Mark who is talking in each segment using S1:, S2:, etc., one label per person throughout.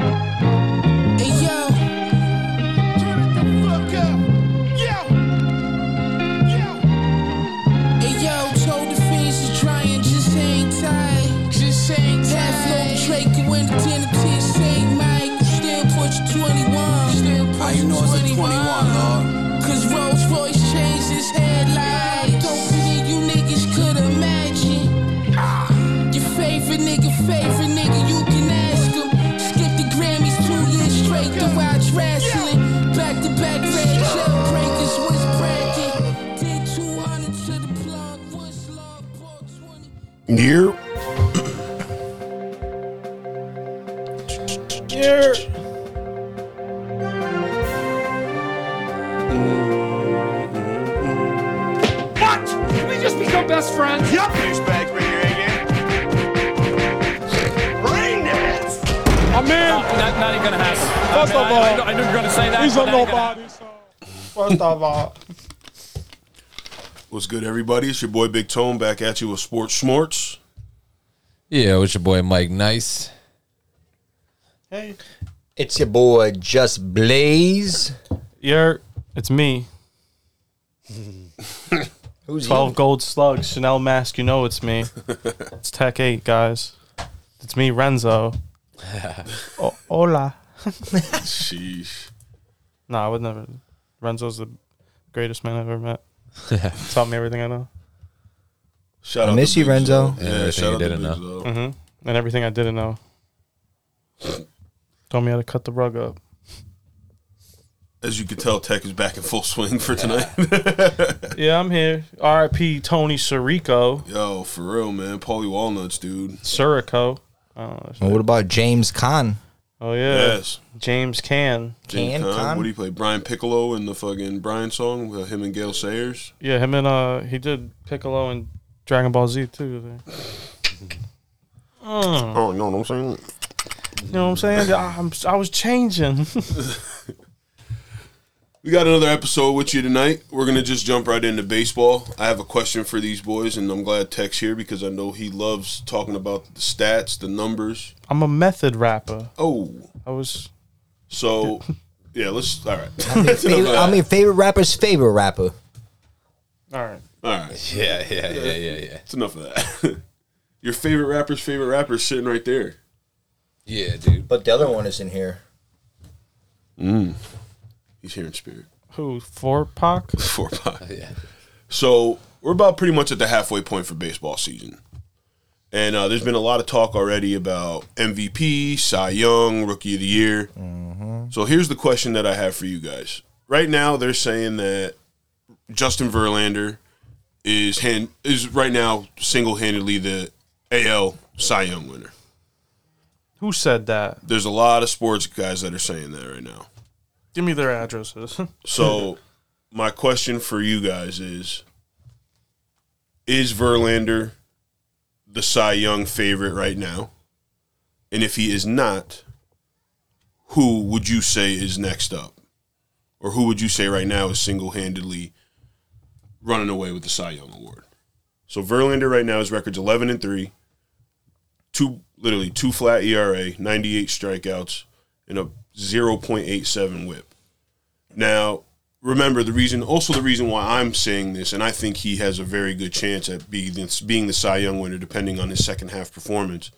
S1: Hey yo, turn it the fuck up.
S2: uh,
S1: Yo, yo. Hey yo, told the fiends to try and just hang tight. Just hang tight. Half low Draco in the 10 to 10 St. Mike. Still push 21. Still push
S3: How you know it's a 21, Lord?
S1: Cause Rolls Royce changed his headlights. Don't think you niggas could imagine. Your favorite nigga, favorite nigga, you can ask him. Skip the Grammys two years straight, the wild wrestling. Back to back, red shell breakers was bracket. Did 200 to the plug, was love, bought 20.
S3: Year.
S4: Year.
S5: What? Can we just become best friends?
S2: Yup, douchebag for here again. Brain dance.
S4: My man,
S5: Not, not even gonna happen.
S4: First
S5: I, mean,
S4: of all,
S5: I, I, know- I knew you were gonna say that.
S4: he's
S5: but
S4: a
S5: that ain't gonna
S4: nobody. So. First of all,
S3: What's good, everybody? It's your boy Big Tone back at you with Sports Schmorts.
S6: Yeah, it's your boy Mike Nice.
S4: hey,
S7: It's your boy Just Blaze.
S4: you're. It's me.
S7: Who's
S4: Twelve gold slugs, Chanel mask. You know it's me. It's Tech Eight, guys. It's me, Renzo. o- hola.
S3: Sheesh.
S4: No, I would never. Renzo's the greatest man I've ever met. Taught me everything I know
S3: Shout out
S7: miss
S3: to
S7: you,
S3: Big
S7: Renzo. Mm-hmm.
S3: Zo. Yeah,
S6: Everything
S3: shout
S6: you
S3: out to
S6: didn't
S3: Big
S6: know.
S3: Zo.
S4: and everything I didn't know. Told me how to cut the rug up.
S3: As you can tell, Tech is back in full swing for tonight.
S4: Yeah, I'm here. R.I.P. Tony Sirico.
S3: Yo, for real, man. Paulie Walnuts, dude.
S4: Sirico. I don't know that shit.
S7: Well, what about James Conn?
S4: Oh yeah,
S3: Yes.
S4: James Can.
S3: James
S7: Can
S3: Conn.
S7: Conn?
S3: What do you play? Brian Piccolo in the fucking Brian song with him and Gail Sayers.
S4: Yeah, him and uh, he did Piccolo and Dragon Ball Z too. I think. Hmm.
S3: Oh, no, know what I'm saying?
S4: You know what I'm saying? I- I'm, I was changing.
S3: We got another episode with you tonight. We're going to just jump right into baseball. I have a question for these boys, and I'm glad Tech's here because I know he loves talking about the stats, the numbers.
S4: I'm a method rapper.
S3: Oh,
S4: I was.
S3: so yeah, let's. All right.
S7: Favorite, I mean, favorite rapper's favorite rapper.
S4: All right.
S3: all right.
S6: Yeah, yeah, yeah, yeah, yeah.
S3: It's enough of that. Your favorite rapper's favorite rapper is sitting right there.
S6: Yeah, dude.
S7: But the other one is in here.
S3: He's here in spirit.
S4: Who? Four Pac?
S3: Four
S7: Oh,
S3: five.
S6: Yeah.
S3: So we're about pretty much at the halfway point for baseball season. And uh, there's been a lot of talk already about MVP, Cy Young, Rookie of the Year.
S7: Mm-hmm.
S3: So here's the question that I have for you guys. Right now, they're saying that Justin Verlander is hand is right now single handedly the AL Cy Young winner.
S4: Who said that?
S3: There's a lot of sports guys that are saying that right now.
S4: Give me their addresses.
S3: So, my question for you guys is: Is Verlander the Cy Young favorite right now? And if he is not, who would you say is next up, or who would you say right now is single-handedly running away with the Cy Young award? So Verlander right now his record's eleven and three, two literally two flat ERA, ninety-eight strikeouts, and a zero point eight seven WHIP. Now, remember the reason, also the reason why I'm saying this, and I think he has a very good chance at being the, being the Cy Young winner, depending on his second half performance.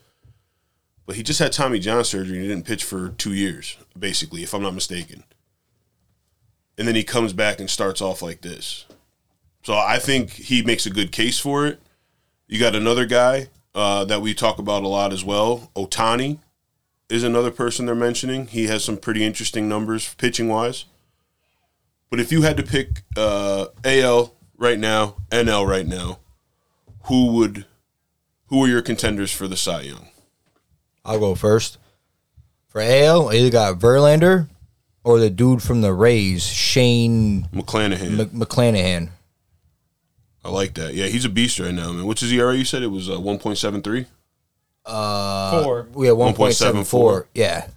S3: But he just had Tommy John surgery and he didn't pitch for two years, basically, if I'm not mistaken. And then he comes back and starts off like this. So I think he makes a good case for it. You got another guy uh, that we talk about a lot as well, Otani. Is another person they're mentioning. He has some pretty interesting numbers pitching wise. But if you had to pick uh, AL right now, NL right now, who would who are your contenders for the Cy Young?
S7: I'll go first. For AL, I either got Verlander or the dude from the Rays, Shane
S3: McClanahan.
S7: Mc- McClanahan.
S3: I like that. Yeah, he's a beast right now, man. What's his ERA? You said it was uh, 1.73.
S4: Four.
S7: We had 1.74.
S3: 1.74.
S7: Yeah.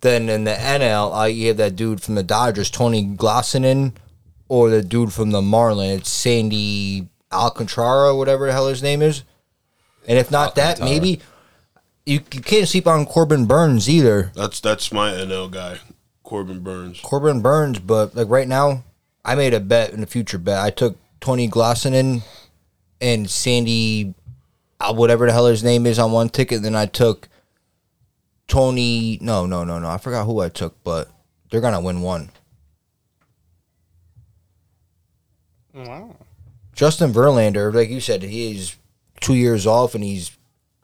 S7: Then in the NL, I have that dude from the Dodgers, Tony Glossanen, or the dude from the Marlins, Sandy Alcantara, whatever the hell his name is. And if not that,
S6: Tyler.
S7: maybe you, you can't sleep on Corbin Burns either.
S3: That's that's my NL guy, Corbin Burns.
S7: Corbin Burns, but like right now, I made a bet in the future bet. I took Tony Glossinen and Sandy, uh, whatever the hell his name is, on one ticket. Then I took Tony. No, no, no, no. I forgot who I took, but they're gonna win one.
S4: Wow.
S7: Justin Verlander, like you said, he's two years off and he's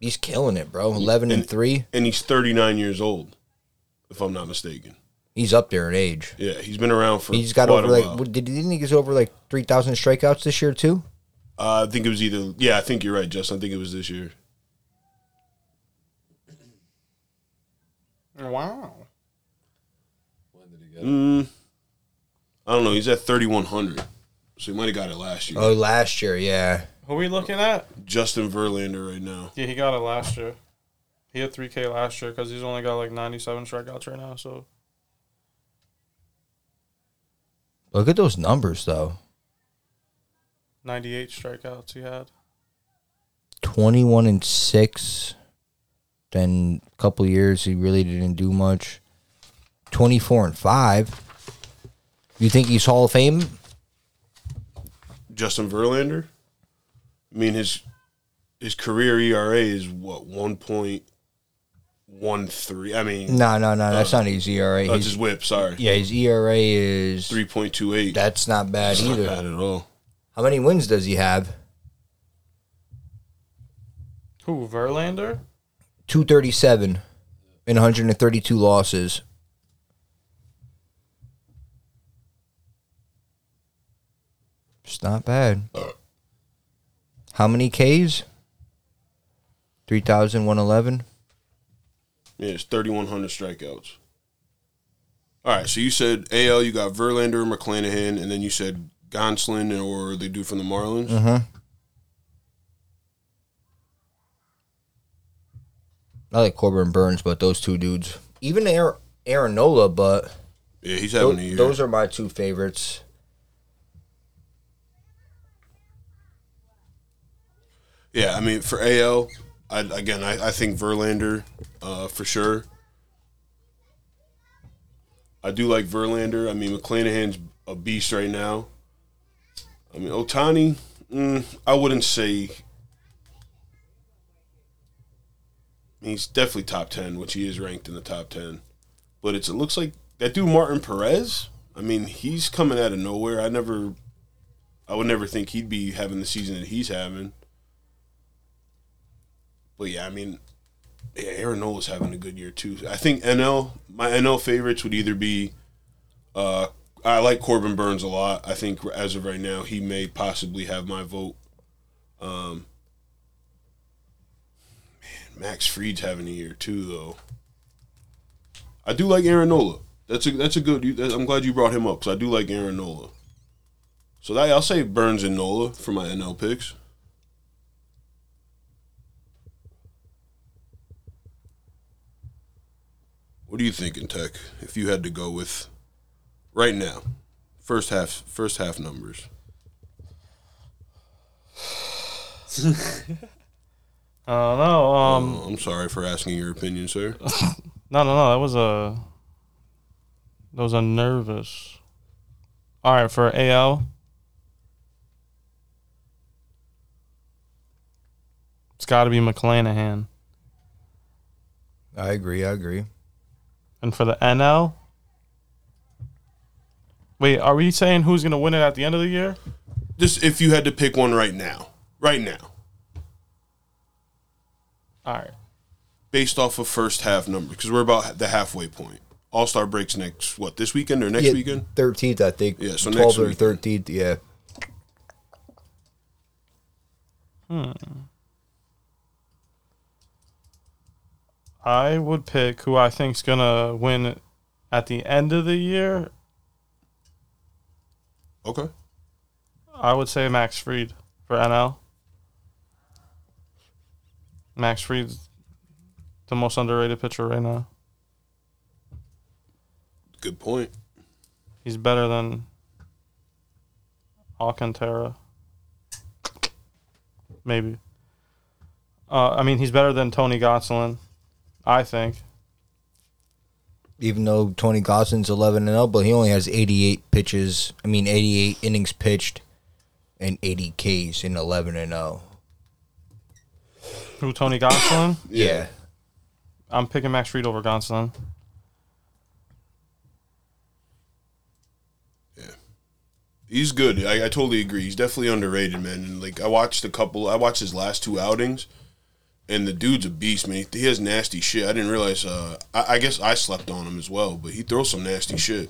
S7: he's killing it, bro. Eleven and three.
S3: and he's 39 years old, if I'm not mistaken.
S7: He's up there in age.
S3: Yeah, he's been around for.
S7: He's got
S3: quite
S7: over
S3: a
S7: like
S3: while.
S7: what- did didn't he get over like three thousand strikeouts this year too?
S3: Uh, I think it was either. Yeah, I think you're right, Justin. I think it was this year.
S4: Wow.
S3: Mm, I don't know. He's at 3100, so he might have got it last year.
S7: Oh, last year, yeah.
S4: Who are we looking at?
S3: Justin Verlander right now.
S4: Yeah, he got it last year. He had 3K last year because he's only got like 97 strikeouts right now. So
S7: Look at those numbers though.
S4: 98 strikeouts he had.
S7: 21 and 6 then a couple years he really didn't do much 24 and 5 you think he's hall of fame
S3: Justin Verlander. I mean his his career ERA is what 1.13. I mean
S7: no no no that's not his era
S3: that's
S7: he's,
S3: his whip. Sorry,
S7: yeah his era is
S3: 3.28.
S7: that's not bad
S3: That's not
S7: either
S3: bad at all.
S7: how many wins does he have
S4: Who, Verlander?
S7: 237 and 132 losses it's not bad how many k's 3111
S3: Yeah, it's 3,100 strikeouts. All right, so you said AL, you got Verlander and McClanahan, and then you said Gonsolin or the dude from the Marlins.
S7: Mm-hmm. I like Corbin Burns, but those two dudes, even Aaron, Aaron Nola, but
S3: Yeah, he's
S7: tho-
S3: having a year.
S7: those are my two favorites.
S3: yeah, I mean, for AL, I, again, I, I think Verlander uh, for sure. I do like Verlander. I mean, McClanahan's a beast right now. I mean, Otani, mm, I wouldn't say. He's definitely top 10, which he is ranked in the top 10. But it's, it looks like that dude, Martin Perez, I mean, he's coming out of nowhere. I never. I would never think he'd be having the season that he's having. But yeah, I mean, yeah, Aaron Nola's having a good year too. I think NL, my NL favorites would either be, uh, I like Corbin Burns a lot. I think as of right now, he may possibly have my vote. Um, man, Max Fried's having a year too, though. I do like Aaron Nola. That's a that's a good. you- I'm glad you brought him up because I do like Aaron Nola. So that, I'll say Burns and Nola for my NL picks. What are you thinking, Tech? If you had to go with right now, first half, first half numbers.
S4: I don't know. Um,
S3: Oh, I'm sorry for asking your opinion, sir.
S4: no, no, no. That was a. That was a nervous. All right, for AL. It's got to be McClanahan.
S7: I agree. I agree.
S4: And for the NL. Wait, are we saying who's going to win it at the end of the year?
S3: Just if you had to pick one right now, right now,
S4: All right.
S3: based off of first half numbers, because we're about the halfway point. All Star breaks next what this weekend or next weekend?
S7: thirteenth, I think.
S3: Yeah, so
S7: 12th
S3: next
S7: or
S3: weekend.
S7: thirteenth. Yeah,
S4: I would pick who I think's gonna win at the end of the year.
S3: Okay,
S4: I would say Max Fried for NL. Max Fried's the most underrated pitcher right now.
S3: good point.
S4: He's better than Alcantara. Maybe. Uh, I mean, he's better than Tony Gonsolin, I think.
S7: Even though Tony Gosselin's 11 and 0, but he only has 88 pitches. I mean, 88 innings pitched and 80 Ks in 11 and oh. 0.
S4: Who Tony Gonsolin?
S7: Yeah.
S4: I'm picking Max Fried over Gonsolin.
S3: He's good. I, I totally agree. He's definitely underrated, man. And like I watched a couple. I watched his last two outings, and the dude's a beast, man. He, he has nasty shit. I didn't realize. Uh, I, I guess I slept on him as well, but he throws some nasty shit.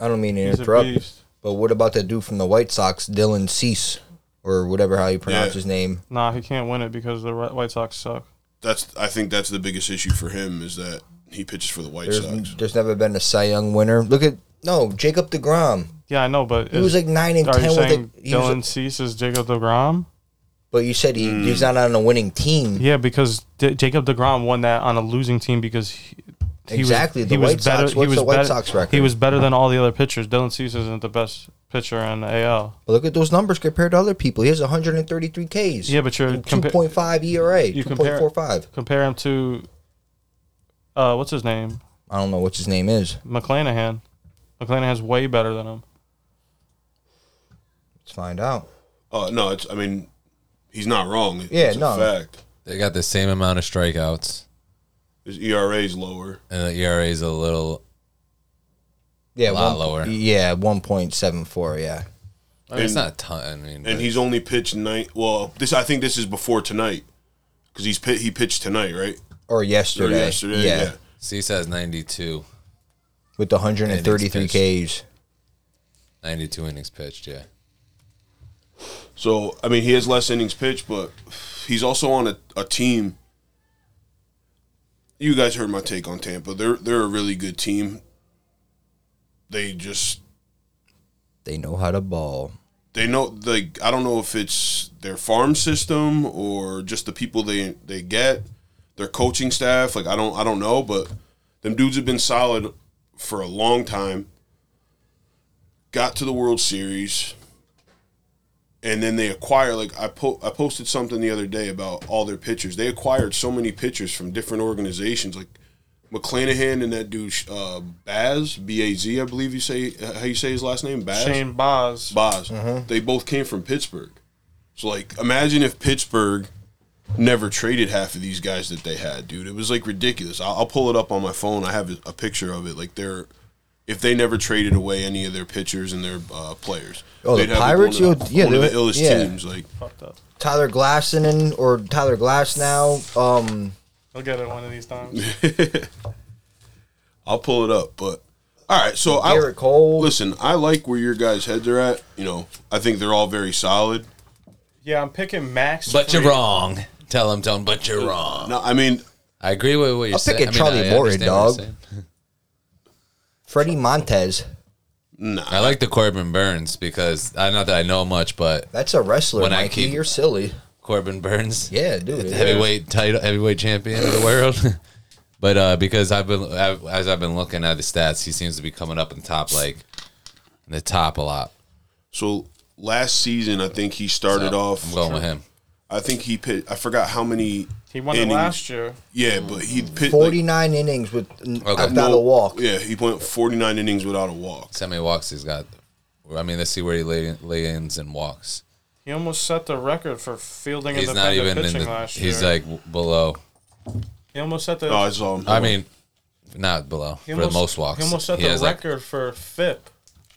S7: I don't mean to
S4: He's a
S7: interrupt,
S4: beast.
S7: but what about that dude from the White Sox, Dylan Cease, or whatever how you pronounce
S3: Yeah.
S7: his name?
S4: Nah, he can't win it because the Wh- White Sox suck.
S3: That's. I think that's the biggest issue for him is that he pitches for the White
S7: There's,
S3: Sox.
S7: there's never been a Cy Young winner. Look at no Jacob Degrom.
S4: Yeah, I know, but
S7: He was like nine and
S4: are
S7: ten
S4: you
S7: with
S4: saying
S7: it. He was-
S4: Dylan Cease is Jacob Degrom?
S7: but you said he, he's not on a winning team.
S4: Yeah, because D- Jacob Degrom won that on a losing team because he, he
S7: Exactly,
S4: was
S7: the
S4: he was
S7: White
S4: better.
S7: Sox-
S4: he
S7: what's
S4: was
S7: the White
S4: better-
S7: Sox record?
S4: He was better than all the other pitchers. Dylan Cease isn't the best pitcher in the AL.
S7: But look at those numbers compared to other people. He has 133 Ks.
S4: Yeah, but you're
S7: two
S4: compa-
S7: point five ERA,
S4: you
S7: two point
S4: compare-
S7: four five.
S4: compare him to uh, what's his name?
S7: I don't know what his name is.
S4: McClanahan. McClanahan's way better than him.
S7: Let's find out.
S3: Oh no, it's. I mean, he's not wrong.
S7: Yeah,
S3: it's
S7: no.
S3: A fact.
S6: They got the same amount of strikeouts,
S3: His E ERA's lower.
S6: and the ERA is a little.
S7: Yeah,
S6: lot
S7: one-
S6: lower.
S7: Yeah, one point seven four. Yeah,
S6: I mean, it's
S3: And-
S6: not a ton. I mean,
S3: and
S6: but-
S3: he's only pitched nine. Well, this I think this is before tonight, because he's pit, he pitched tonight, right?
S7: or
S3: Or
S7: yesterday.
S3: yesterday, yeah.
S6: Cease has 92,
S7: with the 133
S6: And
S7: Ks.
S6: 92 innings pitched. Yeah,
S3: So I mean, he has less innings pitched, but he's also on a, a team. You guys heard my take on Tampa. They're they're a really good team. They just
S7: They know how to ball.
S3: they know like I don't know if it's their farm system or just the people they they get, their coaching staff. Like I don't I don't know, but them dudes have been solid for a long time. Got to the World Series, and then they acquire like I po- I posted something the other day about all their pitchers. They acquired so many pitchers from different organizations, like. McClanahan and that dude uh, Baz B A Z I believe you say uh, how you say his last name Baz
S4: Shane Boz.
S3: Boz.
S7: Mm-hmm.
S3: They both came from Pittsburgh. So like imagine if Pittsburgh never traded half of these guys that they had, dude. It was like ridiculous. I'll, I'll pull it up on my phone. I have a, a picture of it. Like they're if they never traded away any of their pitchers and their uh, players.
S7: Oh, the
S3: they'd have
S7: Pirates?
S3: One of the,
S7: You'll- yeah,
S3: one of
S7: they
S3: the
S7: would-
S3: illest
S7: yeah.
S3: teams. Like
S4: Fucked up.
S7: Tyler Glasson or Tyler Glass now. Um,
S4: He'll get it one of these times.
S3: I'll pull it up, but all right. So I
S7: Garrett Cole.
S3: Listen, I like where your guys' heads are at. You know, I think they're all very solid.
S4: yeah, I'm picking Max.
S6: but you're
S4: Fried.
S6: wrong. Tell him, tell him, but you're wrong.
S3: No, I mean,
S6: I agree with what you're
S7: I'll pick
S6: saying.
S7: a
S6: I mean,
S7: Charlie
S6: I
S7: Morton,
S6: understand what you're
S7: dog.
S6: saying.
S7: Freddie Montez.
S3: nah.
S6: I like the Corbin Burns because I not that I know much, but
S7: That's a wrestler,
S6: When I
S7: Mikey.
S6: keep-
S7: You're silly.
S6: Corbin Burns,
S7: Yeah, dude.
S6: heavyweight title, heavyweight champion of the world. but uh, because I've been I've, as I've been looking at the stats, he seems to be coming up in the top, like in the top a lot.
S3: So last season, I think he started
S6: So,
S3: off.
S6: I'm going with him.
S3: I think he pit. I forgot how many.
S4: He won it
S3: innings-
S4: last year.
S3: Yeah, but he pit like,
S7: 49 innings with
S6: Okay.
S7: without a Mm. walk.
S3: Yeah, he went forty nine innings without a walk.
S6: See how many walks he's got. I mean, let's see where he lay, lay ins and walks.
S4: He almost set the record for fielding
S6: He's not
S4: independent
S6: even in
S4: pitching
S6: the.
S4: last year.
S6: He's like w- below.
S4: he almost set the.
S3: Oh, I saw him.
S6: I mean, not below
S4: he
S6: for the
S4: almost-
S6: most walks.
S4: He almost set
S6: He
S4: the
S6: has, like-
S4: record for FIP,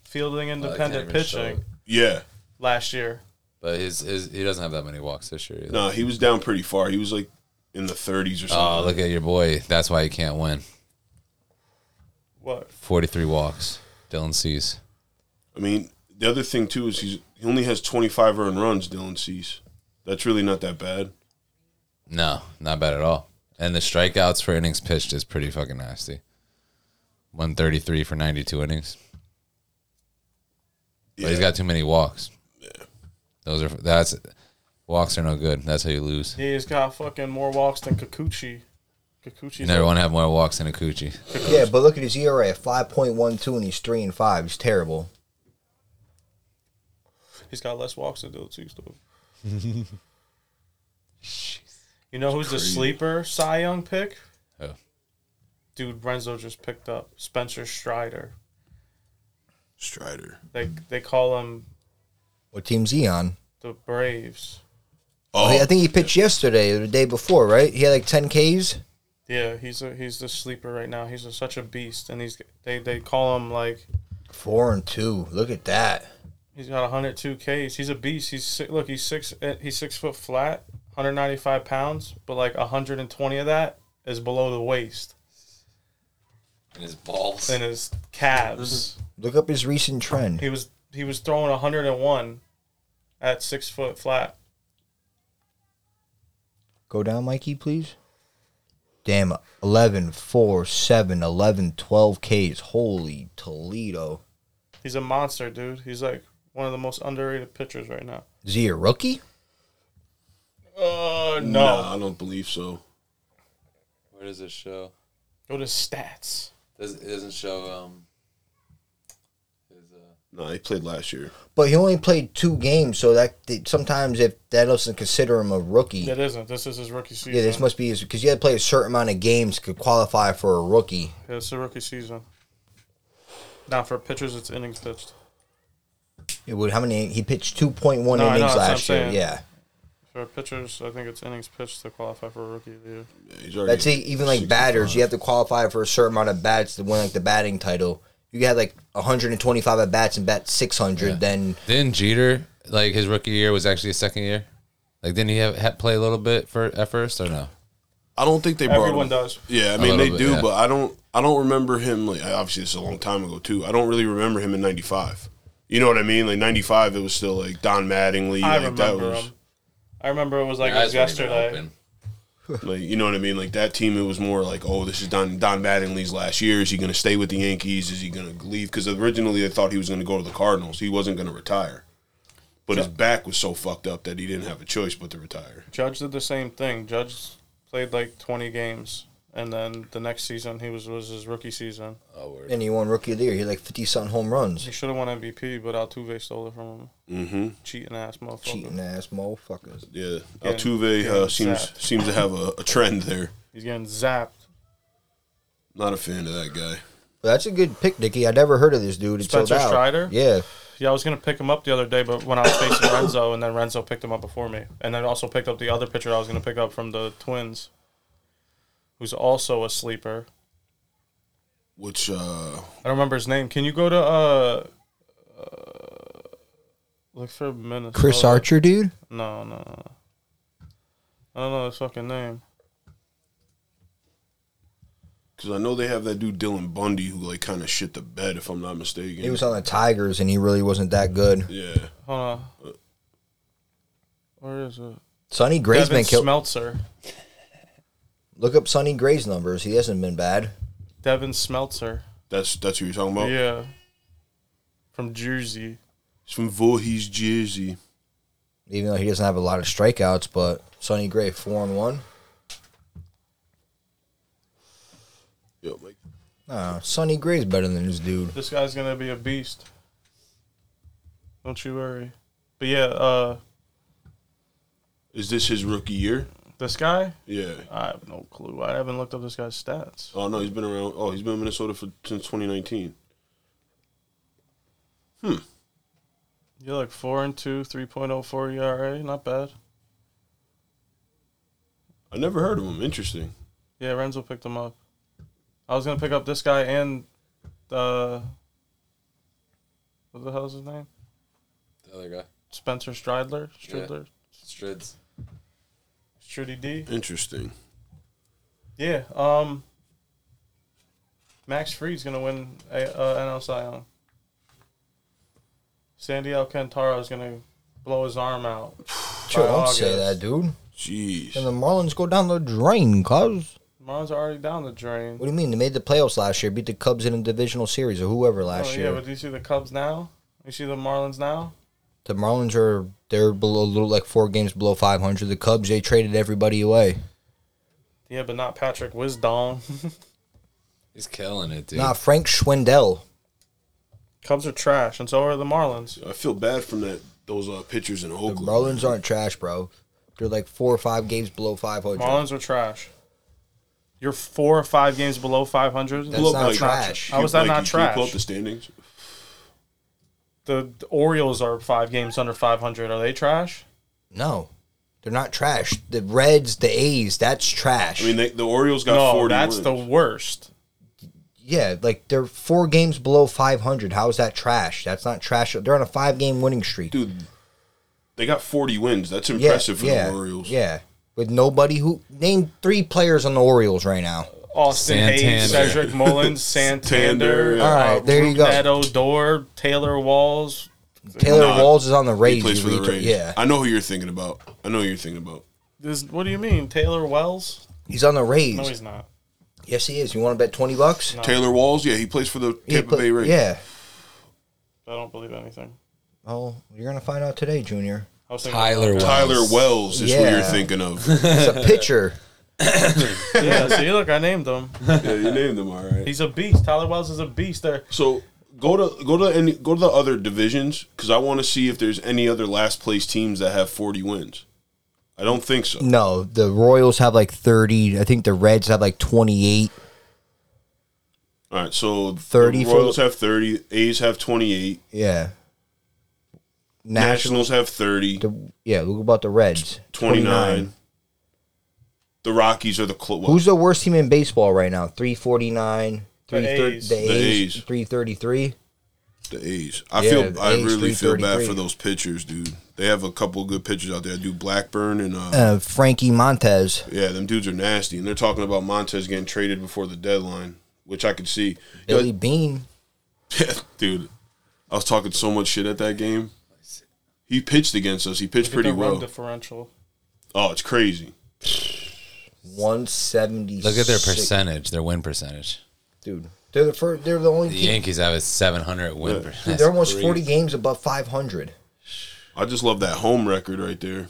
S4: fielding independent
S6: even show
S4: pitching
S6: it.
S3: yeah,
S4: last year.
S6: but his, his he doesn't have that many walks this year. Either.
S3: no, he was down pretty far. He was like in the thirties or
S6: Oh,
S3: something.
S6: look at your boy. That's why he can't win.
S4: What?
S6: 43 walks. Dylan sees.
S3: I mean, the other thing too is he's he only has twenty five earned runs. Dylan sees. That's really not that bad.
S6: No, not bad at all. And the strikeouts for innings pitched is pretty fucking nasty. 133 for 92 innings. But he's
S3: Yeah.
S6: got too many walks. Those are that's walks are no good. That's how you lose.
S4: He's got fucking more walks than Kikuchi. Kikuchi's
S6: You never want to have more walks than a coochie.
S7: Yeah, but look at his ERA, 5.12, and he's 3 and 5. He's terrible.
S4: he's got less walks than Dylan Cease. though. You know who's the sleeper Cy Young pick?
S6: Who?
S4: Dude, Renzo just picked up Spencer Strider.
S3: Strider.
S4: They they call him
S7: What team's he on?
S4: the Braves.
S3: Oh,
S7: I think he pitched yesterday or the day before, right? He had like 10 Ks.
S4: Yeah, he's a, he's the sleeper right now. He's a, such a beast, and he's they they call him like
S7: Four and two. Look at that.
S4: he's got 102 Ks. He's a beast. He's si- look he's six eh, he's six foot flat, 195 pounds, but like 120 of that is below the waist
S6: And his balls.
S4: and his calves.
S7: Look up his recent trend.
S4: He was he was throwing 101 at six foot flat.
S7: Go down, Mikey, please. Damn, 11, 4, 7, 11, 12 Ks. Holy Toledo.
S4: He's a monster, dude. He's like one of the most underrated pitchers right now.
S7: Is he a rookie?
S4: Uh, no.
S3: Nah, I don't believe so.
S6: Where does it show?
S4: Go to stats.
S6: Does, it doesn't show um. His, uh,
S3: No, he played last year.
S7: But he only played two games, so that that- sometimes if that doesn't consider him a rookie,
S4: That isn't. This is his rookie season.
S7: yeah, this must be because you had to play a certain amount of games to qualify for a rookie.
S4: Yeah, it's a rookie season. Now for pitchers, it's innings pitched.
S7: It would how many? He pitched two point one
S4: No, I know,
S7: innings
S4: that's what I'm
S7: last year.
S4: saying.
S7: Yeah,
S4: For pitchers, I think it's innings pitched to qualify for rookie of the year.
S3: Yeah, he's already
S7: that's it. Even like batters, you have to qualify for a certain amount of bats to win like the batting title. You had like 125 at bats and bat 600. Then
S6: Didn't Jeter like his rookie year was actually his second year? Like didn't he have, have play a little bit for at first or no?
S3: I don't think they brought
S4: Everyone
S3: him.
S4: does.
S3: Yeah, I mean they
S6: little bit,
S3: do,
S6: yeah.
S3: but I don't. I don't remember him. Like obviously, this is a long time ago too. I don't really remember him in '95. You know what I mean? Like '95, it was still like Don Mattingly.
S4: I
S3: like,
S4: remember
S3: was,
S4: him. I remember it was like it was
S6: Eyes weren't even
S4: yesterday.
S6: open.
S3: Like you know what I mean? Like that team, it was more like, oh, this is Don Don Mattingly's last year. Is he going to stay with the Yankees? Is he going to leave? Because originally they thought he was going to go to the Cardinals. He wasn't going to retire, but his back was so fucked up that he didn't have a choice but to retire.
S4: Judge did the same thing. Judge played like 20 games, and then the next season he was was his rookie season.
S6: Oh, word.
S7: and he won rookie of the year. He had like 50 something home runs.
S4: He should have won MVP, but Altuve stole it from him.
S3: Mm-hmm.
S4: Cheating ass motherfucker.
S7: Cheating ass motherfuckers.
S3: Yeah,
S4: Yeah,
S3: Altuve
S4: yeah,
S3: uh, seems
S4: sad.
S3: seems to have a, a trend there.
S4: He's getting zapped.
S3: Not a fan of that guy.
S7: But that's a good pick, Nicky. I never heard of this dude until
S4: Spencer
S7: now.
S4: Strider?
S7: Yeah.
S4: Yeah, I was gonna pick him up the other day, but when I was facing Renzo, and then Renzo picked him up before me, and then also picked up the other pitcher I was gonna pick up from the Twins, who's also a sleeper.
S3: Which uh,
S4: I don't remember his name. Can you go to uh, uh look for Minnesota?
S7: Chris Archer, dude.
S4: No, no. no. I don't know his fucking name.
S3: Because I know they have that dude Dylan Bundy who like kind of shit the bed, if I'm not mistaken.
S7: He was on the Tigers and he really wasn't that good.
S3: yeah,
S4: Hold on. Where is it?
S7: Sonny Gray's
S4: Devin
S7: been killed.
S4: Smeltzer.
S7: Look up Sonny Gray's numbers. He hasn't been bad.
S4: Devin Smeltzer.
S3: that's that's who you're talking about.
S4: Yeah. From Jersey.
S3: It's from Voorhees, Jersey.
S7: Even though he doesn't have a lot of strikeouts, but Sonny Gray four and one.
S3: Yo, like,
S7: Nah, Sonny Gray's better than this dude.
S4: This guy's gonna be a beast. Don't you worry. But yeah, uh,
S3: is this his rookie year?
S4: this guy,
S3: Yeah.
S4: I have no clue. I haven't looked up this guy's stats.
S3: Oh no, he's been around. Oh, he's been in Minnesota for since 2019.
S4: You're like four and two, three point oh four ERA, not bad.
S3: I never heard of him. Interesting.
S4: Yeah, Renzo picked him up. I was gonna pick up this guy and uh what the hell's his name?
S6: The other guy,
S4: Spencer Stridler, Stridler,
S6: Strids.
S4: Strudy D.
S3: Interesting.
S4: Yeah. Um. Max Freed's gonna win a, uh, NL Cy Young. Sandy Alcantara is gonna blow his arm out.
S7: Sure,
S4: by
S7: don't say that,
S4: August.
S7: dude.
S3: Jeez.
S7: And the Marlins go down the drain, cuz.
S4: Marlins are already down the drain.
S7: What do you mean? They made the playoffs last year, beat the Cubs in a divisional series or whoever last
S4: Oh, yeah,
S7: year.
S4: but do you see the Cubs now? You see the Marlins now?
S7: the Marlins are they're below a little like four games below five hundred. The Cubs they traded everybody away.
S4: Yeah, but not Patrick Wisdom.
S6: He's killing it, dude.
S7: Nah, Frank Schwindel.
S4: Cubs are trash, and so are the Marlins.
S3: I feel bad from that those uh, pitchers in
S7: The
S3: Oakland.
S7: Marlins aren't trash, bro. They're like four or five games below 500.
S4: Marlins are trash. You're four or five games below 500.
S7: That's
S3: Look,
S7: not
S3: like-
S7: trash.
S4: How Oh, is that not
S3: Can you pull
S4: trash?
S3: up the standings?
S4: The, the Orioles are five games under 500. Are they trash?
S7: No, they're not trash. The Reds, the A's, that's trash.
S3: I mean, they, the Orioles got
S4: No,
S3: 40
S4: that's
S3: wins.
S4: the worst.
S7: yeah, like they're four games below 500. How is that trash? That's not trash. They're on a five game winning streak.
S3: Dude, they got 40 wins. That's
S7: yeah,
S3: impressive for
S7: yeah,
S3: the Orioles.
S7: Yeah. With nobody who name three players on the Orioles right now.
S4: Austin Hayes,
S6: Santander.
S4: Cedric Mullins, Santander.
S3: Santander,
S7: All right, there you go.
S4: Neto, Dor, Taylor Walls.
S7: Taylor
S3: Nah,
S7: Walls is on the Rays.
S3: He plays
S7: you
S3: for the
S7: retard.
S3: Rays.
S7: Yeah,
S3: I know who you're thinking about. I know who you're thinking about.
S4: This, what do you mean, Taylor Wells?
S7: he's on the Rays.
S4: No, he's not.
S7: yes, he is. You want to bet twenty bucks?
S3: Taylor Walls, yeah, he plays for the
S7: Yeah,
S3: Tampa
S7: but-
S3: Bay Rays.
S7: Yeah.
S4: I don't believe anything.
S7: Oh, you're gonna find out today, Junior.
S4: I was thinking-
S6: Tyler Wells.
S3: Tyler Wells is who you're
S7: Yeah.
S3: thinking of.
S7: It's a pitcher.
S4: Yeah, see, look, I named him.
S3: yeah, you named him all right.
S4: He's a beast. Tyler Wells is a beast. There,
S3: So go to go to any go to the other divisions because I want to see if there's any other last place teams that have 40 wins. I don't think so.
S7: No, the Royals have like thirty. I think the Reds have like twenty-eight.
S3: All right, so
S7: 30
S3: 30
S7: for-
S3: Royals have 30, A's have 28,
S7: Yeah. National.
S3: Nationals have 30,
S7: The, yeah, look about the Reds.
S3: 29. The Rockies are the clo- well,
S7: Who's the worst team in baseball right now? Three forty-nine.
S4: The
S7: Three thirty.
S4: A's.
S7: The
S3: The
S7: A's.
S3: A's.
S7: Three thirty-three.
S3: the A's. I
S7: Yeah,
S3: feel
S7: the
S3: I
S7: A's,
S3: really feel bad
S7: 333.
S3: for those pitchers, dude. They have a couple good pitchers out there. Dude, Blackburn and uh,
S7: Uh, Frankie Montez.
S3: Yeah, them dudes are nasty, and they're talking about Montez getting traded before the deadline, which I could see.
S7: Billy Bean.
S3: Dude, I was talking so much shit at that game. He pitched against us. He pitched
S4: Look
S3: pretty
S4: at the run
S3: well.
S4: Differential.
S3: Oh, it's crazy.
S7: One seventy.
S6: Look at their percentage, their win percentage.
S7: dude. They're the first. They're the only
S6: The
S7: team.
S6: Yankees have a 700 win
S3: Yeah.
S6: percentage.
S7: They're almost forty games above five hundred.
S3: I just love that home record right there,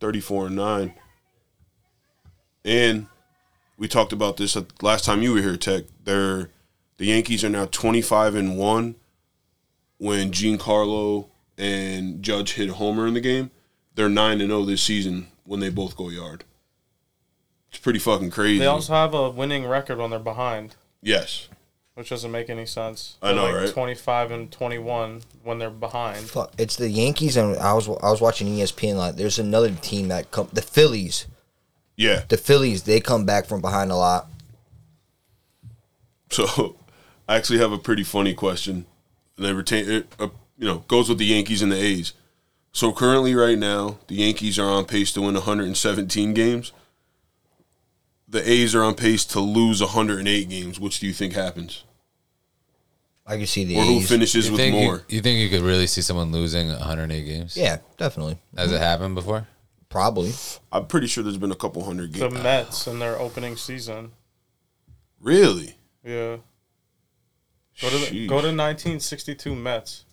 S3: thirty-four and nine. And we talked about this at- last time you were here, Tech. They're the Yankees are now twenty-five and one. When Giancarlo and Judge hit a homer in the game, they're nine and zero this season when they both go yard. It's pretty fucking crazy.
S4: They also have a winning record when they're behind,
S3: yes,
S4: which doesn't make any sense.
S3: I know,
S4: They're like
S3: right?
S4: Twenty-five and twenty-one when they're behind.
S7: Fuck, it's the Yankees, and I was I was watching E ESPN. Like, there's another team that come, the Phillies.
S3: yeah.
S7: The Phillies, they come back from behind a lot.
S3: So I actually have a pretty funny question. They retain it, uh, you know, goes with the Yankees and the A's. So currently, right now, the Yankees are on pace to win 117 games. The A's are on pace to lose 108 games. Which do you think happens,
S7: I can see the
S3: or who
S7: A's.
S3: finishes
S6: You
S3: with
S6: think, you,
S3: more?
S6: you think you could really see someone losing 108 games?
S7: Yeah, definitely,
S6: Has it happened before?
S7: probably.
S3: I'm pretty sure there's been a couple hundred
S4: The
S3: games.
S4: Mets in their opening season.
S3: Really?
S4: Yeah. Go to the,
S3: Sheesh.
S4: go to 1962 Mets.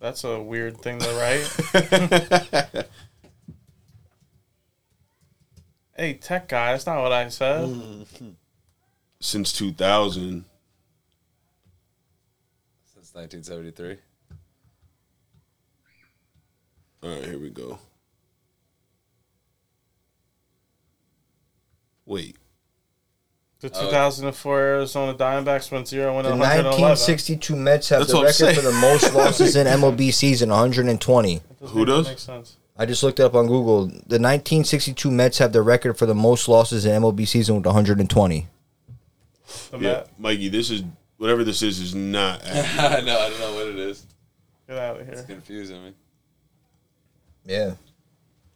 S4: That's a weird thing to write. hey, tech guy, that's not what I said.
S3: Mm. Since 2000,
S6: Since 1973.
S3: All right, here we go. Wait,
S4: The 2004 Arizona Diamondbacks went zero and
S7: The
S4: went 111.
S7: 1962 Mets have
S3: That's
S7: the
S3: what I'm
S7: record for
S3: saying.
S7: the most losses in MLB season, 120.
S4: Doesn't
S3: Who
S4: even
S3: does?
S4: make sense.
S7: I just looked it up on Google. The 1962 Mets have the record for the most losses in MLB season with 120.
S3: yeah,
S4: The Met.
S3: Mikey, this is whatever this is is not. accurate.
S6: no, I don't know what it is.
S4: Get out of here.
S6: confusing me.
S7: Yeah.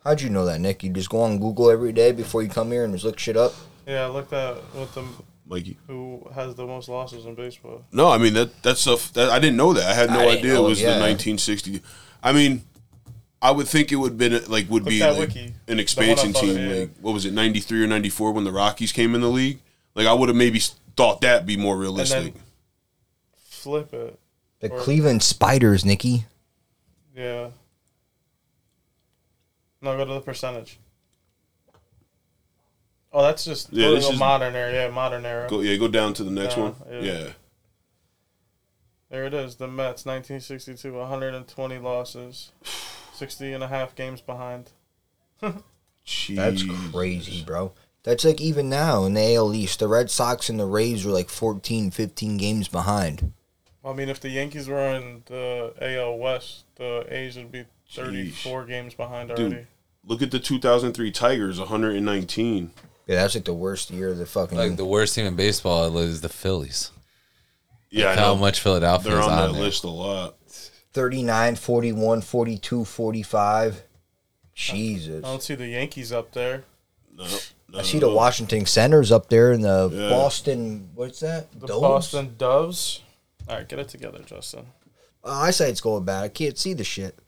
S7: How'd you know that, Nick? You just go on Google every day before you come here and just look shit up.
S4: Yeah, I looked at what the
S3: Mikey.
S4: who has the most losses in baseball.
S3: No, I mean that that stuff. That, I didn't know that. I had no
S7: I didn't
S3: idea
S7: know
S3: it
S7: it,
S3: was
S7: yeah.
S3: the 1960. I mean, I would think it would been like would be
S4: that
S3: like
S4: wiki.
S3: an
S4: The
S3: expansion
S4: one I thought,
S3: team.
S4: yeah.
S3: Like what was it, 93 or 94 when the Rockies came in the league? Like I would have maybe s- thought that be more realistic.
S4: Flip it.
S7: The
S4: Or-
S7: Cleveland Spiders, Nikki.
S4: Yeah. No, go to the percentage. Oh, that's just
S3: Yeah,
S4: yeah,
S3: this is-
S4: modern era. Yeah, modern era.
S3: go yeah, go down to the next
S4: Yeah,
S3: one.
S4: yeah.
S3: Yeah.
S4: There it is. The Mets, 1962, 120 losses, 60 and a half games behind.
S7: That's
S3: Jeez.
S7: crazy, bro. That's like even now in the AL East, the Red Sox and the Rays were like 14, 15 games behind.
S4: I mean, if the Yankees were in the AL West, the A's would be 34 games behind already.
S3: Dude, look at the 2003 Tigers, 119.
S7: Yeah, that's like the worst year of the fucking.
S6: Like the worst team in baseball is the Phillies.
S3: Yeah, I
S6: How
S3: know.
S6: much Philadelphia
S3: They're
S6: is
S3: on
S6: on
S3: that
S6: there.
S3: list a lot.
S7: 39, 41, 42, 45. Jesus.
S4: I don't see the Yankees up there.
S3: No, no,
S7: I see
S3: no,
S7: the Washington Senators up there in the
S3: Yeah.
S7: Boston. What's that?
S4: The
S7: Domes?
S4: Boston Doves. All right, get it together, Justin.
S7: Uh, eyesight's going bad. I can't see the shit.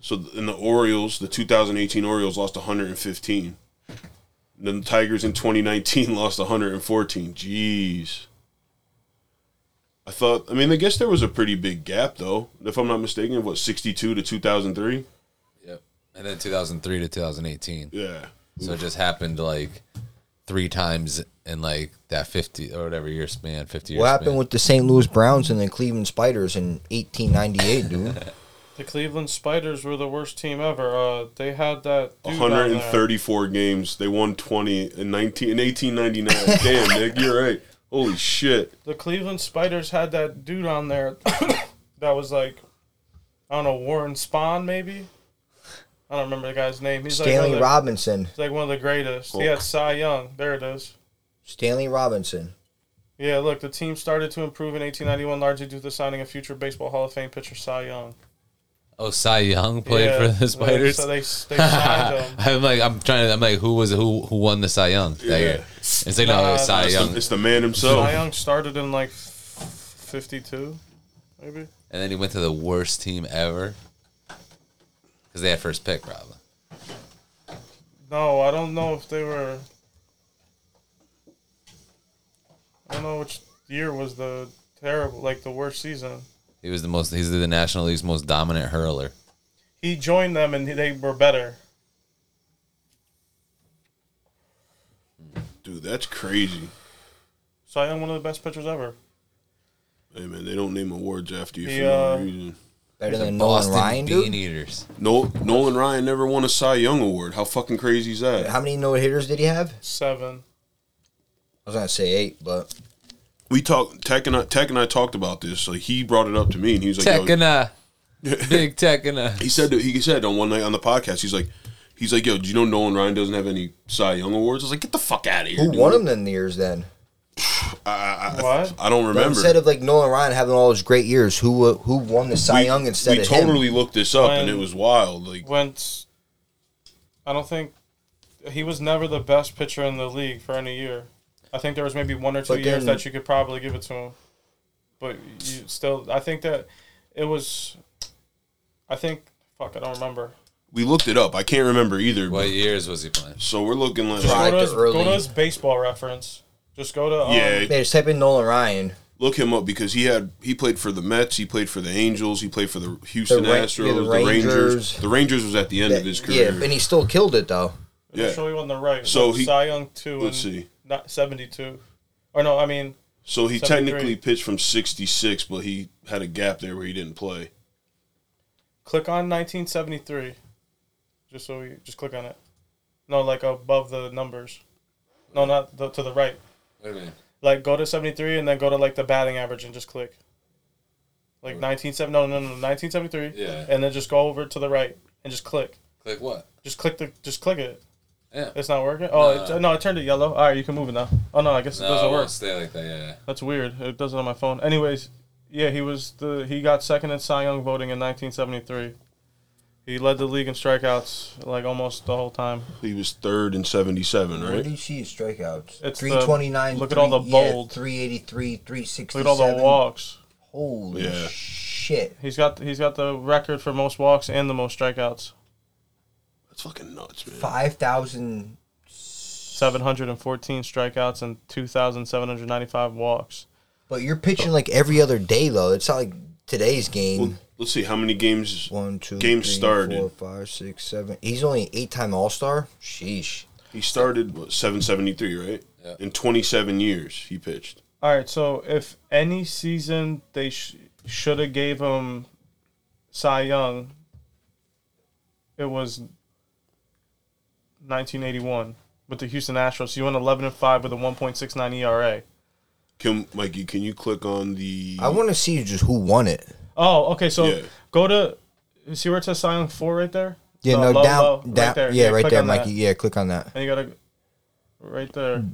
S3: So th- in the Orioles, the 2018 Orioles lost 115. And then the Tigers in 2019 lost 114. Jeez. I thought. I mean, I guess there was a pretty big gap, though. If I'm not mistaken, what 62 to 2003?
S6: Yep. And then 2003 to 2018.
S3: Yeah.
S6: So it just happened like three times in like that 50 or whatever year span, 50 years.
S7: What happened with the St. Louis Browns and the Cleveland Spiders in 1898, dude?
S4: The Cleveland Spiders were the worst team ever. Uh, they had that uh, dude down there.
S3: 134 games. They won 20 in 19 in 1899. Damn, Nick, you're right. Holy shit.
S4: The Cleveland Spiders had that dude on there that was like, I don't know, Warren Spahn maybe. I don't remember the guy's name. He's like, one
S7: Stanley
S4: of the-
S7: Robinson.
S4: he's like one of the greatest. He had Cy Young. There it is.
S7: Stanley Robinson.
S4: Yeah, look, the team started to improve in 1891 largely due to the signing of future Baseball Hall of Fame pitcher Cy Young.
S6: Oh, Cy Young played
S4: Yeah,
S6: for
S4: they-
S6: the Spiders.
S4: So they, they signed him.
S6: I'm like, I'm trying to. I'm like, who was who? Who won the Cy Young that year? It's like, no, it was Cy
S3: It's
S6: Young,
S3: the,
S6: and
S3: it's the man
S6: Oh.
S4: Cy
S3: himself.
S4: Young started in like 52, maybe.
S6: then he went to the worst team ever because they had first pick, probably.
S4: No, I don't know if they were. I don't know which year was the terrible, like the worst season.
S6: He was the most. He's the National League's most dominant hurler.
S4: He joined them and they were better.
S3: Dude, that's crazy.
S4: Cy Young, one of the best pitchers ever.
S3: Hey man, they don't name awards after you for
S4: Yeah.
S3: no reason.
S7: Better
S6: The
S7: than Nolan
S6: Boston
S7: Ryan,
S6: Bean
S7: dude?
S6: Eaters.
S3: No, Nolan Ryan never won a Cy Young award. How fucking crazy is that?
S7: How many no hitters did he have? I
S4: Seven.
S7: was going to say eight, but
S3: we talked. Tech and I, Tech and I talked about this. Like he brought it up to me, and he was like, yo,
S6: Tekina, big Tekina.
S3: he said that he said on one night on the podcast, he's like, he's like, yo, do you know Nolan Ryan doesn't have any Cy Young awards? I was like, get the fuck out of here.
S7: who
S3: dude.
S7: won him in the years then?
S4: What?
S3: I don't remember.
S7: Instead of like Nolan Ryan having all those great years, who uh, who won the Cy
S3: we,
S7: Young instead
S3: we
S7: of him?
S3: totally looked this up, and
S4: When-
S3: it was wild. Like
S4: Went. I don't think he was never the best pitcher in the league for any year. I think there was maybe one or two
S7: But
S4: years
S7: then-
S4: that you could probably give it to him, but you still. I think that it was. I think. Fuck, I don't remember.
S3: we looked it up. I can't remember either.
S6: What
S3: But,
S6: years was he playing?
S3: so we're looking like.
S7: Right.
S4: go,
S7: like
S4: to
S7: the
S4: his, go to
S7: early-
S4: his baseball reference. Just go to um,
S3: Yeah,
S7: They just type in Nolan Ryan.
S3: look him up because he had he played for the Mets, he played for the Angels, he played for the Houston
S7: The Ra-
S3: Astros,
S7: yeah,
S3: the,
S7: the
S3: Rangers.
S7: Rangers.
S3: The Rangers was at the end of his
S7: Yeah,
S3: career.
S7: and he still killed it though.
S3: Yeah.
S4: I'll show you on the right.
S3: So
S4: Look,
S3: he-
S4: Cy Young two.
S3: let's
S4: and
S3: see.
S4: Not seventy two, or no? I mean,
S3: so he
S4: 73.
S3: technically pitched from sixty six, but he had a gap there where he didn't play.
S4: click on nineteen seventy three. Just so we just click on it. No, like above the numbers. No, not the, to the right.
S6: Wait a minute.
S4: Like go to seventy three and then go to like the batting average and just click. Like nineteen seven. No, no, no, nineteen seventy three.
S6: Yeah.
S4: And then just go over to the right and just click.
S6: Click what?
S4: Just click the. Just click it.
S6: Yeah.
S4: It's not working. Oh it, no, I turned it yellow. All right, you can move it now. Oh no, I guess it
S6: No,
S4: doesn't
S6: it
S4: work.
S6: won't stay like that. Yeah.
S4: That's weird. It does it on my phone. Anyways, yeah, he was the he got second in Cy Young voting in 1973. He led the league in strikeouts like almost the whole time.
S3: He was third in seventy seven,
S7: Where do
S3: right?
S7: you see his strikeouts?
S4: It's the-
S7: 329.
S4: look at all the
S7: three- yeah,
S4: bold.
S7: 383,
S4: Look
S7: 367.
S4: at all the walks.
S7: Holy
S3: Yeah.
S7: shit.
S4: He's got he's got the record for most walks and the most strikeouts.
S3: That's fucking nuts, man.
S7: 5,000.
S4: 714 strikeouts and 2,795 walks.
S7: But you're pitching like every other day, though. It's not like today's game.
S3: Well, let's see how many games.
S7: One, two,
S3: Game
S7: three,
S3: started.
S7: four, five, six, seven. He's only eight time All Star. Sheesh.
S3: He started what seven seventy three, right? In twenty seven years, he pitched.
S4: All right, so if any season they sh- should have gave him Cy Young, it was 1981 with the Houston Astros. You went 11 and 5 with a 1.69 ERA.
S3: Can Mikey, can you click on the?
S4: Mm.
S7: I want to see just who won it.
S4: Oh, okay. So
S3: Yeah.
S4: go to see where it says Cy Young four right there.
S7: Yeah,
S4: Uh,
S7: no,
S4: low,
S7: down,
S4: low,
S7: down, yeah, right
S4: click
S7: there,
S4: on that.
S7: Mikey. Yeah, click on that.
S4: And you gotta right there.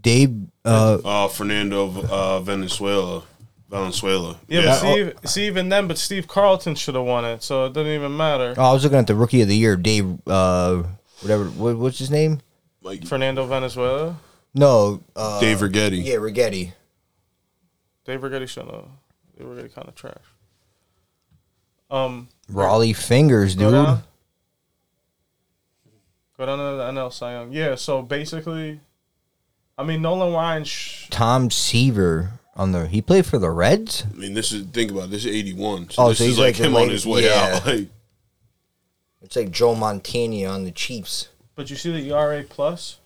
S7: Dave, uh,
S3: Uh, Fernando uh, Venezuela, Valenzuela.
S4: Yeah,
S3: Yeah.
S4: but Steve, see, even then, but Steve Carlton should have won it, so it doesn't even matter.
S7: oh, I was looking at the rookie of the year, Dave, uh, whatever, what, what's his name?
S3: Mikey.
S4: Fernando Venezuela,
S7: No, uh,
S3: Dave Rigetti.
S7: yeah, Rigetti.
S4: Dave Rigetti should have. They were kind of trash. Um,
S7: Raleigh Fingers,
S4: go
S7: dude.
S4: down. Go down to the NL Cy Young. Yeah, so basically, I mean Nolan Ryan. Sh-
S7: Tom Seaver on the, he played for the Reds?
S3: I mean, this is think about it, this is eighty one.
S7: Oh,
S3: So this
S7: so he's
S3: is like
S7: like the
S3: him on
S7: late-
S3: his way
S7: yeah.
S3: out. Like,
S7: It's like Joe Montana on the Chiefs.
S4: but you see the ERA plus.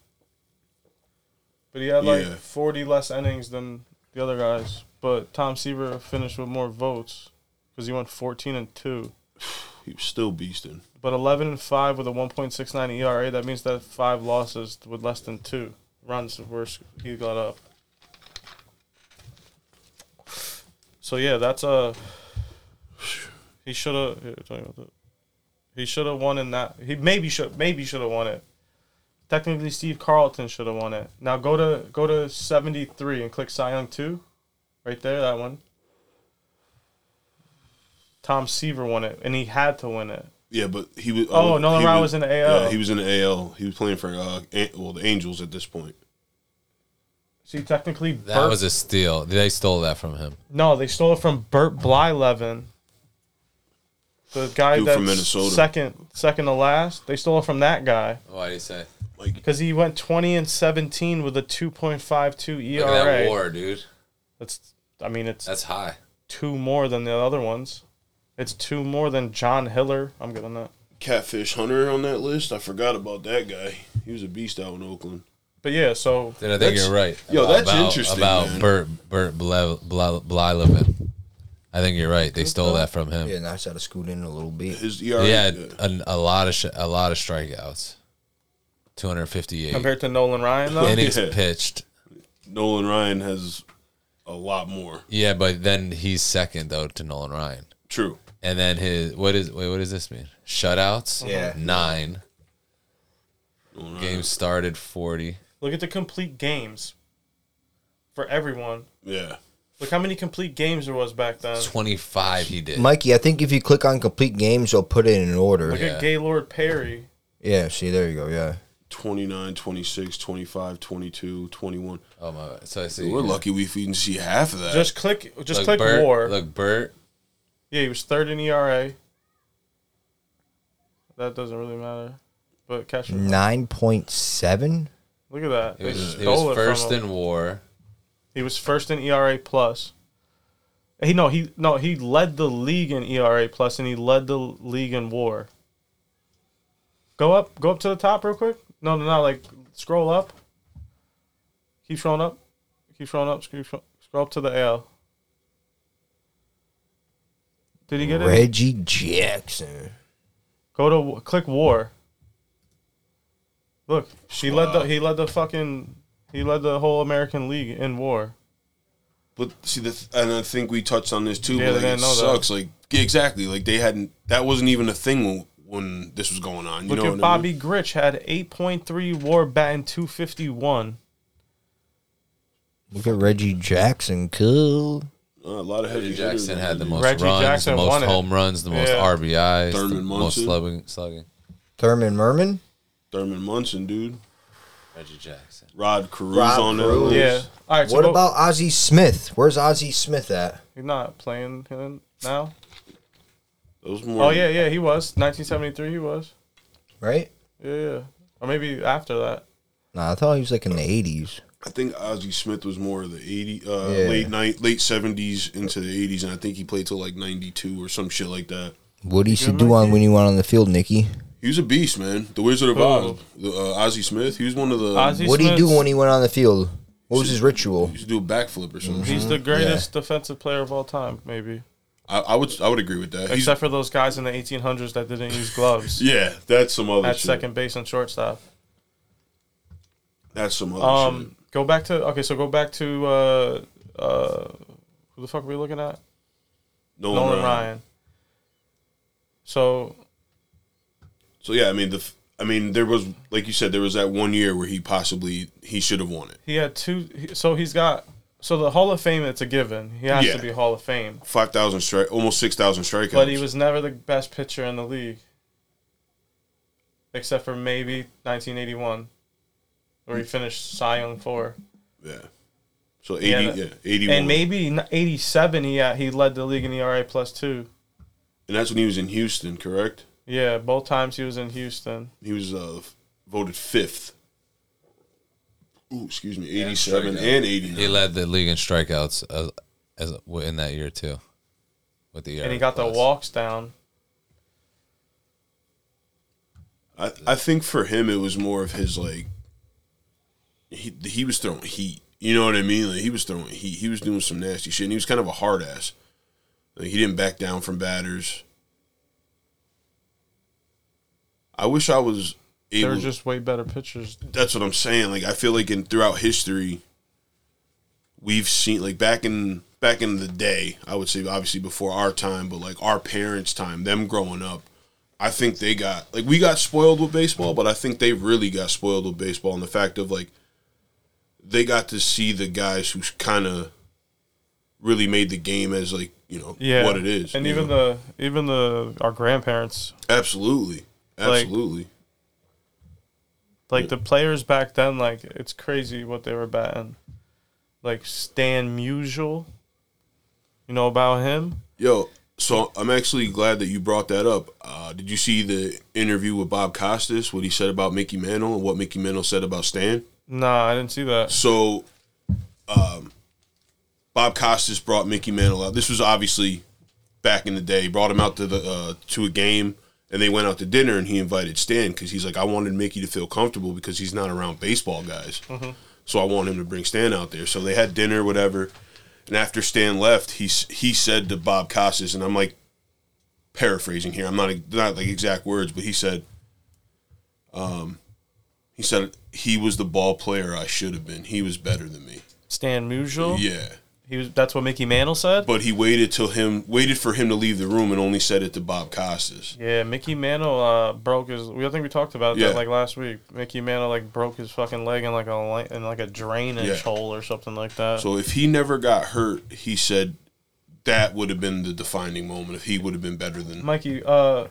S4: But he had like
S3: Yeah.
S4: forty less innings than the other guys. But Tom Seaver finished with more votes because he went fourteen and two.
S3: he was still beasting.
S4: But eleven and five with a one point six nine ERA. That means that five losses with less than two runs were s- he got up. So yeah, that's a. He should have. He should have won in that. He maybe should maybe should have won it. Technically, Steve Carlton should have won it. Now go to go to seventy three and click Cy Young two, right there. That one. Tom Seaver won it, and he had to win it.
S3: Yeah, but he was.
S4: Oh, Nolan
S3: he
S4: Ryan was in the AL.
S3: Yeah, he was in the AL. He was playing for uh, An- well the Angels at this point.
S4: See, technically,
S6: That
S4: Burt,
S6: was a steal. They stole that from him.
S4: no, they stole it from Burt Blyleven, the guy
S3: Dude
S4: that's
S3: from Minnesota.
S4: second, second to last. They stole it from that guy
S6: Why do you say?
S3: Like
S4: because he went twenty and seventeen with a two point five two
S6: Look at that
S4: ERA.
S6: war, dude.
S4: That's, I mean, it's
S6: That's high.
S4: two more than the other ones. It's two more than John Hiller. I'm good on that.
S3: Catfish Hunter on that list. I forgot about that guy. He was a beast out in Oakland.
S4: But yeah, so
S6: Dude, I think
S3: That's-
S6: you're right.
S3: yo,
S6: about-
S3: that's
S6: about,
S3: interesting,
S6: About
S3: man.
S6: Bert Bert Ble- Ble- Blylevin. I think you're right. They stole that from him.
S7: Yeah, and that's how to scoot in a little bit.
S3: His E ERA.
S4: Oh,
S6: He had an, a lot of sh- a lot of strikeouts. 258
S4: compared to Nolan Ryan, though,
S6: innings
S3: Yeah.
S6: pitched.
S3: Nolan Ryan has a lot more.
S6: Yeah, but then he's second though to Nolan Ryan.
S3: True.
S6: And then his what is wait what does this mean? Shutouts?
S7: Yeah.
S6: Nine.
S3: Nolan Ryan-
S6: Games started forty.
S4: look at the complete games for everyone.
S3: Yeah.
S4: Look how many complete games there was back then.
S6: Twenty five he did.
S7: Mikey, I think if you click on complete games, they'll put it in order.
S4: Look
S7: Yeah.
S6: Yeah.
S4: at Gaylord Perry.
S7: see, there you go. Yeah.
S3: 29, 26, 25, 22, 21.
S6: oh my so I see.
S3: Dude, we're lucky we even see half of that.
S4: Just click, just
S6: Look,
S4: click
S6: Uh, Bert,
S4: war.
S6: Look, Bert.
S4: Yeah, he was third in ERA. That doesn't really matter. But catch him.
S7: 9.7?
S4: Look at that.
S6: He
S4: They
S6: was, he
S4: stole
S6: was
S4: it
S6: first
S4: from him.
S6: in war.
S4: He was first in ERA plus. He no he no he led the league in ERA plus and he led the league in WAR. Go up, go up to the top real quick. No, no, no. Like scroll up. Keep scrolling up. Keep scrolling up. Keep scroll, scroll up to the L. Did he get it?
S7: Reggie Jackson.
S4: Go to click war. Look, she led the he led the fucking he led the whole American League in war.
S3: But see, the th- and I think we touched on this too.
S4: Yeah,
S3: but
S4: they
S3: like,
S4: didn't
S3: it
S4: know that.
S3: sucks. Like yeah, exactly. Like they hadn't. That wasn't even a thing when, when this was going on. You
S4: Look
S3: know
S4: at
S3: what I
S4: Bobby
S3: mean?
S4: Gritch had eight point three war batting two fifty one.
S7: Look at Reggie Jackson. Cool.
S3: Uh, a lot of heavy
S6: Reggie
S3: hitters in
S6: Jackson had the
S3: league.
S6: most
S4: Reggie
S6: runs,
S4: Jackson
S6: the
S4: won
S6: most
S4: it.
S6: home runs, the most
S4: Yeah.
S6: RBIs, the
S3: Thurman
S6: most
S3: Munson.
S6: slugging, slugging.
S7: Thurman Merman?
S3: Thurman Munson, dude.
S6: Reggie Jackson.
S3: Rod Carews
S7: Rod
S3: on that
S7: Carews.
S3: list.
S4: Yeah. All right. So
S7: What
S4: go-
S7: about Ozzie Smith? Where's Ozzie Smith at?
S4: He's not playing him now.
S3: Those more.
S4: Oh yeah, yeah. He was nineteen seventy three. He was.
S7: Right?
S4: Yeah, yeah. Or maybe after that.
S7: Nah, I thought he was like in the 80s.
S3: I think Ozzie Smith was more of the eighty uh,
S7: Yeah.
S3: late night late seventies into the eighties, and I think he played till like ninety two or some shit like that.
S7: What he should do on when he went on the field, Nikki?
S3: He was a beast, man. The Wizard of Oz, the, uh, Ozzie Smith. He was one of the
S4: Ozzie
S7: What did he do
S4: Smith's-
S7: when he went on the field? What was his ritual?
S3: You should do a backflip or something.
S4: Mm-hmm. He's the greatest defensive player of all time, maybe.
S3: I, I would I would agree with that. He's,
S4: Except for those guys in the 1800s that didn't use gloves
S3: yeah, that's some other
S4: at
S3: shit.
S4: second base and shortstop.
S3: That's some other
S4: Um, go back to okay. So go back to uh, uh, who the fuck are we looking at?
S3: shit. Nolan,
S4: Nolan
S3: Ryan.
S4: Ryan. So
S3: So yeah, I mean the f- I mean there was like you said there was that one year where he possibly he should have won it.
S4: he had two. he- So he's got. So the Hall of Fame, it's a given. He has
S3: Yeah.
S4: to be Hall of Fame.
S3: Five thousand strike, almost six thousand strikeouts.
S4: But he was never the best pitcher in the league, except for maybe 1981, where
S3: Hmm.
S4: he finished Cy Young four,
S3: yeah. So eighty,
S4: Yeah,
S3: yeah,
S4: that-
S3: eighty one,
S4: and maybe in 87 he had, he led the league in ERA plus two.
S3: and that's when he was in Houston, correct?
S4: Yeah, both times he was in Houston.
S3: He was uh, f- voted fifth. Ooh, excuse me, eighty seven and eighty
S6: He
S3: nine.
S6: led the league in strikeouts as, as in that year too, with the
S4: and he got the
S6: plus.
S4: walks down.
S3: I, I think for him it was more of his like he he was throwing heat. You know what I mean? Like he was throwing heat. He was doing some nasty shit. And he was kind of a hard ass. Like he didn't back down from batters. I wish I was
S4: They were
S3: able.
S4: just way better pitchers.
S3: that's what I'm saying. Like I feel like in throughout history, we've seen like back in back in the day. I would say obviously before our time, but like our parents' time, them growing up. I think they got like we got spoiled with baseball, but I think they really got spoiled with baseball. And the fact of like they got to see the guys who's kind of really made the game as like you know
S4: Yeah,
S3: what it is,
S4: And
S3: you
S4: even
S3: know?
S4: the even the our grandparents,
S3: absolutely,
S4: like-
S3: absolutely.
S4: like the players back then, like it's crazy what they were batting. Like Stan Musial, you know about him?
S3: Yo, so I'm actually glad that you brought that up. Uh, did you see the interview with Bob Costas? What he said about Mickey Mantle and what Mickey Mantle said about Stan?
S4: Nah, I didn't see that.
S3: So, um, Bob Costas brought Mickey Mantle out. This was obviously back in the day. He brought him out to the uh, to a game, and they went out to dinner. And he invited Stan because he's like, I wanted Mickey to feel comfortable because he's not around baseball guys. So I want him to bring Stan out there. So they had dinner, whatever. And after Stan left, he s- he said to Bob Costas, and I'm like paraphrasing here. I'm not not like exact words, but he said, he said he was the ball player I should have been. He was better than me.
S4: Stan Musial.
S3: Yeah.
S4: He was. That's what Mickey Mantle said.
S3: But he waited till him waited for him to leave the room and only said it to Bob Costas.
S4: yeah, Mickey Mantle uh, broke his. We I think we talked about
S3: Yeah.
S4: that like last week. Mickey Mantle like broke his fucking leg in like a li- in like a drainage
S3: Yeah.
S4: hole or something like that.
S3: So if he never got hurt, he said that would have been the defining moment if he would have been better than
S4: Mikey, uh,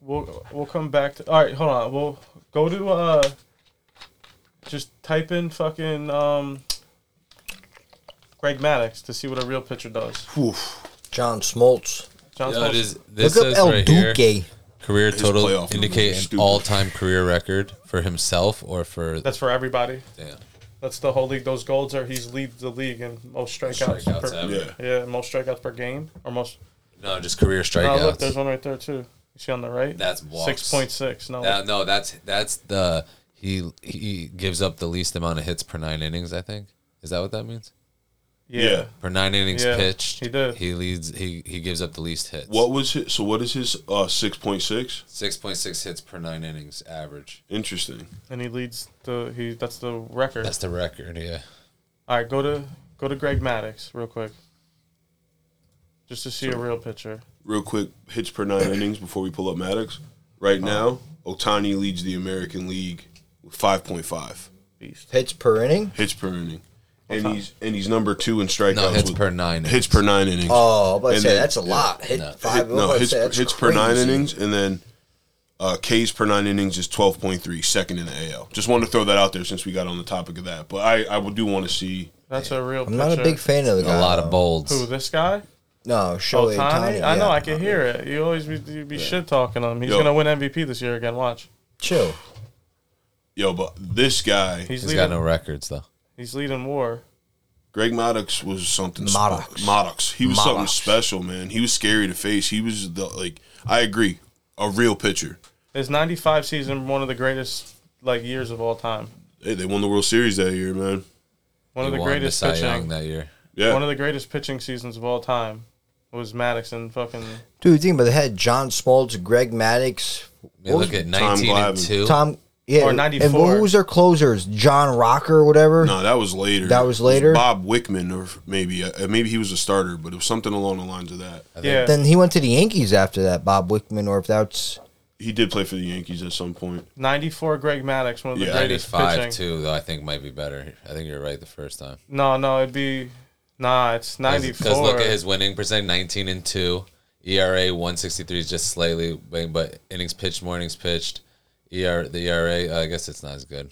S4: we'll we'll come back to. All right, hold on. We'll go to uh, just type in fucking um, Greg Maddox to see what a real pitcher does.
S7: John Smoltz.
S4: John
S6: Yo,
S4: Smoltz.
S6: it is- this
S7: Look up
S6: says
S7: El
S6: right here,
S7: Duque.
S6: career total
S3: playoff numbers are
S6: indicate an
S3: stupid.
S6: all-time career record for himself or for
S4: That's for everybody.
S6: damn,
S4: That's the whole league. Those goals are he's leads the league in most strikeouts.
S6: strikeouts
S4: per,
S6: ever.
S3: Yeah.
S4: yeah, most strikeouts per game or most.
S6: No, just career
S4: Oh,
S6: strikeouts.
S4: look, there's one right there too. You see on the right.
S6: That's walks.
S4: six point six. No,
S6: That- no, that's that's the he he gives up the least amount of hits per nine innings. I think is that what that means?
S4: yeah.
S3: Yeah.
S6: Per nine innings
S4: Yeah,
S6: pitched,
S4: he did.
S6: He leads. He he gives up the least hits.
S3: what was his so what is his uh six point six?
S6: Six point six hits per nine innings average.
S3: Interesting.
S4: and he leads the he. That's the record.
S6: That's the record. Yeah.
S4: All right, go to go to Greg Maddox real quick, just to see a real picture.
S3: Real quick, hits per nine innings before we pull up Maddox. Right now, Otani leads the American League with five point five
S4: Beast.
S7: Hits per inning.
S3: hits per inning. And he's and he's number two in strikeouts.
S6: No hits
S3: with-
S6: per nine.
S3: hits per nine innings.
S7: Oh, I'm about to
S3: And
S7: say
S3: then-
S7: that's a lot. Hit
S6: No.
S7: five. I'm about
S3: no,
S7: to
S3: hits,
S7: say, that's
S3: hits per nine
S7: crazy.
S3: innings, and then uh, Ks per nine innings is 12.3, second in the AL. Just wanted to throw that out there since we got on the topic of that. But I, I would- do want to see.
S4: That's a real
S7: I'm
S4: pitcher.
S7: not a big fan of the guy.
S6: A lot
S7: though.
S6: of Oh, bolds.
S4: Who this guy?
S7: No, Shohei
S4: Otani.
S7: Ohtani,
S4: I know.
S7: yeah.
S4: I can hear it. You always be, you be shit talking him. He's
S3: Yo.
S4: gonna win MVP this year again. Watch.
S7: Chill.
S3: Yo, but this guy,
S4: He's
S6: He's
S4: leading.
S6: got no records though.
S4: he's leading war.
S3: Greg Maddox, was something. spe-
S7: Maddox.
S3: Maddox. He was something
S7: Maddox.
S3: special, man. He was scary to face. He was the like. I agree, a real pitcher.
S4: His '95 season, one of the greatest like years of all time.
S3: Hey, they won the World Series that year, man.
S4: One of
S6: He
S4: the
S6: won
S4: greatest
S6: Cy
S4: pitching.
S6: Young that year.
S3: Yeah.
S4: One of the greatest pitching seasons of all time was Maddox and fucking.
S7: Dude, think about it, they had John Smoltz, Greg Maddox,
S6: I mean,
S7: what
S6: look
S7: was-
S6: at nineteen and
S3: Glavine.
S6: two.
S7: Tom. Yeah,
S4: Or
S7: And
S4: 94.
S7: what was their closers? John Rocker or whatever.
S3: no, that was later.
S7: That was later?
S3: Bob Wickman, or maybe uh, maybe he was a starter, but it was something along the lines of that.
S4: Yeah.
S7: Then he went to the Yankees after that. Bob Wickman, or if that's
S3: He did play for the Yankees at some point.
S4: 94 Greg Maddox, one of the
S3: Yeah.
S4: greatest pitching.
S6: Ninety-five too, though I think might be better. I think you're right the first time.
S4: No, no, it'd be. Nah, it's 94.
S6: Because look at his winning percent, nineteen and two. ERA one sixty three is just slightly, but innings pitched, more innings pitched. ER the ERA, uh, I guess it's not as good.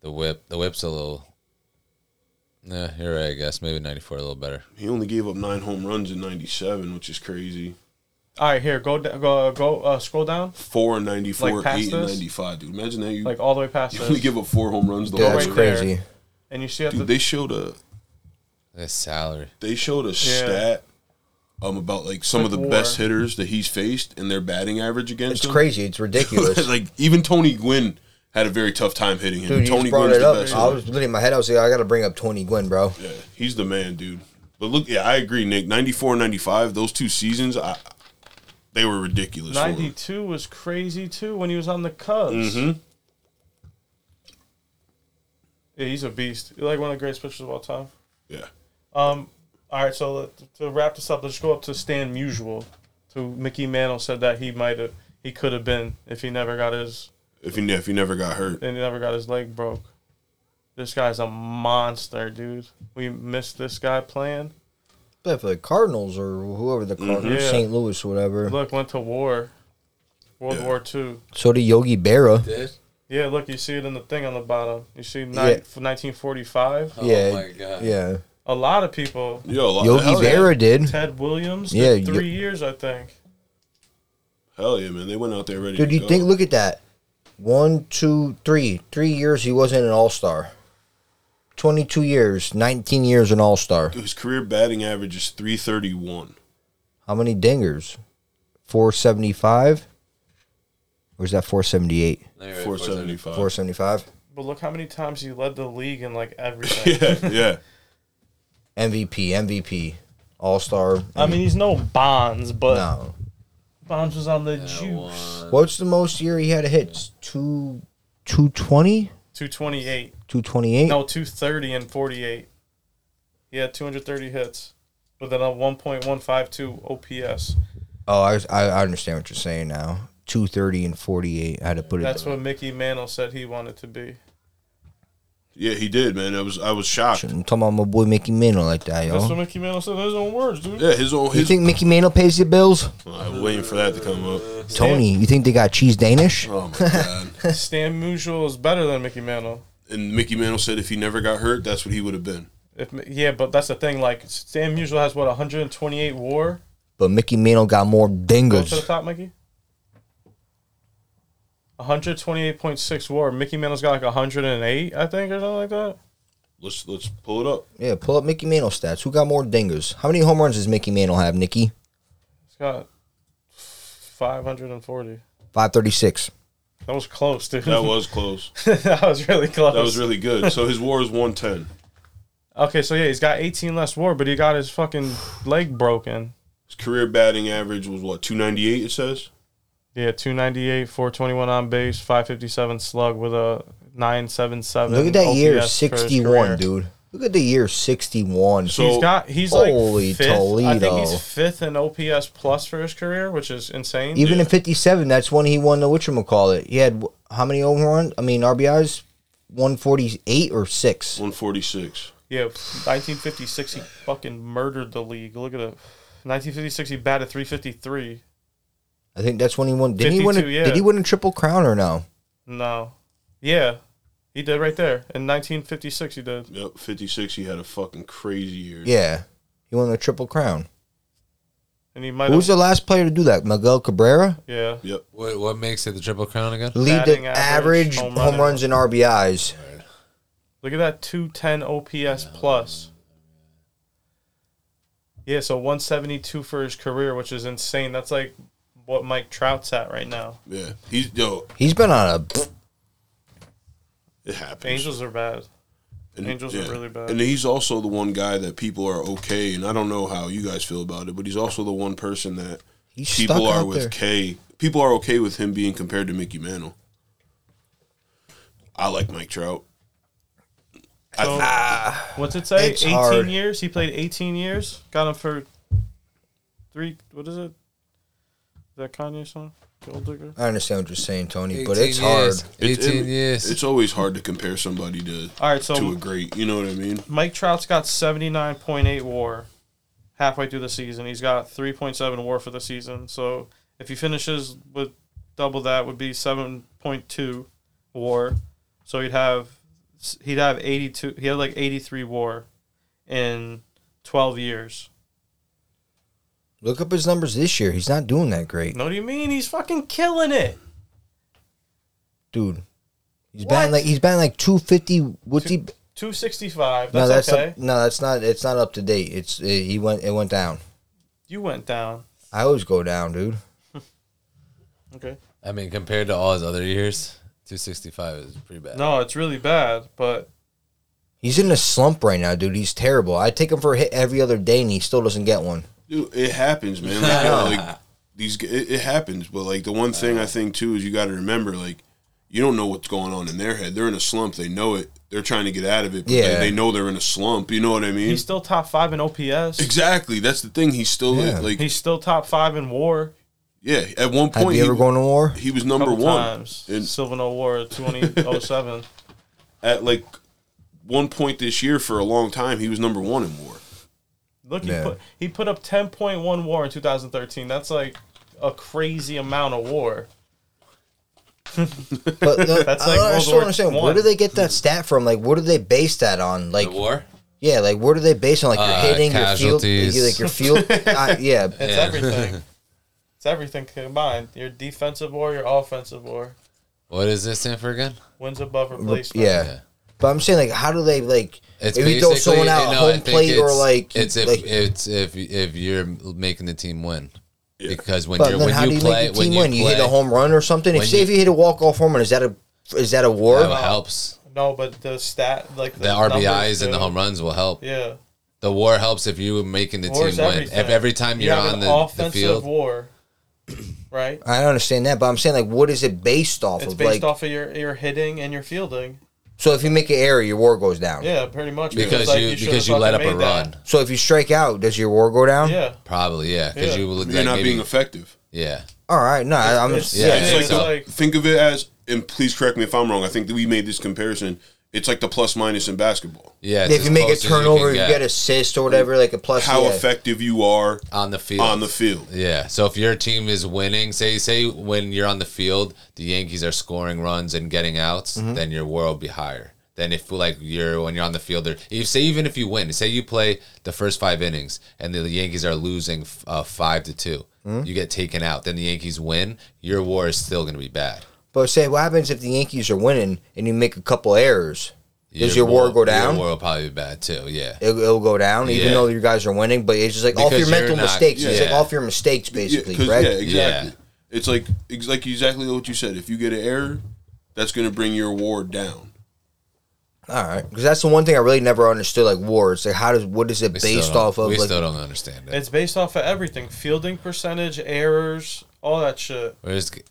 S6: The whip, the whip's a little. Yeah, you're right. I guess maybe ninety four a little better.
S3: He only gave up nine home runs in '97, which is crazy.
S4: All right, here, go da- go go uh, scroll down,
S3: Four and '94,
S4: Like past
S3: eight and
S4: this?
S3: '95, dude. Imagine that you,
S4: like all the way past
S3: you only
S4: this,
S3: give up four home runs the
S7: yeah,
S3: whole
S7: that's
S4: right
S3: way.
S4: there.
S7: crazy.
S4: and you see at
S3: Dude,
S4: the
S3: they showed a
S6: His salary.
S3: they showed a stat um about like some of the
S4: Like war.
S3: best hitters that he's faced and their batting average against
S7: It's
S3: him.
S7: crazy. It's ridiculous.
S3: like even Tony Gwynn had a very tough time hitting him.
S7: Dude, you
S3: Tony
S7: just brought
S3: Gwynn's
S7: it
S3: the
S7: up.
S3: best.
S7: I was literally in my head. I was like, I got to bring up Tony Gwynn, bro.
S3: yeah, he's the man, dude. But look, yeah, I agree, Nick. 94 95, those two seasons, I, they were ridiculous. for him.
S4: 92 was crazy too when he was on the Cubs.
S3: Mm-hmm.
S4: Yeah, he's a beast. He's like one of the greatest pitchers of all time.
S3: Yeah.
S4: All right, so let, to wrap this up, let's go up to Stan Musial. To Mickey Mantle said that he might have, he could have been if he never got his,
S3: If he, ne- if he never got hurt,
S4: and he never got his leg broke. This guy's a monster, dude. We missed this guy playing.
S7: But for the Cardinals or whoever the Cardinals,
S3: Mm-hmm.
S4: Yeah.
S7: St. Louis, whatever.
S4: Look, went to war, World
S3: Yeah.
S4: War Two.
S7: So did Yogi Berra.
S4: Yeah, look, you see it in the thing on the bottom. You see, nine, 1945.
S7: yeah,
S6: my God.
S7: yeah.
S4: A lot of people.
S3: yo, a lot
S7: Yogi
S3: Oh, hell yeah.
S7: Berra did.
S4: Ted Williams.
S7: Yeah,
S4: Yeah,
S7: you-
S4: three years, I think.
S3: Hell yeah, man. They went out there ready
S7: Dude,
S3: to
S7: you
S3: go.
S7: think? Look at that. One, two, three. Three years he wasn't an All Star. Twenty-two years, nineteen years an All Star.
S3: His career batting average is 331.
S7: How many dingers? Four seventy-five. Or is that four seventy-eight?
S6: Maybe right,
S3: 475.
S7: Four seventy-five.
S4: But look how many times he led the league in like
S3: yeah,
S4: everything.
S3: yeah.
S7: MVP, MVP, All Star.
S4: I mean, he's no Bonds, but
S7: no.
S4: Bonds was on the juice.
S6: 471.
S7: What's the most year he had hits? Two, two twenty.
S4: Two twenty eight.
S7: 228.
S4: No, two thirty and forty eight. He had two hundred thirty hits, with then a one point one five two OPS.
S7: Oh, I, I I understand what you're saying now. 230 and 48. I had to put it.
S4: That's what Mickey Mantle said he wanted to be.
S3: Yeah, he did, man. I was I was shocked.
S7: I'm talking about my boy Mickey Mantle like that,
S4: That's
S7: yo.
S4: what Mickey Mantle said in his own words, dude.
S3: Yeah, his own
S7: You
S3: his
S7: think Mickey Mantle pays the bills?
S3: I'm waiting for that to come up.
S7: Tony, you think they got cheese Danish?
S3: Oh my god.
S4: Stan Musial is better than Mickey Mantle.
S3: and Mickey Mantle said if he never got hurt, that's what he would have been.
S4: If yeah, but that's the thing. Like Stan Musial has what 128 WAR.
S7: But Mickey Mantle got more
S4: Go to the
S7: dingers.
S4: top, Mickey. 128.6 WAR. Mickey Mantle's got like 108, I think, or something like that.
S3: Let's let's pull it up.
S7: Yeah, pull up Mickey Mantle stats. Who got more dingers? How many home runs does Mickey Mantle have, Nikki?
S4: It's got 540.
S7: 536.
S4: That was close, dude.
S3: That was close.
S4: that was really close.
S3: That was really good. So his WAR is 110.
S4: okay, so yeah, he's got 18 less WAR, but he got his fucking leg broken.
S3: His career batting average was what 298. It says.
S4: Yeah, 298, 421 on base, 557 slug with a 977.
S7: Look at that year,
S4: OPS for his
S7: 61,
S4: career.
S7: dude. Look at the year, 61.
S3: So-
S4: he's got he's
S7: Holy
S4: like fifth. I think
S7: Toledo.
S4: he's fifth in OPS plus for his career, which is insane.
S7: Even in 57, that's when he won the whatchamacallit. He had wh- how many home runs? I mean, RBIs? 148 or 6?
S3: 146.
S4: yeah, 1956 he fucking murdered the league. Look at it. 1956 he batted 353.
S7: I think that's when he won. Did he win? A,
S4: 52, yeah.
S7: Did he win a triple crown or no?
S4: No, yeah, he did right there in 1956. He did.
S3: Yep, 56. He had a fucking crazy year.
S7: Yeah, he won a triple crown.
S4: And he might
S7: Who was
S4: have,
S7: the last player to do that? Miguel Cabrera.
S4: yeah.
S3: Yep.
S6: What, what makes it the triple crown again?
S7: Lead
S4: Batting
S7: the average,
S4: average, home
S7: home,
S4: run and-
S7: runs and RBIs.
S4: Look at that 210 OPS plus. Yeah, so 172 for his career, which is insane. That's like what Mike Trout's at right now.
S3: Yeah. He's yo.
S7: He's been on a.
S3: It happens.
S4: Angels are bad.
S3: And,
S4: Angels are really bad.
S3: And he's also the one guy that people are okay, and I don't know how you guys feel about it, but he's also the one person that
S7: He's
S3: people
S7: stuck
S3: are
S7: out
S3: with
S7: there.
S3: K. People are okay with him being compared to Mickey Mantle. I like Mike Trout.
S4: So,
S3: Ah.
S4: what's it say?
S7: It's
S4: 18
S7: hard.
S4: years. He played 18 years. Got him for three. What is it? Is that Kanye song? Gold Digger.
S7: I understand what you're saying, Tony, but it's
S6: 18 years.
S7: hard.
S3: It's-
S6: 18
S3: it-
S6: years.
S3: It's always hard to compare somebody to
S4: All right, so-
S3: to a great. You know what I mean?
S4: Mike Trout's got 79.8 WAR halfway through the season. He's got 3.7 WAR for the season. So if he finishes with double that, would be 7.2 WAR. So he'd have he'd have 82. He had like 83 WAR in 12 years.
S7: Look up his numbers this year. He's not doing that great,
S4: No, what do you mean? He's fucking killing it.
S7: dude. He's
S4: What?
S7: batting like he's batting like 250. What's he?
S4: 265.
S7: No,
S4: That's,
S7: that's
S4: okay.
S7: not, no, that's not. It's not up to date. It's uh he went. It went down.
S4: You went down.
S7: I always go down, dude.
S4: Okay.
S6: I mean, compared to all his other years, 265 is pretty bad.
S4: No, it's really bad, but
S7: He's in a slump right now, dude. He's terrible. I take him for a hit every other day, and he still doesn't get one.
S3: Dude, it happens, man. Like, you know, like, these, g- it, it happens. But like the one thing I think too is you got to remember, like you don't know what's going on in their head. They're in a slump. They know it. They're trying to get out of it. But
S7: Yeah.
S3: they, they know they're in a slump. You know what I mean?
S4: he's still top five in OPS.
S3: exactly. That's the thing. He's still
S7: Yeah.
S3: like
S4: He's still top five in WAR.
S3: yeah. At one
S7: Have
S3: point,
S7: you
S3: he,
S7: ever gone to war?
S3: he was number
S4: couple
S3: one.
S4: times.
S3: And-
S4: Silvano War 2007.
S3: At like one point this year, for a long time, he was number one in war.
S4: Look, he
S7: Yeah.
S4: put he put up 10.1 WAR in 2013. That's like a crazy amount of WAR.
S7: But no,
S4: That's
S7: I,
S4: like
S7: don't- I
S4: World
S7: still don't
S4: War
S7: understand.
S4: One.
S7: Where do they get that stat from? Like, what do they base that on? Like,
S6: The war?
S7: yeah, like where do they base on? Like,
S6: Uh,
S7: you're hitting your field,
S6: casualties.
S7: you- like your field. I- yeah,
S4: It's
S6: Yeah.
S4: everything. it's everything combined. Your defensive WAR, your offensive WAR,
S6: What does this stand for again?
S4: wins above
S7: yeah.
S4: replacement.
S7: But I'm saying, like, how do they like? if you throw
S6: basically-
S7: someone out
S6: no, I
S7: home
S6: think
S7: plate or
S6: it's-
S7: like,
S6: it's if
S7: like
S6: it's if if you're making the team win because when
S7: but
S6: you're
S7: then how
S6: when
S7: do
S6: you
S7: you
S6: play
S7: make the
S6: when
S7: team
S6: you
S7: win?
S6: play
S7: You hit a home run or something. If
S6: when
S7: say
S6: you-
S7: if you hit a walk off home run, is that a is that a war?
S6: that helps.
S4: No, but the stat like
S6: The
S4: numbers
S6: RBIs and the
S4: do.
S6: home runs will help.
S4: Yeah,
S6: The war helps if you're making the
S4: War
S6: team
S4: is
S6: win.
S4: everything.
S6: If every time
S4: you
S6: you're
S4: have
S6: on
S4: an
S6: the, the
S4: offensive
S6: field,
S4: WAR, right?
S7: I understand that, but I'm saying like, what is it based off
S4: It's
S7: of? like,
S4: based off of your your hitting and your fielding.
S7: so if you make an error, your war goes down.
S4: Yeah, pretty much.
S6: because
S4: like,
S6: you,
S4: should've
S6: because you let up
S4: fucking
S6: a
S4: made that.
S6: run,
S7: So if you strike out, does your war go down?
S4: Yeah.
S6: probably yeah, because
S4: Yeah.
S6: you will like,
S3: You're not
S6: maybe-
S3: being effective.
S6: yeah.
S7: All right, no, I, I'm
S4: It's,
S7: just
S4: yeah,
S6: Yeah,
S4: it's,
S6: so-
S4: like,
S6: so-
S3: Think of it as, and please correct me if I'm wrong. I think that we made this comparison. It's like the plus minus in basketball.
S6: Yeah, it's
S7: if
S6: as
S7: you make a
S6: close as can
S7: turnover, you get. assist or whatever, like a plus.
S3: How
S7: yeah.
S3: effective you are
S6: on the field.
S3: on the field.
S6: Yeah. So if your team is winning, say say when you're on the field, the Yankees are scoring runs and getting outs,
S7: Mm-hmm.
S6: then your WAR will be higher. Than if like you're when you're on the field, or if say even if you win, say you play the first five innings and the Yankees are losing f- uh, five to 2
S7: Mm-hmm.
S6: you get taken out. Then the Yankees win, your WAR is still going to be bad.
S7: But say, what happens if the Yankees are winning and you make a couple errors? Does your WAR go down?
S6: Your WAR will probably be bad too. Yeah.
S7: It'll, it'll go down, even
S6: Yeah.
S7: though you guys are winning. But it's just like off
S6: Because
S7: your
S6: you're
S7: mental
S6: not-
S7: mistakes. It's like
S6: yeah.
S7: off your mistakes,
S3: Yeah,
S7: basically,
S3: 'cause-
S7: right?
S3: yeah, exactly.
S6: Yeah.
S3: It's like ex- like exactly what you said. If you get an error, that's going to bring your award down.
S7: All right, because that's the one thing I really never understood. Like war, it's like how does what is it
S6: We still
S7: based
S6: don't-
S7: off of?
S6: we
S7: Like,
S6: still don't understand it.
S4: it's based off of everything: fielding percentage, errors, all that shit.
S6: We're just g-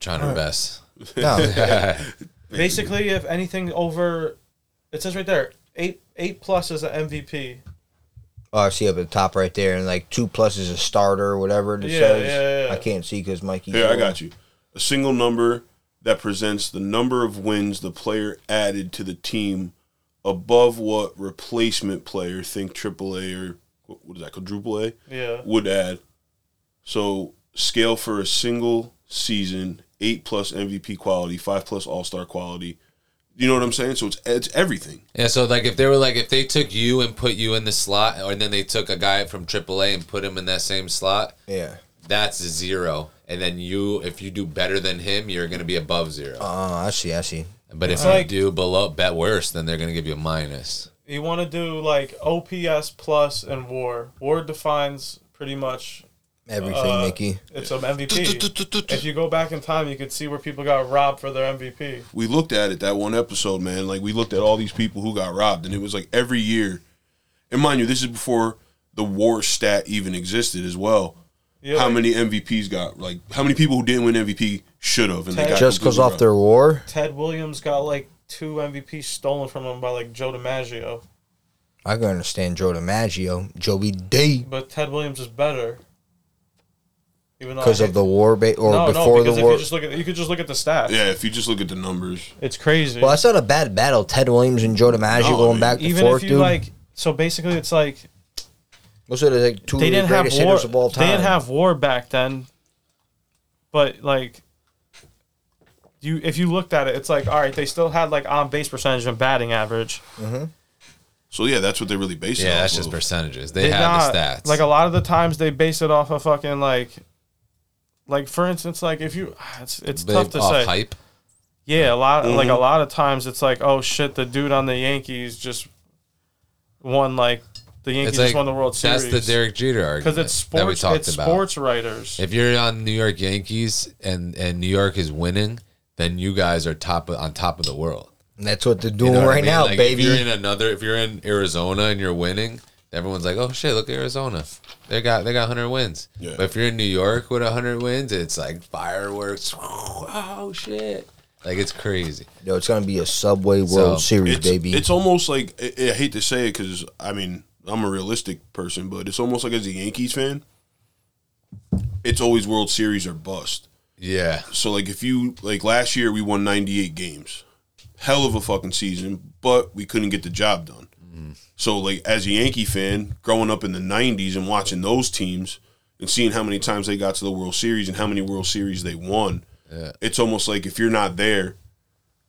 S6: trying our best.
S7: no,
S4: Basically, if anything over, it says right there eight eight plus is an MVP.
S7: oh, I see up at the top right there, and like two plus is a starter or whatever. It
S4: Yeah,
S7: says.
S4: yeah, yeah.
S7: I can't see because Mikey.
S3: Here, I got you. A single number that presents the number of wins the player added to the team above what replacement player, think AAA or what what is that, quadruple A,
S4: Yeah,
S3: would add. So scale for a single season, eight plus MVP quality, five plus All Star quality. You know what I'm saying? So it's it's everything.
S6: Yeah, so like if they were like if they took you and put you in the slot, or then they took a guy from AAA and put him in that same slot,
S7: Yeah.
S6: that's a zero. And then you, if you do better than him, you're gonna be above zero.
S7: Oh, I see. I see.
S6: but if
S4: Like-
S6: you do below, bet worse, then they're gonna give you a minus.
S4: you want to do like OPS plus and WAR. WAR defines pretty much
S7: Everything,
S4: Uh,
S7: Mickey.
S4: It's an MVP. if you go back in time, you could see where people got robbed for their MVP.
S3: we looked at it that one episode, man. Like we looked at all these people who got robbed, and it was like every year. And mind you, this is before the war stat even existed as well.
S4: Yeah,
S3: how
S4: like
S3: many MVPs got? Like how many people who didn't win MVP should have, and they
S4: Ten.
S3: got
S7: Just because
S3: completely
S7: off
S3: robbed.
S7: their war,
S4: Ted Williams got like two MVPs stolen from him by like Joe DiMaggio,
S7: I can understand Joe DiMaggio, Joey D,
S4: but Ted Williams is better. Even though I
S7: because
S4: hate-
S7: of the war ba- or
S4: no,
S7: before
S4: no, because
S7: the
S4: if
S7: war.
S4: you just look at you could just look at the stats.
S3: Yeah, if you just look at the numbers,
S4: It's crazy.
S7: well, that's not a bad battle. Ted Williams and Joe DiMaggio
S3: No, I
S7: going
S3: mean,
S7: back and
S4: Even
S7: forth,
S4: if you
S7: dude.
S4: like, so basically, it's like
S7: Those are like two
S4: they
S7: of the
S4: didn't have
S7: greatest
S4: war.
S7: hitters of all time.
S4: They didn't have war back then. But like you if you looked at it, it's like all right, they still had like on base percentage and batting average.
S3: so yeah, that's what they really base. it
S6: Yeah,
S3: off
S6: that's just
S3: of.
S6: percentages. They,
S4: They
S6: have
S4: not-
S6: the stats.
S4: Like a lot of the times they base it off of fucking like like for instance, like if you it's it's
S6: They-
S4: tough to
S6: off
S4: say.
S6: hype.
S4: Yeah, a lot
S7: Mm-hmm.
S4: like a lot of times it's like, oh shit, the dude on the Yankees just won like the Yankees
S6: It's like
S4: just won the World Series.
S6: That's the Derek Jeter argument
S4: because it's
S6: that we
S4: sports,
S6: talked
S4: it's
S6: about.
S4: sports writers.
S6: If you're on New York Yankees and and New York is winning, then you guys are top on top of the world.
S7: And that's what they're doing
S6: You know what I
S7: right
S6: mean?
S7: now,
S6: Like,
S7: baby.
S6: If you're in another, if you're in Arizona and you're winning, everyone's like, "Oh shit, look at Arizona. They got they got 100 wins."
S3: Yeah.
S6: But if you're in New York with 100 wins, it's like fireworks. Oh shit. Like it's crazy.
S7: Yo, it's gonna be a Subway World
S6: So,
S7: Series,
S3: it's,
S7: baby.
S3: It's almost like I, I hate to say it because I mean I'm a realistic person, but it's almost like as a Yankees fan, it's always World Series or bust.
S6: Yeah.
S3: So like if you like last year we won 98 games. Hell of a fucking season, but we couldn't get the job done. So like as a Yankee fan, growing up in the 90s and watching those teams and seeing how many times they got to the World Series and how many World Series they won. It's almost like if you're not there,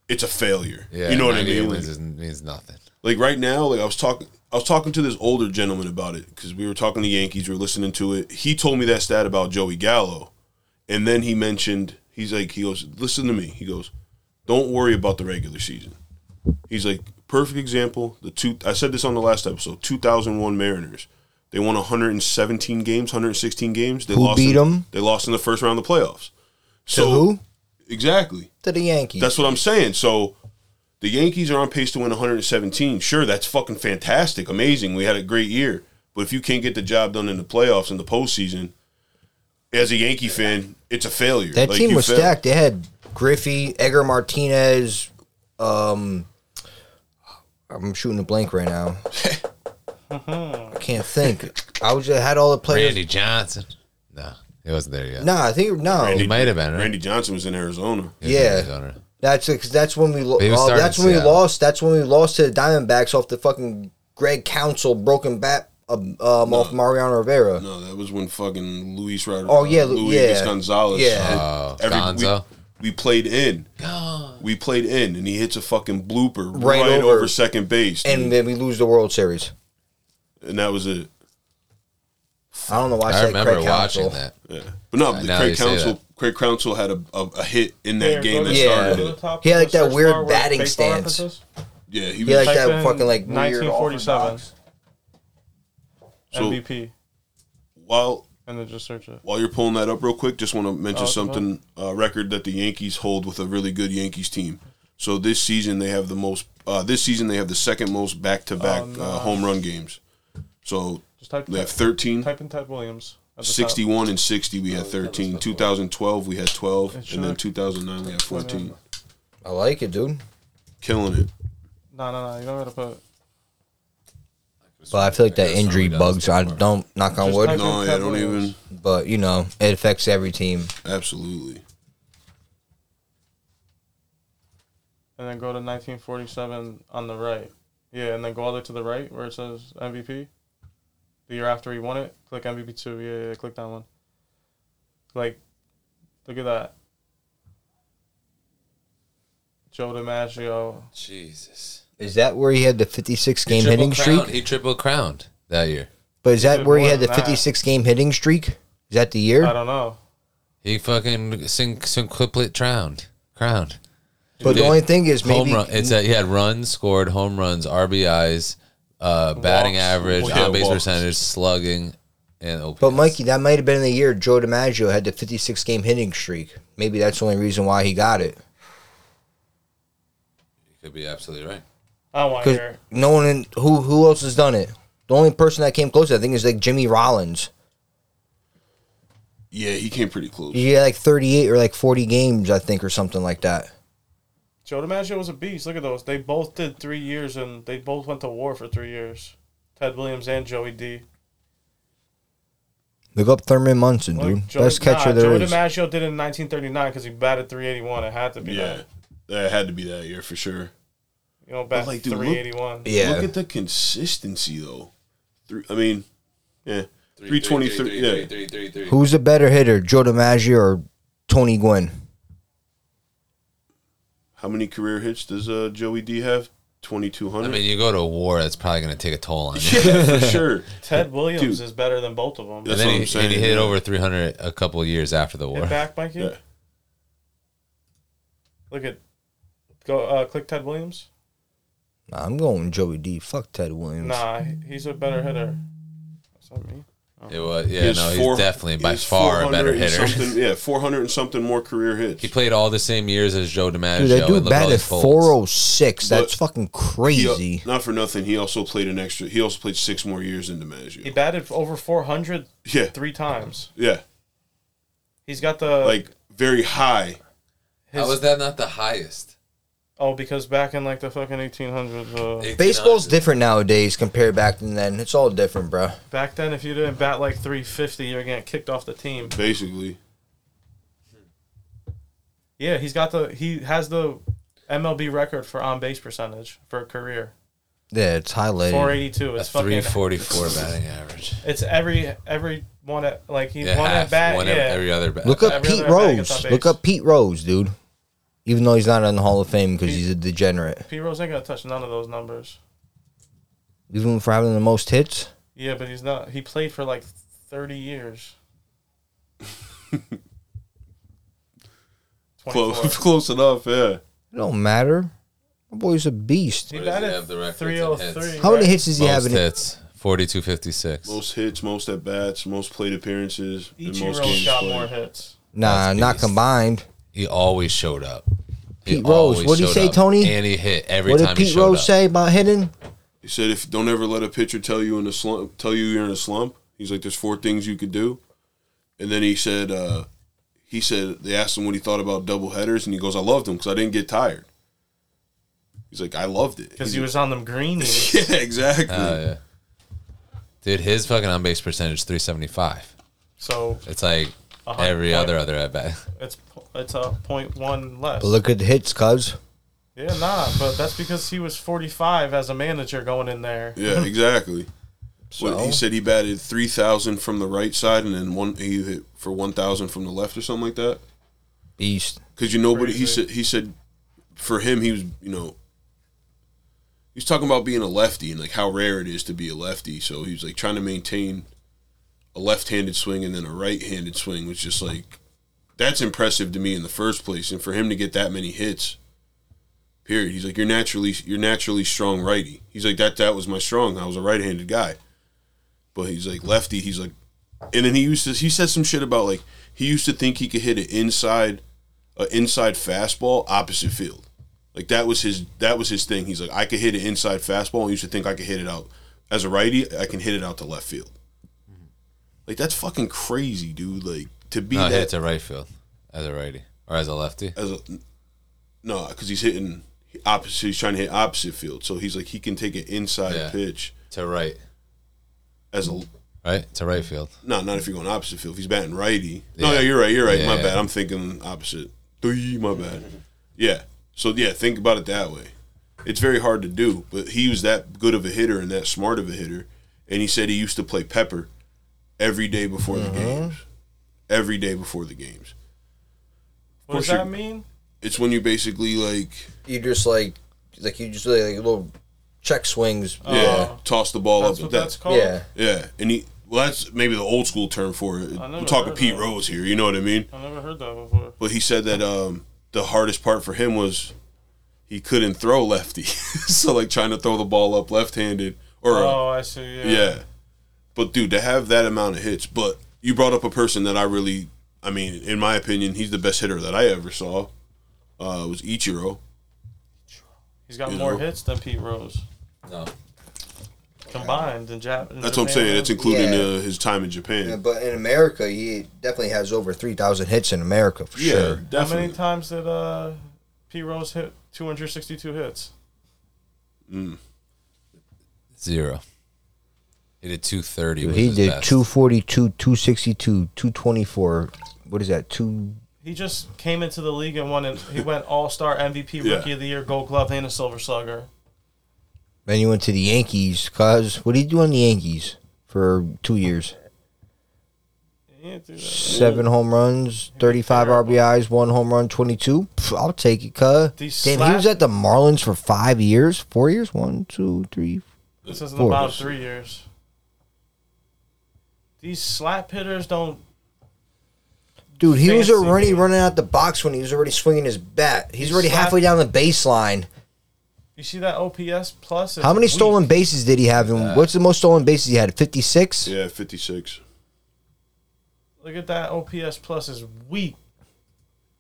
S3: it's a failure.
S6: Yeah.
S3: you know what I
S6: 98
S3: mean? Like,
S6: Wins is, means nothing.
S3: like right now, like I was talking, I was talking to this older gentleman about it because we were talking to Yankees. We were listening to it. He told me that stat about Joey Gallo, and then he mentioned he's like he goes, "Listen to me." He goes, "Don't worry about the regular season." He's like perfect example. The two I said this on the last episode. Two thousand one Mariners. They won 117 games, 116 games. They
S7: Who
S3: lost in-
S7: beat 'em?
S3: They lost in the first round of the playoffs.
S7: to who?
S3: Exactly.
S7: To the Yankees.
S3: That's what I'm saying. So the Yankees are on pace to win 117. Sure, that's fucking fantastic, amazing. We had a great year. But if you can't get the job done in the playoffs in the postseason, as a Yankee fan, it's a failure.
S7: that
S3: Like,
S7: team
S3: you
S7: was
S3: fail.
S7: stacked. They had Griffey, Edgar Martinez. Um, I'm shooting a blank right now. I can't think. I was I had all the players.
S6: Randy Johnson. No, he wasn't there yet.
S7: Nah, I think no.
S6: He might have been. Right?
S3: Randy Johnson was in Arizona.
S6: He was in
S7: Yeah.
S6: Arizona.
S7: That's because that's when we lo-
S6: He was
S7: uh,
S6: starting
S7: that's when we
S6: Seattle.
S7: lost. That's when we lost to the Diamondbacks off the fucking Greg Council broken bat um, um, off Mariano Rivera.
S3: No, that was when fucking Luis Rodriguez.
S7: Oh, yeah, Lu- yeah.
S3: Gonzalez. uh,
S7: Yeah.
S6: Oh,
S3: Every-
S6: Gonzo.
S3: We, we played in. We played in, and he hits a fucking blooper right,
S7: Right
S3: over.
S7: over.
S3: second base,
S7: And
S3: and,
S7: then we lose the World Series.
S3: and that was it.
S7: I don't know why I,
S6: I
S7: said
S6: remember
S7: Craig
S6: watching
S7: Counsell.
S6: that.
S3: Yeah. But no,
S6: I
S3: but
S6: know
S3: Craig
S6: you say
S3: Council.
S6: that.
S3: Craig Council had a, a, a hit in that
S4: Here,
S3: game
S4: go
S3: that
S4: to-
S7: Yeah.
S3: started
S4: go to
S3: it.
S4: the top
S7: He had,
S4: of
S7: like,
S4: the
S7: that
S4: search
S7: weird
S4: bar where
S7: batting
S4: baseball
S7: stance.
S4: references.
S3: Yeah, he was
S7: He like
S4: Type
S7: that
S4: in
S7: fucking like weird
S4: 1947
S3: So-
S4: MVP,
S3: while
S4: and then just search it.
S3: while you're pulling that up real quick. Just want to mention
S4: Oh, come
S3: something uh, record that the Yankees hold with a really good Yankees team. So this season they have the most. Uh, this season they have the second most back to back
S4: Oh, no.
S3: home run games. So
S4: Just type,
S3: they have
S4: type,
S3: 13,
S4: type in Ted Williams. at the top.
S3: 61, and 60. We had 13. 2012 we had 12, and then
S4: should.
S3: 2009 we had 14.
S7: I like it, dude.
S3: Killing it.
S4: No, no, no. You don't gotta put.
S7: But I feel like that
S6: guess
S7: injury
S6: somebody does
S7: bugs. I don't knock on
S4: Just
S7: wood,
S4: type in
S3: No, yeah,
S4: Ted
S3: don't
S4: Williams.
S3: even.
S7: but you know it affects every team.
S3: Absolutely.
S4: And then go to 1947 on the right. Yeah, and then go all the way to the right where it says MVP. The year after he won it, click MVP two. Yeah, yeah, click that one. Like, look at that. Joe DiMaggio.
S6: Jesus.
S7: Is that where he had the 56 game hitting
S6: crowned.
S7: streak?
S6: He triple crowned that year.
S7: But is that
S4: did
S7: where he
S4: more
S7: had the
S4: than that. Uh,
S7: 56 game hitting streak? Is that the
S4: I
S7: year?
S4: don't know.
S6: He fucking sing quiplet crowned. Crowned.
S7: But the
S6: Dude,
S7: only thing is maybe
S6: Home run. It's that he had runs, scored home runs, RBIs, uh, batting average,
S3: Well, yeah,
S6: on base
S3: walks.
S6: percentage, slugging, and OPS.
S7: But Mikey, that might have been the year Joe DiMaggio had the 56 game hitting streak. Maybe that's the only reason why he got it.
S6: you could be absolutely right.
S4: I don't want to
S7: Because
S4: hear. it.
S7: no one in, who who else has done it. The only person that came close, I think, is like Jimmy Rollins.
S3: Yeah, he came pretty close.
S7: He had like 38 or like 40 games, I think, or something like that.
S4: Joe DiMaggio was a beast. Look at those. They both did three years, and they both went to war for three years. Ted Williams and Joey D.
S7: Look up Thurman Munson,
S4: Like,
S7: dude.
S4: Joe-
S7: Best catcher
S4: nah,
S7: there
S4: Joe
S7: is.
S4: DiMaggio did it in 1939 because he batted 381. It had to be
S3: Yeah,
S4: that.
S3: that had to be that year for sure.
S4: You know, bat
S3: like, dude, look-
S4: 381.
S7: yeah.
S3: Look at the consistency though. Three, I mean, yeah, three
S6: Three, three,
S3: twenty
S6: three,
S3: three.
S6: three,
S3: Yeah,
S6: three, three, three.
S7: Who's a better hitter, Joe DiMaggio or Tony Gwynn?
S3: how many career hits does uh, Joey D have? Twenty two
S6: I
S3: hundred.
S6: mean, you go to a war, that's probably going to take a toll on you.
S3: yeah, for sure.
S4: Ted Williams
S3: Dude.
S4: is better than both of them.
S3: Yeah.
S6: and then
S3: what
S6: he,
S3: I'm saying,
S6: and he hit
S3: yeah.
S6: over 300 a couple years after the war.
S4: Hit back, Mikey.
S3: Yeah.
S4: Look at go uh, click Ted Williams.
S7: Nah, I'm going Joey D. Fuck Ted Williams.
S4: Nah, he's a better hitter. That's not me.
S6: It was,
S3: He
S6: yeah,
S3: has
S6: no,
S3: four-
S6: he's definitely
S3: he
S6: by
S3: has
S6: far a
S3: 400
S6: better
S3: and something-
S6: hitter.
S3: Yeah, four hundred and something more career hits.
S6: he played all the same years as Joe DiMaggio.
S7: Dude, that
S6: and
S7: dude
S6: look at all
S7: batted
S6: his folds.
S7: 406. That's
S3: But-
S7: fucking
S3: He-
S7: crazy.
S3: not for nothing. He also played an extra. He also played six more years in DiMaggio.
S4: He batted for over 400
S3: yeah,
S4: three times.
S3: yeah,
S4: He's got the
S3: like very high.
S7: oh-
S6: How was that not the highest?
S4: oh because back in like the fucking 1800s, uh,
S7: Baseball's different nowadays compared back then. then. It's all different, bro.
S4: back then if you didn't bat like 350, you're getting kicked off the team.
S3: Basically,
S4: Yeah, he's got the he has the MLB record for on base percentage for a career
S7: Yeah, it's highlighted.
S4: 482.
S6: A
S4: It's fucking
S6: 344 batting average.
S4: it's every every one at like he
S6: Yeah,
S4: one
S6: half,
S4: at bat.
S6: one
S4: yeah,
S6: every, every other bat.
S7: Look up
S4: Every
S7: Pete
S4: other bag gets
S7: Rose.
S4: on
S7: Look
S4: base.
S7: up Pete Rose, dude. Even though he's not in the Hall of Fame because
S4: Pete-
S7: he's a degenerate.
S4: P Rose ain't gonna touch none of those numbers.
S7: Even for having the most hits.
S4: Yeah, but he's not. He played for like 30 years. 24.
S3: close, close enough. Yeah,
S7: It don't matter. My boy's a beast.
S4: He
S6: What does he
S4: batted
S6: have the records in
S4: 303.
S6: hits?
S7: How many
S4: right?
S7: hits does he have
S6: Most
S7: in it?
S6: hits, 4256.
S3: most hits, most at bats, most plate appearances, and most
S4: Ichiro
S3: games
S4: shot
S3: played.
S4: more hits.
S7: Nah,
S6: That's
S7: not
S6: beast.
S7: combined.
S6: He always showed up. He
S7: Pete Rose,
S6: always
S7: what'd he
S6: showed
S7: say,
S6: up,
S7: Tony?
S6: And he hit every
S7: what
S6: time
S7: did
S6: he
S7: Pete
S6: showed
S7: Rose
S6: up.
S7: say about hitting?
S3: He said, "If don't ever let a pitcher tell you in a slump, tell you you're in a slump." He's like, "There's four things you could do," and then he said, uh, "He said they asked him what he thought about double headers, and he goes, "I loved them because I didn't get tired." He's like, "I loved it
S4: Because
S3: He's
S4: he was on them greenies.
S3: like, yeah, exactly."
S6: Oh, yeah. Dude, his fucking on base percentage 375.
S4: so
S6: It's like
S4: a hundred
S6: every
S4: point-
S6: other other at bat.
S4: It's it's a point one less.
S7: But look at the hits, cuz.
S4: Yeah, nah, but that's because he was 45 as a manager going in there.
S3: Yeah, exactly. What, he
S7: So?
S3: said he batted three thousand from the right side, and then one he hit for one thousand from the left, or something like that.
S7: Beast.
S3: Because you know what he
S4: Crazy.
S3: said. He said for him, he was you know he was talking about being a lefty and like how rare it is to be a lefty. So he was like trying to maintain a left-handed swing and then a right-handed swing was just like that's impressive to me in the first place. And for him to get that many hits, period. He's like you're naturally you're naturally strong righty. He's like that that was my strong. I was a right-handed guy, but he's like lefty. He's like. And then he used to he said some shit about like he used to think he could hit an inside an inside fastball opposite field. Like that was his that was his thing. He's like, I could hit an inside fastball. and used to think I could hit it out as a righty. I can hit it out to left field.
S6: Mm-hmm.
S3: Like that's fucking crazy, dude. Like to be
S6: No, he
S3: that
S6: hits a right field as a righty or as a lefty.
S3: as a no, because he's hitting opposite. He's trying to hit opposite field. So he's like, he can take an inside
S6: Yeah.
S3: pitch
S6: To right,
S3: as a
S6: right? To right field.
S3: no, not if you're going opposite field. If he's batting righty. No,
S6: Yeah.
S3: yeah, you're right. You're right. my
S6: Yeah.
S3: bad. I'm thinking opposite. Three, my bad. Yeah. So yeah, think about it that way. It's very hard to do, but he was that good of a hitter and that smart of a hitter. And he said he used to play pepper every day before the
S4: Mm-hmm.
S3: games. Every day before the games.
S4: What does
S3: course
S4: that
S3: you-
S4: mean?
S3: It's when you basically like
S7: You just like, like you just like, like little check swings.
S6: Oh.
S3: yeah, toss the ball
S4: That's
S3: up.
S4: what
S3: with Oh, that.
S4: that's called?
S7: Yeah.
S3: Yeah, and he well, that's maybe the old school term for it.
S4: never
S3: We're talking
S4: heard
S3: Pete
S4: that.
S3: Rose here. You know what I mean?
S4: I never heard that before.
S3: But he said that um, the hardest part for him was he couldn't throw lefty. so like trying to throw the ball up left-handed or uh,
S4: Oh, I Oh, see. Yeah.
S3: yeah. But dude, to have that amount of hits, but you brought up a person that I really, I mean, in my opinion, he's the best hitter that I ever saw. Uh, was Ichiro.
S4: He's got
S3: You
S4: more
S3: know.
S4: hits than Pete Rose
S6: No.
S4: combined than Jap.
S3: That's what I'm saying. That's including
S7: Yeah.
S3: uh, his time in Japan.
S7: Yeah, but in America, he definitely has over three thousand hits in America for
S3: Yeah,
S7: sure.
S4: How many
S3: definitely.
S4: times did uh, Pete Rose hit 262 hits?
S6: Zero. He did 230.
S7: Dude,
S6: was
S7: he
S6: his
S7: did
S6: best.
S7: two forty two, two sixty two, two twenty four. What is that? Two.
S4: He just came into the league and won. It. He went All Star, MVP,
S3: Yeah.
S4: Rookie of the Year, Gold Glove, and a Silver Slugger.
S7: Then he went to the Yankees. Cause what did he do on the Yankees for two years?
S4: He didn't do that.
S7: Seven home runs, thirty five RBIs, one home run, twenty two. I'll take it, cuz.
S4: These
S7: Damn, he
S4: slap-
S7: was at the Marlins for five years, four years, one, two, three.
S4: This isn't
S7: Four.
S4: about three years. These slap hitters don't.
S7: Dude, he was
S4: Fancy,
S7: already
S4: dude.
S7: running out the box when he was already swinging his bat. He's
S4: He
S7: already
S4: slapped-
S7: halfway down the baseline.
S4: You see that OPS plus? It's
S7: How many
S4: weak.
S7: stolen bases did he have? And what's the most stolen bases he had? Fifty six.
S3: Yeah, 56.
S4: Look at that OPS plus is weak.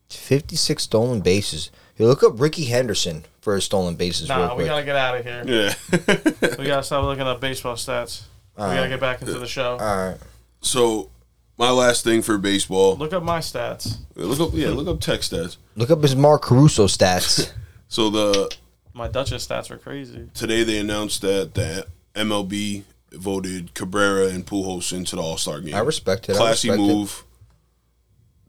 S7: 56 stolen bases. You look up Ricky Henderson for his stolen bases real
S4: Nah,
S7: quick.
S4: we gotta get out of here.
S3: Yeah.
S4: We gotta stop looking up baseball stats. we gotta get back into the show.
S7: All right.
S3: so, my last thing for baseball.
S4: Look up my stats.
S3: Look up, yeah, look up tech stats.
S7: Look up his Mark Caruso stats.
S3: So the
S4: My Duchess stats were crazy.
S3: today they announced that that MLB voted Cabrera and Pujols into the All Star game.
S7: I respect it. I
S3: Classy
S7: respect it.
S3: move.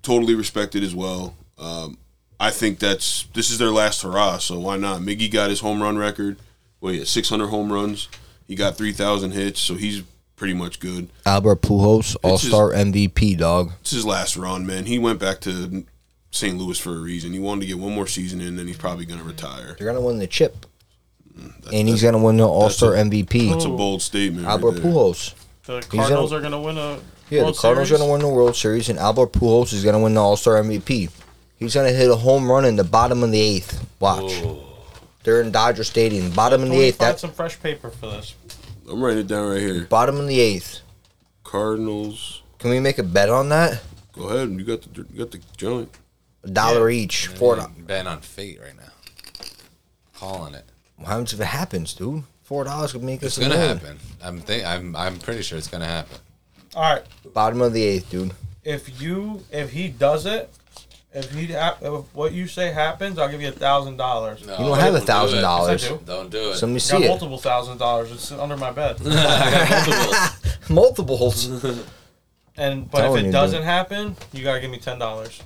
S3: Totally respected as well. Um, I think that's this is their last hurrah. So why not? Miggy got his home run record. Well, he had 600 home runs. He got 3,000 hits. So he's pretty much good.
S7: Albert Pujols, All Star MVP, dog.
S3: It's his last run, man. He went back to St. Louis for a reason. He wanted to get one more season in, then he's probably going to retire.
S7: They're gonna win the chip, and he's gonna win the All Star MVP.
S3: That's a bold statement. right
S7: Albert
S3: there.
S7: Pujols.
S4: The Cardinals
S7: on-
S4: are gonna win a
S7: Yeah,
S4: World
S7: the Cardinals
S4: Series.
S7: are gonna win the World Series, and Albert Pujols is gonna win the All Star MVP. He's gonna hit a home run in the bottom of the eighth. Watch. They're in Dodger Stadium, bottom of the
S4: Tony,
S7: eighth.
S4: find
S7: That's
S4: some fresh paper for this.
S3: I'm writing it down right here.
S7: bottom of the eighth.
S3: Cardinals.
S7: Can we make a bet on that?
S3: Go ahead. You got the you got the joint.
S7: A dollar each. Four. do-
S6: Ben on fate right now. Calling it.
S7: What happens if it happens, dude? Four dollars could make
S6: It's
S7: us
S6: gonna
S7: a million.
S6: happen. I'm think I'm I'm pretty sure it's gonna happen.
S4: All right.
S7: Bottom of the eighth, dude.
S4: if you if he does it if he ha- if what you say happens i'll give you a thousand dollars
S6: No,
S7: You don't have a
S6: Oh, do
S7: thousand
S6: it.
S7: dollars.
S4: Yes, I do.
S6: Don't do it.
S7: So let me
S4: I
S7: see
S4: got
S7: it.
S4: multiple thousand dollars it's under my bed
S6: I got multiples.
S7: Multiples.
S4: and but
S7: Telling
S4: if
S7: you,
S4: it
S7: dude.
S4: doesn't happen you gotta give me ten dollars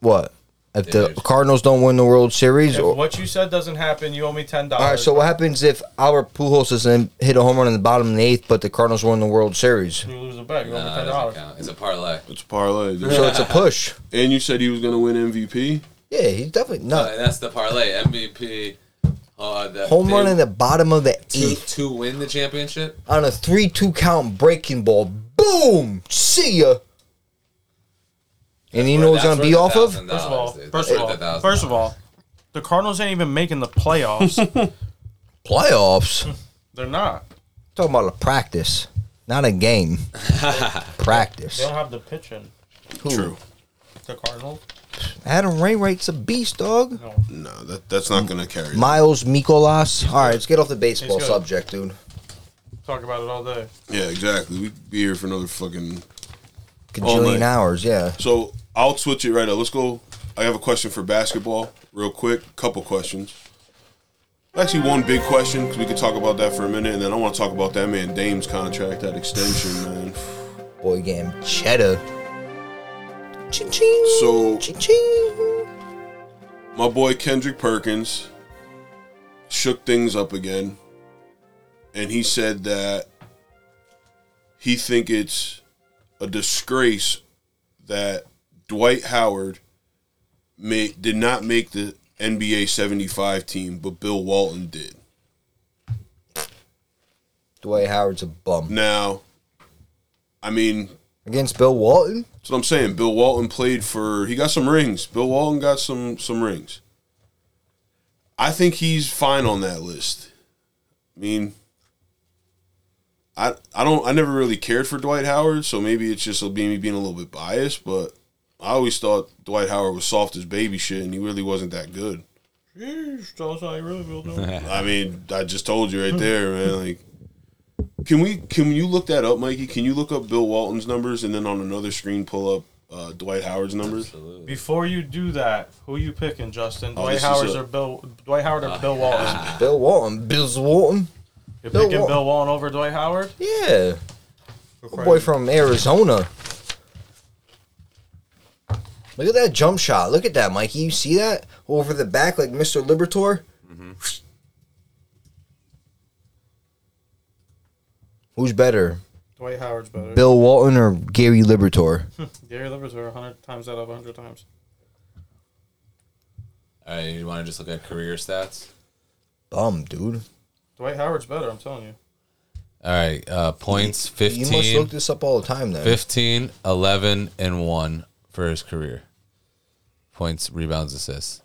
S7: what? If the
S6: Dude.
S7: Cardinals don't win the World Series,
S4: if
S7: or, all
S4: what you said doesn't happen you owe me ten dollars
S7: right. So what happens if Albert Pujols doesn't hit a home run in the bottom of the eighth, but the Cardinals win the World Series?
S4: you lose a bet you owe
S6: No,
S4: me
S6: that
S4: ten
S6: doesn't
S4: dollars
S6: count. It's a parlay.
S3: It's a parlay. dude.
S7: So it's a push.
S3: and you said he was going to win MVP.
S7: Yeah, he's definitely
S6: Uh,
S7: no
S6: that's the parlay. MVP. Uh, the,
S7: home run in the bottom of the
S6: to,
S7: eighth
S6: to win the championship.
S7: on a three-two count breaking ball. Boom. See ya. And you know
S6: Well,
S7: what's
S6: that's
S7: gonna be
S6: worth
S7: off of?
S6: $1,000,
S4: first of all
S6: dude.
S4: first
S6: That's
S4: of
S6: worth
S4: all
S6: $1,000.
S4: first of all the cardinals ain't even making the playoffs
S7: Playoffs.
S4: they're not
S7: Talking about a practice, not a game. practice.
S4: they don't have the pitching
S7: Who?
S3: True.
S4: the cardinals
S7: Adam Wainwright's a beast, dog.
S4: no
S3: No, that that's not going to carry.
S7: Miles Mikolas. All right, let's get off the baseball
S4: He's good.
S7: subject, dude.
S4: talk about it all day
S3: yeah, exactly. We'd be here for another fucking.
S7: Gajillion
S3: my.
S7: hours, yeah.
S3: So I'll switch it right up. Let's go. I have a question for basketball, real quick. Couple questions. Actually, one big question because we could talk about that for a minute, and then I want to talk about that man Dame's contract, that extension, man.
S7: Boy, game cheddar. Ching ching.
S3: So-
S7: ching ching.
S3: my boy Kendrick Perkins shook things up again, and he said that he think it's a disgrace that Dwight Howard made, did not make the NBA 75 team, but Bill Walton did.
S7: Dwight Howard's a bum.
S3: Now, I mean,
S7: Against Bill Walton?
S3: that's what I'm saying. Bill Walton played for he got some rings. Bill Walton got some some rings. I think he's fine on that list. I mean, I I don't I never really cared for Dwight Howard, so maybe it's just be me being a little bit biased, but I always thought Dwight Howard was soft as baby shit, and he really wasn't that good.
S4: Yeesh, tell us how you really feel. dude.
S3: I mean, I just told you right there, man. Like, can we can you look that up, Mikey? Can you look up Bill Walton's numbers and then on another screen pull up uh, Dwight Howard's numbers?
S4: Before you do that, who you picking, Justin?
S3: Oh,
S4: Dwight
S3: this is
S4: Howard
S3: a-
S4: or Bill? Dwight Howard or Bill Walton?
S7: Bill Walton, Bill Walton.
S4: You're
S7: Bill
S4: picking
S7: Walton.
S4: Bill Walton over Dwight Howard?
S7: Yeah, a boy from Arizona. Look at that jump shot. Look at that, Mikey. You see that over the back, like Mr. Libertor. Who's better,
S4: Dwight Howard's better.
S7: Bill Walton or Gary Libertor?
S4: Gary Libertor, hundred times out of hundred times.
S6: All right, you want to just look at career stats?
S7: Bum, dude.
S4: Dwight Howard's better. I'm telling you.
S6: All right, uh, points
S7: You must look
S6: 15,
S7: this up all the time, then.
S6: 15, 11, and 1 for his career. Points, rebounds, assists.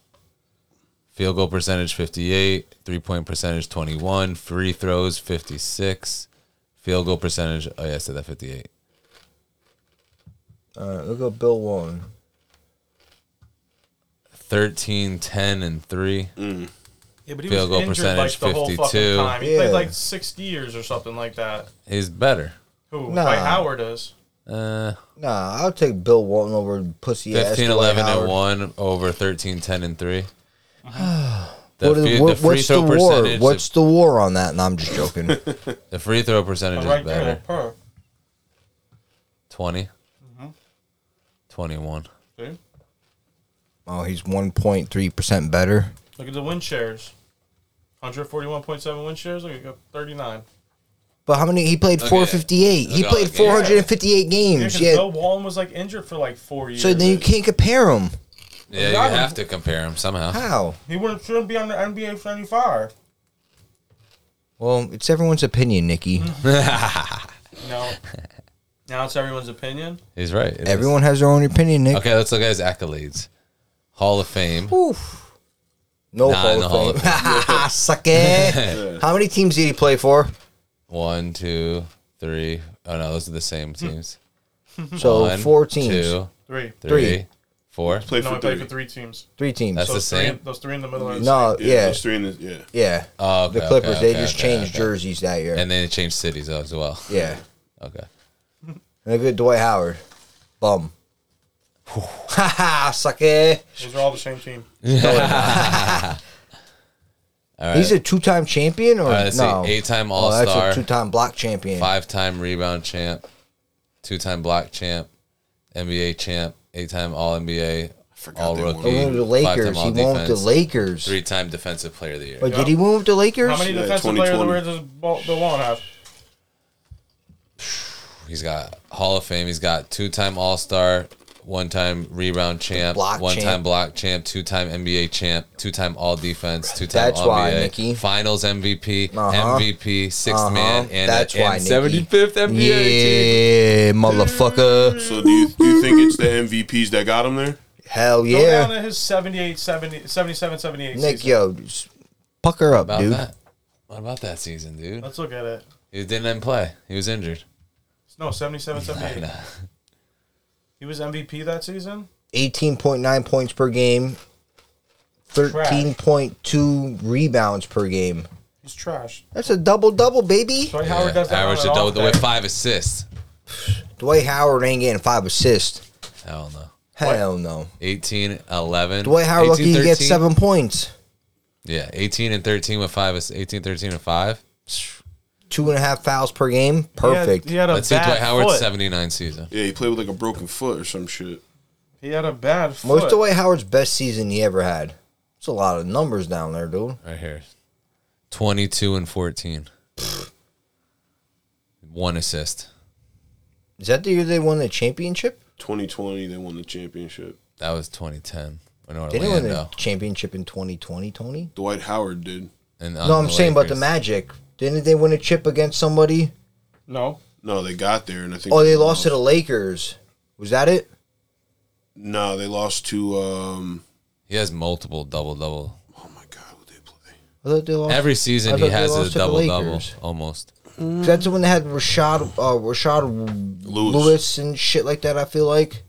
S6: Field goal percentage 58, three point percentage 21, free throws 56, field goal percentage. Oh, yeah, I said that 58.
S7: All right, look up Bill Walton.
S6: 13, 10, and 3.
S7: Mm.
S4: Yeah, but he
S6: Field goal
S4: was injured like
S6: percentage,
S4: the whole fucking
S6: 52.
S4: time. He played
S7: Yeah.
S4: like six years or something like that.
S6: He's better.
S4: Who?
S7: Nah.
S4: Dwight Howard is.
S6: Uh,
S7: Nah, I'll take Bill Walton over pussy ass.
S6: 15,
S7: Dwight
S6: 11, and
S7: Howard.
S6: 1 over 13, 10, and 3. The,
S7: What is-
S6: fe-
S7: what- what's the war?
S6: percentage-
S7: What's the war on that? And no, I'm just joking.
S6: The free throw percentage
S4: Right
S6: is better.
S4: there. Per.
S6: 20.
S4: Mm-hmm.
S6: 21.
S4: See?
S7: oh, he's 1.3 percent better.
S4: Look at the win shares. 141.7 win shares. Look, you got 39.
S7: But how many? He played
S6: Look at-
S7: 458. He
S6: look at all
S7: played
S6: the games.
S7: 458
S4: Yeah,
S7: games.
S4: 'cause
S7: Yeah.
S4: Bill Wallen was like injured for like four years.
S7: So then you can't compare him.
S6: Yeah, you
S4: Not a-
S6: have to compare them somehow.
S7: How?
S4: He wouldn't shouldn't be on the NBA 75.
S7: Well, it's everyone's opinion, Nikki.
S4: No. now it's everyone's opinion.
S6: He's right. it is.
S7: Everyone has their own opinion, Nick.
S6: Okay, let's look at his accolades. Hall of Fame.
S7: Oof. No
S6: Nah, in the
S7: Hall of Fame. Suck it. How many teams did he play for?
S6: One, two, three. Oh no, those are the same teams.
S7: So
S6: One,
S7: Hmm. Oh, four teams,
S6: two,
S4: Three.
S6: three,
S7: Three.
S6: four.
S3: Play
S4: No,
S3: for
S4: I played for
S3: three.
S4: three teams.
S7: three teams.
S6: That's the
S4: Those three,
S6: same.
S4: those three in the middle. Are the
S7: no,
S3: Yeah,
S7: yeah,
S3: those three in the, yeah.
S7: yeah.
S6: Oh, okay,
S7: the Clippers,
S6: okay,
S7: they
S6: okay,
S7: just
S6: okay,
S7: changed
S6: okay.
S7: jerseys that year.
S6: And then it changed cities as well.
S7: yeah.
S6: Okay.
S7: And a good Dwight Howard. Bum. Ha ha, sucker.
S4: same. Those are all the same team.
S6: All
S7: He's a two time champion or
S6: All right, let's see.
S7: no?
S6: Eight-time
S7: Oh, that's a
S6: All-Star.
S7: two time block champion.
S6: Five time rebound champ, two time block champ, NBA champ, eight time All NBA,
S3: forgot
S6: All
S3: they won.
S7: He went
S6: rookie,
S7: to the
S6: five-time
S7: Lakers. He
S6: All
S7: went with the
S6: defense,
S7: Lakers.
S6: three time Defensive Player of the Year.
S7: But did he move with the Lakers?
S4: How many
S3: Yeah,
S4: defensive players the
S3: 2020.
S4: Warriors does Bal- Bill Wallen have?
S6: He's got Hall of Fame. He's got two time All Star, one time rebound champ,
S7: Block
S6: one time
S7: champ.
S6: block champ, two time NBA champ, two time All Defense, two time
S7: That's
S6: All
S7: why,
S6: NBA,
S7: Nikki.
S6: Finals MVP,
S7: Uh-huh.
S6: MVP, 6th
S7: Uh-huh.
S6: man, and,
S7: That's why,
S6: and
S7: Nikki.
S6: 75th NBA team.
S7: Yeah, motherfucker.
S3: So do you, do you think it's the MVPs that got him there?
S7: Hell
S4: Go down
S7: yeah.
S4: to his 78, 70, 77, 78
S7: Nick,
S4: season.
S7: yo, just pucker up,
S6: About
S7: dude.
S6: that. What about that season, dude?
S4: Let's look at it.
S6: He didn't even play. He was injured.
S4: No, 77, 78.
S6: Nah.
S4: He was MVP that season.
S7: 18.9 points per game, 13.2 rebounds per game.
S4: He's trash.
S7: That's a double double, baby.
S4: Dwight
S6: Yeah,
S4: Howard does that.
S6: averaged
S4: on
S6: a
S4: an
S6: double
S4: off
S6: with
S4: day.
S6: five assists.
S7: Dwight Howard ain't getting five assists.
S6: Hell no.
S7: Hell no.
S6: 18, 11.
S7: Dwight Howard
S6: 18,
S7: lucky he gets
S6: 13.
S7: seven points.
S6: Yeah, 18 and 13 with five. ass- 18, 13 and five.
S7: Two and a half fouls per game. Perfect.
S4: He had, he had a
S6: Let's see
S4: bad
S6: Dwight Howard's
S4: foot.
S6: 79 season.
S3: Yeah, he played with like a broken foot or some shit.
S4: He had a bad foot.
S7: Most Dwight Howard's best season he ever had. It's a lot of numbers down there, dude.
S6: Right here. 22 and 14. One assist.
S7: Is that the year they won the championship?
S3: 2020, they won the championship.
S6: That was 2010 in
S7: They didn't win the
S6: Orlando.
S7: championship in 2020, Tony.
S3: Dwight Howard did.
S6: And
S7: No, I'm saying about the Magic. Didn't they win a chip against somebody?
S4: No.
S3: No, they got there, and I think.
S7: Oh, they lost to the Lakers. Was that it?
S3: No, they lost to. um
S6: He has multiple double double.
S3: Oh my God, who they play?
S7: I thought they lost. Oh,
S6: Every
S7: I
S6: season
S7: thought
S6: he
S7: they
S6: has
S7: lost
S6: a
S7: to the
S6: double double
S7: Lakers.
S6: almost.
S7: That's when they had Rashad uh, Rashad
S3: Lewis.
S7: Lewis and shit like that. I feel like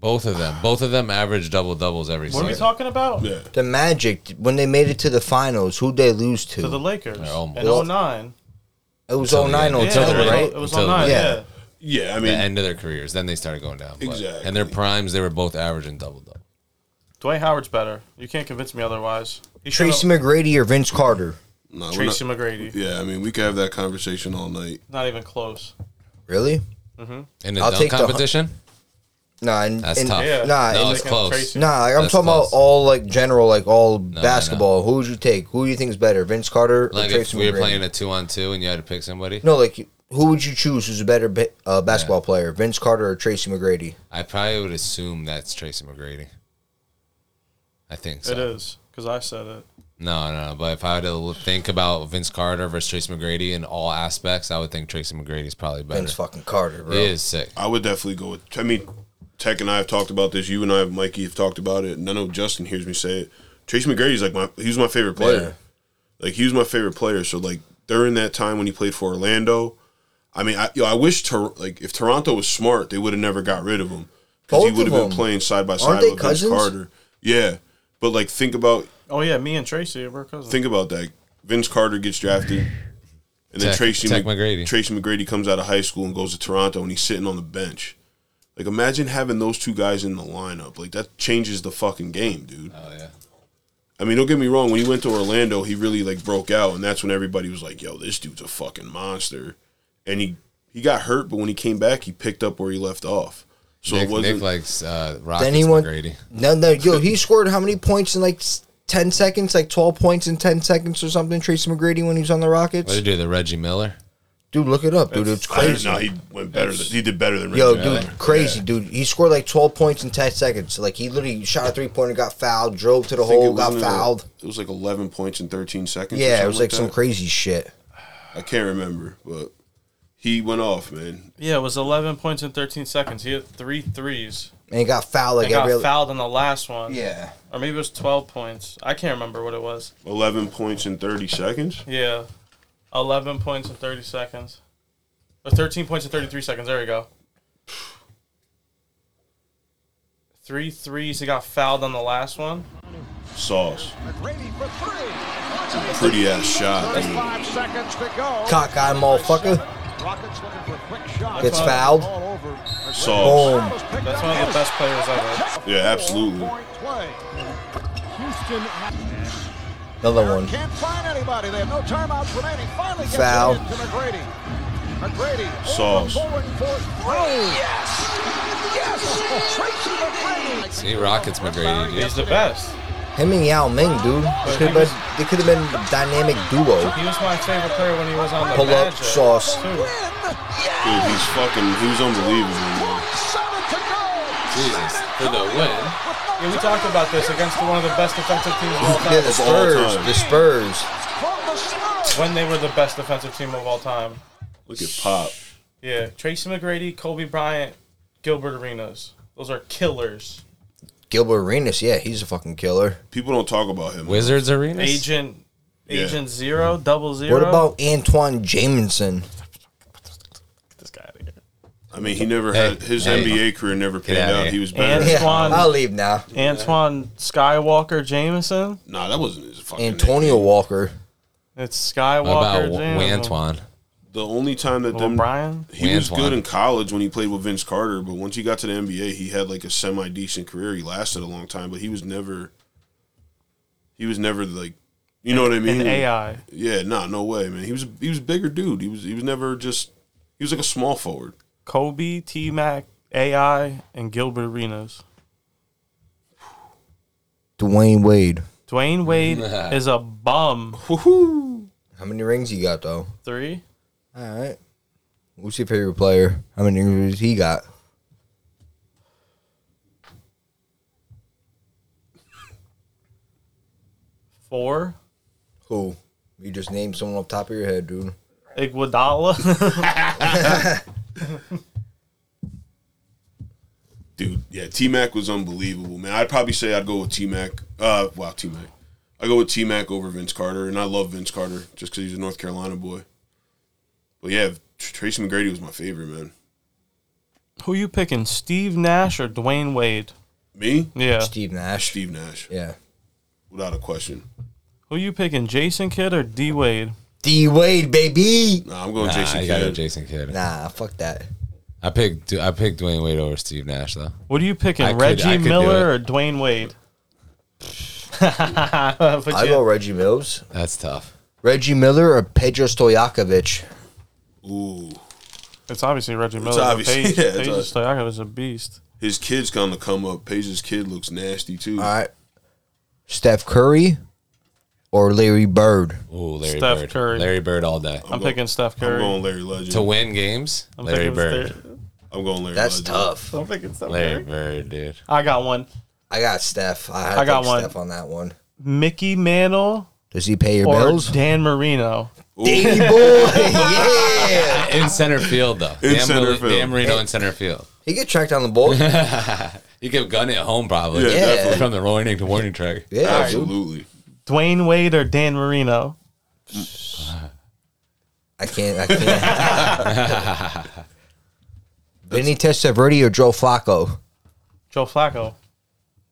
S6: Both of them. Both of them average double doubles every
S4: What are
S6: season.
S4: we talking about?
S3: Yeah.
S7: the Magic when they made it to the finals. Who they lose to?
S4: To the Lakers in
S6: They're almost-
S4: 09.
S7: it was
S6: Until Oh the
S7: 09,
S6: end.
S4: Yeah,
S7: 010,
S4: it was-
S7: right?
S4: It was
S6: Until
S4: 09,
S7: then.
S4: yeah.
S3: Yeah, I
S6: the
S3: mean,
S6: end of their careers. Then they started going down. but-
S3: Exactly.
S6: And their primes, they were both averaging double double.
S4: Dwight Howard's better. You can't convince me otherwise. He
S7: Tracy
S4: should've-
S7: McGrady or Vince Carter?
S3: no, we're
S4: Tracy
S3: not-
S4: McGrady.
S3: yeah, I mean, we could have that conversation all night.
S4: Not even close.
S7: Really?
S6: In the
S7: I'll
S6: dunk
S7: take the hun-
S6: competition,
S7: Nah, and,
S6: that's
S7: and,
S6: tough.
S4: Yeah. uh,
S7: Nah,
S6: no,
S7: and-
S6: it's close.
S4: Tracy.
S7: Nah, like, I'm
S6: That's
S7: talking
S6: close.
S7: about all like general, like all
S6: no.
S7: basketball. Who would you take? Who do you think is better, Vince Carter or
S6: Like if
S7: Tracy
S6: we were
S7: McGrady?
S6: playing a two on two and you had to pick somebody,
S7: no, like who would you choose? Who's a better ba- uh, basketball player, Vince Carter or Tracy McGrady?
S6: I probably would assume that's Tracy McGrady. I think so.
S4: It is because I said it.
S6: No, no, no. But if I had to l- think about Vince Carter versus Tracy McGrady in all aspects, I would think Tracy McGrady's probably better.
S7: Vince fucking Carter, bro.
S6: he is sick.
S3: I would definitely go with. I mean, Tech and I have talked about this. You and I, Mikey, have talked about it. And I know Justin hears me say it. Tracy McGrady's like my. He was my favorite player. Like he was my favorite player. So like during that time when he played for Orlando, I mean, I, yo, I wish Tor- like if Toronto was smart, they would have never got rid of him because he
S7: Both
S3: would have
S7: of
S3: been
S7: them.
S3: playing side by
S7: Aren't
S3: side
S7: they
S3: with
S7: cousins?
S3: Vince Carter. Yeah, but like think about
S4: Oh yeah, me and Tracy were cousins.
S3: think about that. Vince Carter gets drafted, and then
S6: Tech-
S3: Tracy
S6: Tech
S3: Mc-
S6: McGrady.
S3: Tracy McGrady comes out of high school and goes to Toronto, and he's sitting on the bench. Like, imagine having those two guys in the lineup. Like, that changes the fucking game, dude.
S6: Oh yeah.
S3: I mean, don't get me wrong. When he went to Orlando, he really like broke out, and that's when everybody was like, "Yo, this dude's a fucking monster." And he he got hurt, but when he came back, he picked up where he left off. So
S6: Nick,
S3: it
S6: Nick
S3: wasn't
S6: likes uh, Rockets
S7: Then he went.
S6: McGrady.
S7: No, no, yo, he scored how many points in like s- ten seconds? Like twelve points in ten seconds or something. Tracy McGrady when he was on the
S6: What did
S7: Rockets,
S6: he do? The Reggie Miller.
S7: dude. Look it up, dude. It's
S3: I didn't
S7: crazy.
S3: know he went better. Than, he did better than
S7: Yo,
S3: Reggie Miller.
S7: dude, crazy, dude. He scored like 12 points in 10 seconds. Like, he literally shot a three pointer, got fouled, drove to the
S3: I think it
S7: hole, got
S3: wasn't a-
S7: fouled.
S3: It was like eleven points in thirteen seconds. or
S7: Yeah, it
S3: something
S7: was like some
S3: that.
S7: crazy shit.
S3: I can't remember, but he went off, man.
S4: Yeah, it was 11 points in 13 seconds. He hit three threes
S7: And he got fouled like
S4: and got
S7: every other.
S4: fouled on the last one.
S7: Yeah.
S4: or maybe it was 12 points. I can't remember what it was.
S3: Eleven points in thirty seconds.
S4: Yeah, 11 points in 30 seconds, or 13 points in 33 seconds. There we go. Three threes. He got fouled on the last one.
S3: Sauce. Pretty ass shot. dude.
S7: Cock eye motherfucker. Gets
S4: That's
S7: fouled.
S6: Oh.
S3: Sauce.
S7: Boom.
S4: That's one of the best players ever.
S3: Yeah, absolutely.
S7: Another one.
S8: Can't find anybody. They have no timeouts remaining. Finally gets
S7: Foul.
S8: it in to McGrady. McGrady.
S3: Sauce.
S8: Forward for three. Yes. Yes. Tracy McGrady.
S6: See Rockets McGrady. Dude.
S4: He's the best.
S7: Him and Yao Ming, dude. This could've been- They could have been a dynamic duo.
S4: He was my favorite player when he was on the
S7: Pull up
S4: Magic.
S7: sauce.
S4: too.
S3: Dude, he's fucking. He was unbelievable. man.
S8: Seven to go.
S6: Jesus, for the win.
S4: Yeah, we talked about this against one of the best defensive teams of all
S7: Yeah,
S4: time.
S7: the
S3: Of all
S7: Spurs.
S3: time.
S7: The Spurs.
S8: From the snow.
S4: When they were the best defensive team of all time.
S3: Look at Pop.
S4: Yeah, Tracy McGrady, Kobe Bryant, Gilbert Arenas. Those are killers.
S7: Gilbert Arenas, yeah, he's a fucking killer.
S3: People don't talk about him.
S6: Wizards Arena.
S4: Agent,
S3: Yeah.
S4: Agent Zero, Double Zero.
S7: What about Antoine Jamison?
S4: Get this guy out of here?
S3: I mean, he never
S6: Hey,
S3: had his
S6: hey. uh,
S3: NBA career never panned
S6: outta
S3: out.
S6: here.
S3: He was better.
S4: And-
S7: Yeah,
S4: Antoine-
S7: I'll leave now.
S4: Antoine Skywalker Jameson.
S3: nah, that wasn't his fucking.
S7: Antonio
S3: name.
S7: Walker.
S4: It's
S6: What
S4: Skywalker
S6: about
S4: Jameson.
S6: Antoine?
S3: The only time that them
S4: Brian.
S3: he was
S6: Antoine.
S3: good in college when he played with Vince Carter, but once he got to the NBA, he had like a semi decent career. He lasted a long time, but he was never. He was never like, you know what I mean?
S4: An AI.
S3: Yeah, nah, no way, man. He was he was a bigger dude. He was he was never just he was like a small forward.
S4: Kobe, T Mac, AI, and Gilbert Arenas.
S7: Dwayne Wade.
S4: Dwayne Wade is a bum.
S7: How many rings he got, though?
S4: Three.
S7: All right. Who's your favorite player? How many rings he got?
S4: Four.
S7: Who? You just named someone off the top of your head, dude.
S4: Iguodala.
S3: Dude, yeah, T Mac was unbelievable, man. I'd probably say I'd go with T Mac. Uh, wow, T Mac. I go with T Mac over Vince Carter, and I love Vince Carter just because he's a North Carolina boy. But yeah, Tr- Tracy McGrady was my favorite man.
S4: Who you picking, Steve Nash or Dwayne Wade?
S3: Me,
S4: Yeah.
S7: Steve Nash.
S3: Steve Nash,
S7: Yeah.
S3: without a question.
S4: Who you picking, Jason Kidd or D Wade?
S7: D Wade, baby.
S3: Nah, I'm going
S6: Nah,
S3: Jason
S6: I gotta go
S3: Kidd.
S6: Jason Kidd.
S7: Nah, fuck that.
S6: I picked. Du- I picked Dwayne Wade over Steve Nash though.
S4: What are you picking,
S6: I could-
S4: Reggie
S6: I could do
S4: Miller or Dwayne Wade? But
S7: I
S4: you-
S7: go Reggie Mills.
S6: That's tough.
S7: Reggie Miller or Pedro Stojakovic?
S3: Ooh,
S4: It's obviously Reggie Miller.
S3: obvious.
S4: Paige,
S3: Yeah, it's
S4: Paige
S3: obvious.
S4: Stojakovic is a beast.
S3: his kid's gonna come up. Paige's kid looks nasty too.
S7: All right. Steph Curry or Larry Bird?
S6: Ooh, Larry
S4: Steph
S6: Bird.
S4: Curry.
S6: Larry Bird all day.
S4: I'm,
S3: going-
S4: picking Steph
S3: I'm
S4: Curry.
S3: going Larry Legend.
S6: To win games,
S4: I'm
S6: Larry
S4: picking
S6: Bird.
S4: Steph-
S3: I'm going Larry.
S7: That's
S3: Legend.
S7: tough.
S4: I'm picking Steph
S6: Larry
S4: Curry.
S6: Bird, dude.
S4: I got one.
S7: I got Steph. I, had
S4: I got
S7: to
S4: one.
S7: Steph on that one.
S4: Mickey Mantle
S7: Does he pay your
S4: or
S7: bills?
S4: Dan Marino.
S7: Davey boy, yeah.
S6: In center field though.
S3: In
S6: Dan,
S3: center
S6: Mar-
S3: field.
S6: Dan Marino in center field.
S7: He get tracked on the ball. yeah,
S6: You could gun it home probably.
S3: Yeah,
S7: Yeah.
S3: definitely.
S6: From the warning to warning track.
S7: dude.
S3: Absolutely.
S4: Dwayne Wade or Dan Marino.
S7: I can't. I can't. Vinny Testaverde or Joe Flacco?
S4: Joe Flacco.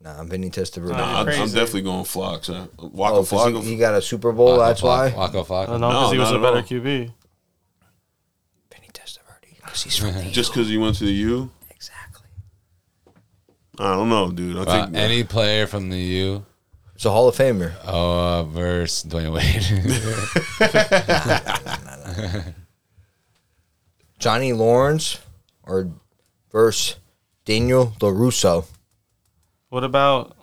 S7: Nah, Vinny Testaverde.
S4: Nah,
S3: I'm, I'm
S4: Crazy.
S3: definitely going Flocks. huh?
S7: oh,
S3: Waka
S7: 'cause he,
S3: Flocka.
S7: he got a Super Bowl. that's why.
S6: Waka
S4: I don't
S6: Flocka.
S4: know because he
S3: No,
S4: was
S3: not
S4: a
S3: at
S4: better
S3: all.
S4: QB.
S7: Vinny Testaverde, because he's from the
S3: Just because he went to the U,
S7: exactly.
S3: I don't know, dude. I
S6: Uh,
S3: think
S6: any player from the U
S7: It's a Hall of Famer.
S6: uh, versus Dwayne Wade.
S7: Johnny Lawrence or versus Daniel LaRusso.
S4: What about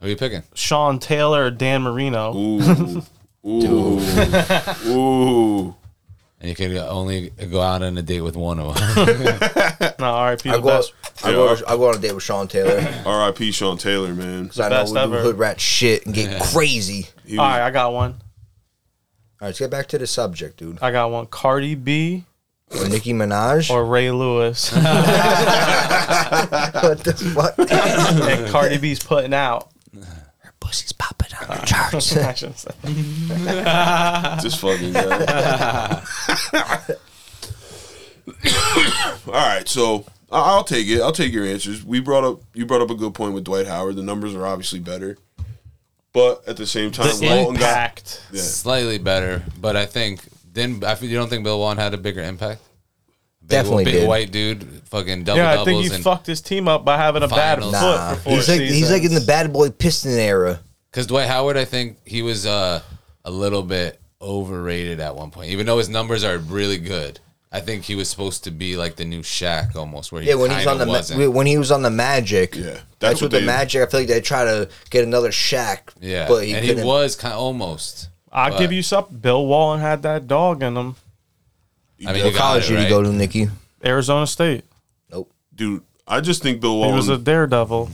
S6: Who you picking?
S4: Sean Taylor or Dan Marino?
S3: Ooh. Ooh. Ooh.
S6: And you could only go out on a date with one of them.
S4: No, RIP the
S7: I go,
S4: best.
S7: I go, I go on a date with Sean Taylor
S3: R.I.P. Sean Taylor, man.
S7: because I know
S4: Best
S7: we do
S4: ever.
S7: hood rat shit and get crazy.
S3: He was,
S4: All right, I got one.
S7: All right, let's get back to the subject, dude.
S4: I got one. Cardi B
S7: Or Nicki Minaj.
S4: or Ray Lewis.
S7: what the fuck?
S4: and Cardi B's putting out.
S7: Her pussy's popping on the charts.
S4: I shouldn't say.
S3: This fucking guy. All right, so I- I'll take it. I'll take your answers. We brought up you brought up a good point with Dwight Howard. The numbers are obviously better, but at the same time,
S4: The
S3: Walton got
S4: impact.
S3: yeah.
S6: Slightly better, but I think then I feel you don't think Bill Walton had a bigger impact. Big-
S7: Definitely
S6: big
S7: did.
S6: white dude, fucking double
S4: Yeah, I think
S6: doubles,
S4: he
S6: and
S4: fucked his team up by having a bad
S6: Finals.
S7: Nah,
S4: foot for four
S7: he's like he's like in the
S4: seasons.
S7: bad boy piston era.
S6: Because Dwight Howard, I think he was uh, a little bit overrated at one point, even though his numbers are really good. I think he was supposed to be like the new Shaq almost, where he
S7: Yeah, when he's on the
S6: wasn't.
S7: ma- when he was on the Magic.
S3: Yeah,
S7: That's
S3: that's
S7: with
S3: what
S7: the
S3: they.
S7: Magic. I feel like they try to get another Shaq.
S6: yeah,
S7: but he
S6: and
S7: couldn't.
S6: he was kind of almost.
S4: I'll
S6: but-
S4: give you something. Bill Wallen had that dog in him.
S6: I
S7: What
S6: mean, you got
S7: college
S6: it,
S7: did
S6: right?
S7: he go to, Nikki?
S4: Arizona State.
S7: Nope.
S3: Dude, I just think Bill
S4: He
S3: Walton.
S4: was a daredevil.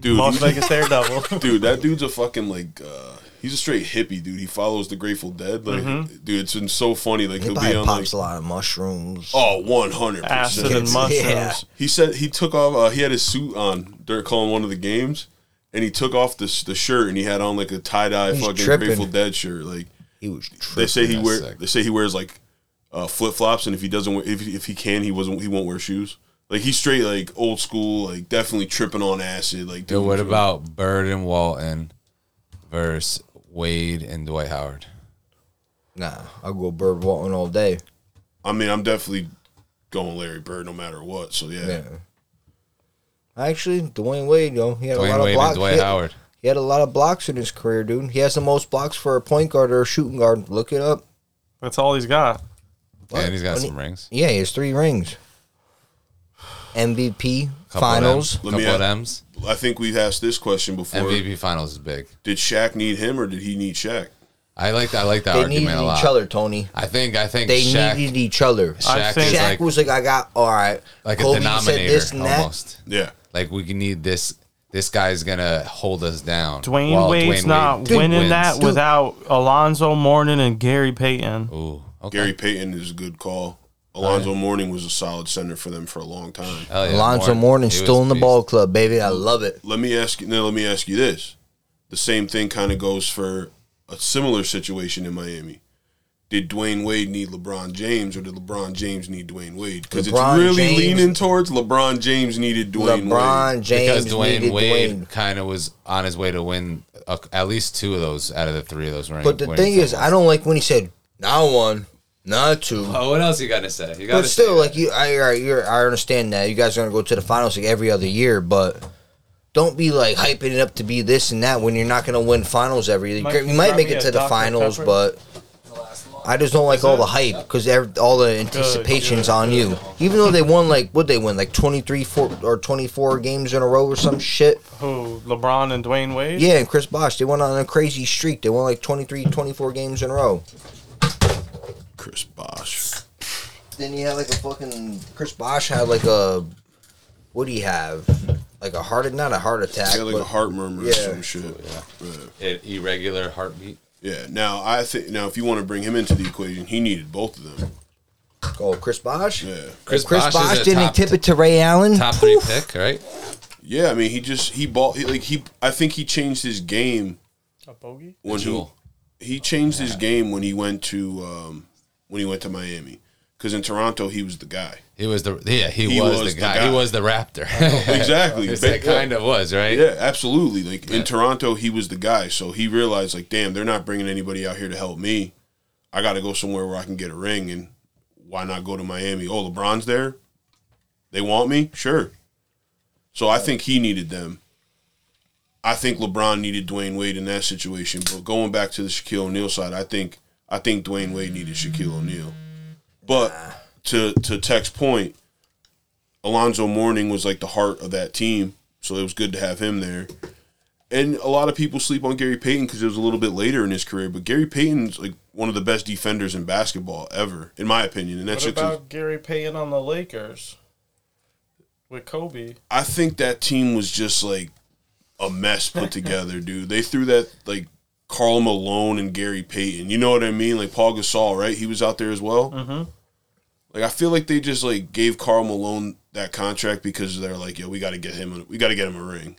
S3: dude,
S4: Las
S3: he's-
S4: Vegas daredevil.
S3: dude, that dude's a fucking like. uh He's a straight hippie, dude. He follows the Grateful Dead. Like,
S4: Mm-hmm.
S3: dude, it's been so funny. Like,
S7: He
S3: he'll
S7: probably
S3: be on like,
S7: pops a lot of mushrooms.
S3: oh, one hundred
S4: Acid
S3: percent.
S4: and mushrooms.
S7: Yeah.
S3: He said he took off. Uh, he had his suit on during calling one of the games, and he took off the s- the shirt and he had on like a tie dye
S7: He's
S3: fucking
S7: tripping.
S3: Grateful Dead shirt. Like
S7: He was.
S3: they say he
S6: That's
S3: wear
S6: sick.
S3: they say he wears like uh, flip flops, and if he doesn't wear, if if he can, he wasn't he won't wear shoes. Like he's straight like old school, like definitely tripping on acid. Like
S6: Dude, what
S3: dude,
S6: about Bird and Walton versus Wade and Dwight Howard?
S7: Nah, I'll go bird walking all day.
S3: I mean, I'm definitely going Larry Bird no matter what. So yeah,
S7: Yeah. Actually, Dwayne Wade, yo, he had a lot
S6: Dwayne
S7: of
S6: Wade and
S7: blocks.
S6: Dwight
S7: he, had,
S6: Howard.
S7: he had a lot of blocks in his career, dude. He has the most blocks for a point guard or a shooting guard. Look it up.
S4: That's all he's got.
S6: and he's got
S7: When he-
S6: some rings.
S7: Yeah, he has three rings. MVP
S6: Couple of
S7: finals.
S6: M's,
S3: Let
S6: couple
S3: me
S6: of
S3: add-
S6: M's.
S3: I think we've asked this question before.
S6: MVP finals is big.
S3: Did Shaq need him or did he need Shaq?
S6: I like that. I like that
S7: They
S6: argument
S7: needed
S6: a lot.
S7: each other, Tony.
S6: I think. I think
S7: They
S6: Shaq.
S7: needed each other.
S4: I
S6: Shaq
S4: think-
S6: is
S7: Shaq
S6: like,
S7: was like, I got all right.
S6: like
S7: Kobe
S6: a denominator
S7: said this and that.
S6: almost.
S3: Yeah,
S6: Like we can need this. This guy's gonna hold us down.
S4: Dwayne
S6: while
S4: Wade's
S6: Dwayne
S4: not
S6: Wade
S4: winning
S6: wins.
S4: that without Alonzo Mourning and Gary Payton.
S6: Ooh, okay.
S3: Gary Payton is a good call. Alonzo Mourning was a solid center for them for a long time.
S7: Oh.
S6: Hell yeah,
S7: Alonzo
S6: Mourning.
S7: Mourning
S6: He was
S7: still in the
S6: beast.
S7: ball club, baby. I love it.
S3: Let me ask you. Now, let me ask you this: the same thing kind of goes for a similar situation in Miami. did Dwayne Wade need LeBron James or did LeBron James need Dwayne Wade? Because it's
S7: LeBron
S3: really
S7: James-
S3: leaning towards LeBron James needed Dwayne Wade.
S7: LeBron James
S6: because Dwayne
S7: needed
S6: Wade
S7: Dwayne.
S6: kind of was on his way to win a, at least two of those out of the three of those rings.
S7: But the thing is, I don't like when he said not one, not two.
S6: oh, what else you got to say? You got
S7: But still, like you, I, I, you're, I understand that you guys are gonna go to the finals like every other year, but don't be like hyping it up to be this and that when you're not gonna win finals every year.
S4: Mike,
S7: You
S4: can you
S7: might
S4: grab
S7: make
S4: me
S7: it
S4: a
S7: to the
S4: Dr.
S7: finals,
S4: Pepper?
S7: but I just don't like all the hype because all the anticipations
S4: good,
S7: on you. Even though they won, like, what they win, like 23 four, or 24 games in a row or some shit.
S4: Who? LeBron and Dwayne Wade?
S7: Yeah, and Chris Bosh, they went on a crazy streak. They won like 23, 24 games in a row.
S3: Chris Bosh.
S7: Then you had like a fucking Chris Bosch had like a what do you have? Like a heart not a heart attack.
S3: He had like
S7: but
S3: a heart murmur
S7: Yeah.
S3: or some shit. Yeah.
S6: an irregular heartbeat.
S3: Yeah. Now I think now if you want to bring him into the equation, he needed both of them.
S7: oh, Chris Bosch?
S3: Yeah.
S6: Chris,
S7: Chris
S6: Bosh,
S7: Bosch,
S6: is a
S7: didn't
S6: top,
S7: tip it to Ray Allen.
S6: top three pick, right?
S3: Yeah, I mean, he just he bought he, like he. I think he changed his game
S4: A bogey?
S3: when he
S6: Jewel.
S3: he changed his game when he went to um, when he went to Miami because in Toronto he was the guy.
S6: He was the yeah he,
S3: He
S6: was,
S3: was
S6: the
S3: the
S6: guy. Oh,
S3: guy.
S6: He was the Raptor.
S3: Exactly.
S6: that kind of was right.
S3: Yeah, absolutely. Like in Toronto, he was the guy. So he realized, like, damn, they're not bringing anybody out here to help me. I got to go somewhere where I can get a ring. And why not go to Miami? Oh, LeBron's there. They want me? Sure. So I think he needed them. I think LeBron needed Dwayne Wade in that situation. But going back to the Shaquille O'Neal side, I think I think Dwayne Wade needed Shaquille O'Neal. But to to Tech's point, Alonzo Mourning was like the heart of that team, so it was good to have him there. And a lot of people sleep on Gary Payton because it was a little bit later in his career, but Gary Payton's like one of the best defenders in basketball ever, in my opinion. And that's
S4: What
S3: just
S4: about Gary Payton on the Lakers? With Kobe.
S3: I think that team was just like a mess put together, dude. They threw that like Carl Malone and Gary Payton. You know what I mean? Like Paul Gasol, right? He was out there as well. Mm-hmm. Like I feel like they just like gave Carl Malone that contract because they're like, yo, we got to get him, a, we got to get him a ring.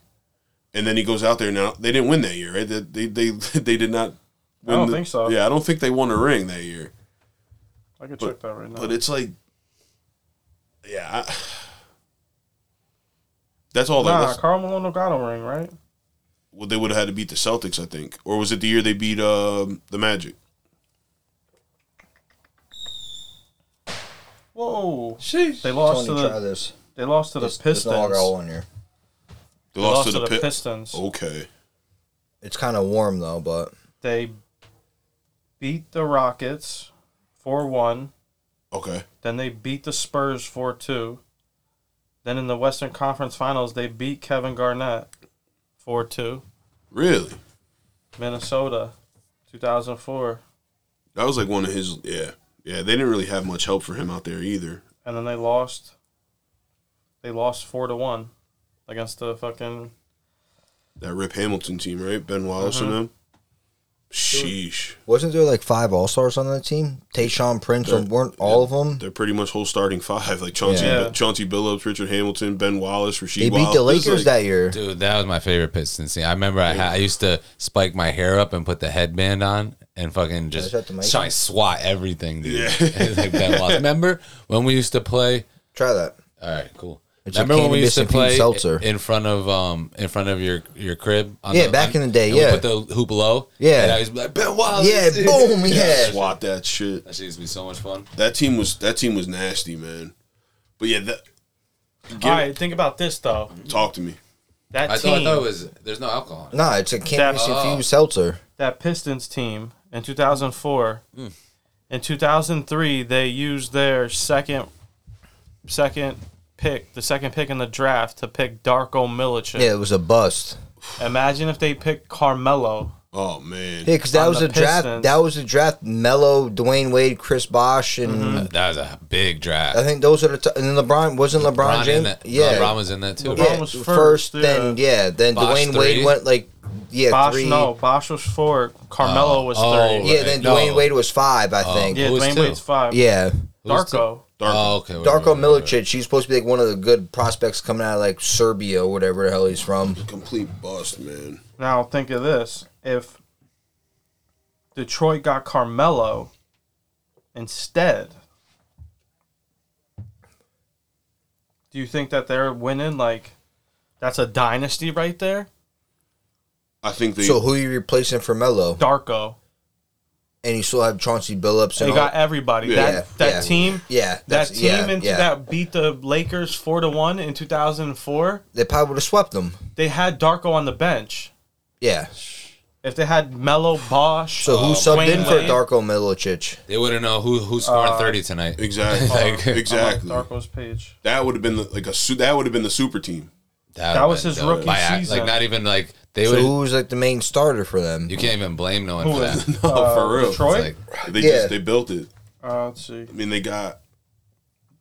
S3: And then he goes out there now. They didn't win that year, right? They they they, they did not. Win
S4: don't
S3: the-
S4: think so.
S3: Yeah, I don't think they won a ring that year.
S4: I can check that right now.
S3: But it's like, yeah. I, that's all. that,
S4: nah,
S3: that's-
S4: Carl Malone got a ring, right?
S3: well, they would have had to beat the Celtics, I think, or was it the year they beat um, the Magic?
S4: Whoa. Sheesh. They lost
S7: Tony,
S4: to
S7: try
S4: the
S7: this.
S4: they lost to the
S7: This- this
S4: Pistons.
S7: dog all in here.
S3: They
S4: they
S3: lost, to the, Pi-
S4: Pistons.
S3: Okay,
S7: It's kind of warm though, but
S4: They beat the Rockets 4-1.
S3: okay,
S4: Then they beat the Spurs 4 2. Then in the Western Conference Finals, they beat Kevin Garnett 4 2.
S3: really?
S4: Minnesota 2004.
S3: That was like one of his. Yeah, yeah. They didn't really have much help for him out there either.
S4: And then they lost. They lost 4 to 1 against the fucking.
S3: That Rip Hamilton team, right? Ben Wallace and
S4: Uh-huh.
S3: them. Sheesh,
S7: wasn't there like five All Stars on that team? Tayshawn Prince, or weren't all of them?
S3: they're pretty much whole starting five. Like Chauncey,
S4: Yeah. Yeah.
S3: Chauncey Billups, Richard Hamilton, Ben Wallace, Rasheed.
S7: They beat
S3: Wallace.
S7: the
S3: It's
S7: Lakers
S3: like-
S7: that year.
S6: Dude, that was my favorite Pistons scene. I remember I, ha- I used to spike my hair up and put the headband on and fucking just
S7: Shout out to Mike.
S6: try to swat everything, dude.
S3: Yeah.
S6: It's like Ben Wallace. Remember when we used to play?
S7: Try that.
S6: All right, cool.
S7: It's
S6: remember
S7: like
S6: when we
S7: cannabis
S6: used to
S7: and pink
S6: play
S7: seltzer.
S6: in front of um in front of your your crib? On
S7: Yeah, back in the day,
S6: and we
S7: yeah.
S6: put the hoop low.
S7: Yeah.
S6: and I was like Ben Wallace.
S7: Yeah,
S6: dude."
S7: boom, yeah.
S3: Swat that shit.
S6: That shit used to be so much fun.
S3: That team was that team was nasty, man. But yeah, that, get-
S4: All right, think about this, though.
S3: talk to me.
S4: That
S6: I
S4: team,
S6: thought, I thought it was there's no alcohol.
S7: Nah, it's a cannabis
S6: oh.
S7: infused seltzer.
S4: that Pistons team in 2004.
S6: Mm.
S4: In 2003, they used their second second pick, the second pick in the draft, to pick Darko Milicic.
S7: Yeah, it was a bust.
S4: Imagine if they picked Carmelo.
S3: Oh man,
S7: Yeah, because that
S4: On
S7: was
S4: the
S7: a draft.
S4: Pistons.
S7: That was a draft. Mello, Dwayne Wade, Chris Bosh, and
S4: Mm-hmm.
S6: That was a big draft.
S7: I think those are the. T- and then LeBron wasn't LeBron,
S6: Ron in
S7: James.
S6: that-
S7: yeah,
S6: LeBron was in that too.
S4: LeBron
S6: right?
S7: yeah,
S4: was
S7: first.
S4: first,
S7: Then yeah, then
S6: Bosh
S7: Dwayne
S6: three.
S7: Wade went like yeah
S4: Bosh,
S7: three.
S4: no, Bosh was four. Carmelo was
S6: oh,
S4: three.
S7: Yeah, then
S6: No. Oh.
S7: Dwayne Wade was five, I think.
S4: Yeah,
S7: Yeah,
S6: Who was
S4: Dwayne
S6: two?
S4: Wade's five.
S6: was
S4: Darko.
S6: Oh, okay. wait,
S7: Darko
S6: wait, wait, wait.
S7: Milicic. He's supposed to be like one of the good prospects coming out of like Serbia or whatever the hell he's from.
S3: complete bust, man.
S4: Now think of this: if Detroit got Carmelo, instead, do you think that they're winning? Like, that's a dynasty right there?
S3: I think they.
S7: So who you replacing for Melo?
S4: Darko.
S7: And you still have Chauncey Billups.
S4: They
S7: And all-
S4: got everybody. That
S7: Yeah,
S4: that
S7: yeah.
S4: team.
S7: Yeah,
S4: That
S7: that's-
S4: team
S7: yeah,
S4: in-
S7: yeah.
S4: that beat the Lakers four to one in two thousand and four.
S7: They probably would have swept them.
S4: They had Darko on the bench.
S7: Yeah.
S4: If they had Mello Bosch,
S7: So who
S4: uh,
S7: subbed
S4: Wayne
S7: in for
S4: Wade,
S7: Darko Milicic?
S6: They wouldn't know who who scored
S4: Uh,
S6: thirty tonight.
S3: exactly. Uh,
S6: Like-
S3: exactly.
S4: I'm on Darko's page.
S3: That would have been the, like a su- that would have been the super team.
S6: would've
S4: was
S6: been
S4: his
S6: dope.
S4: rookie
S6: By act-
S4: season.
S6: Like not even like they
S7: So
S6: would.
S7: who was like the main starter for them?
S6: you can't even blame no one
S4: Who
S6: for
S4: is-
S6: that. It's
S3: No,
S7: Oh,
S3: for real.
S4: Uh, Detroit?
S6: like
S3: They
S7: Yeah.
S3: just they built it.
S4: Uh, let's see.
S3: I mean, they got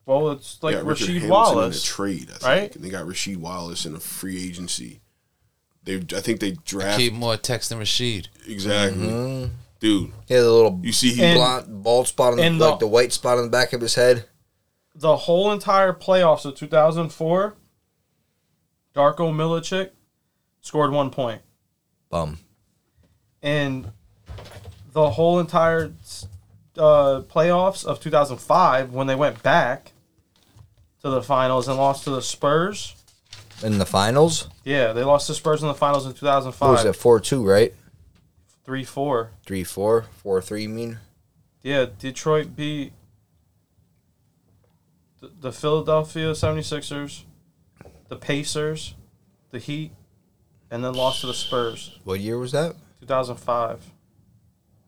S4: Well, it's like
S3: they got Richard
S4: Rasheed
S3: Hamilton in a
S4: Wallace.
S3: trade, I think.
S4: right?
S3: And they got Rasheed Wallace in a free agency. They, I think they draft
S6: keep Mm-hmm. more text than Rashid.
S3: exactly, dude.
S7: Yeah, the little
S3: You see, he
S4: And-
S7: blonde, bald spot on the,
S4: and the-
S7: like the white spot on the back of his head.
S4: The whole entire playoffs of 2004, Darko Milicic scored one point.
S7: Bum.
S4: And the whole entire uh, playoffs of 2005, when they went back to the finals and lost to the Spurs.
S7: In the finals,
S4: Yeah, they lost to Spurs in the finals in
S7: what was
S4: 2005.
S7: it? Four two, right?
S4: 3 4.
S7: Three four, four three. You mean?
S4: Yeah, Detroit beat th- the Philadelphia 76ers, the Pacers, the Heat, and then lost to the Spurs.
S7: What year was that?
S4: 2005,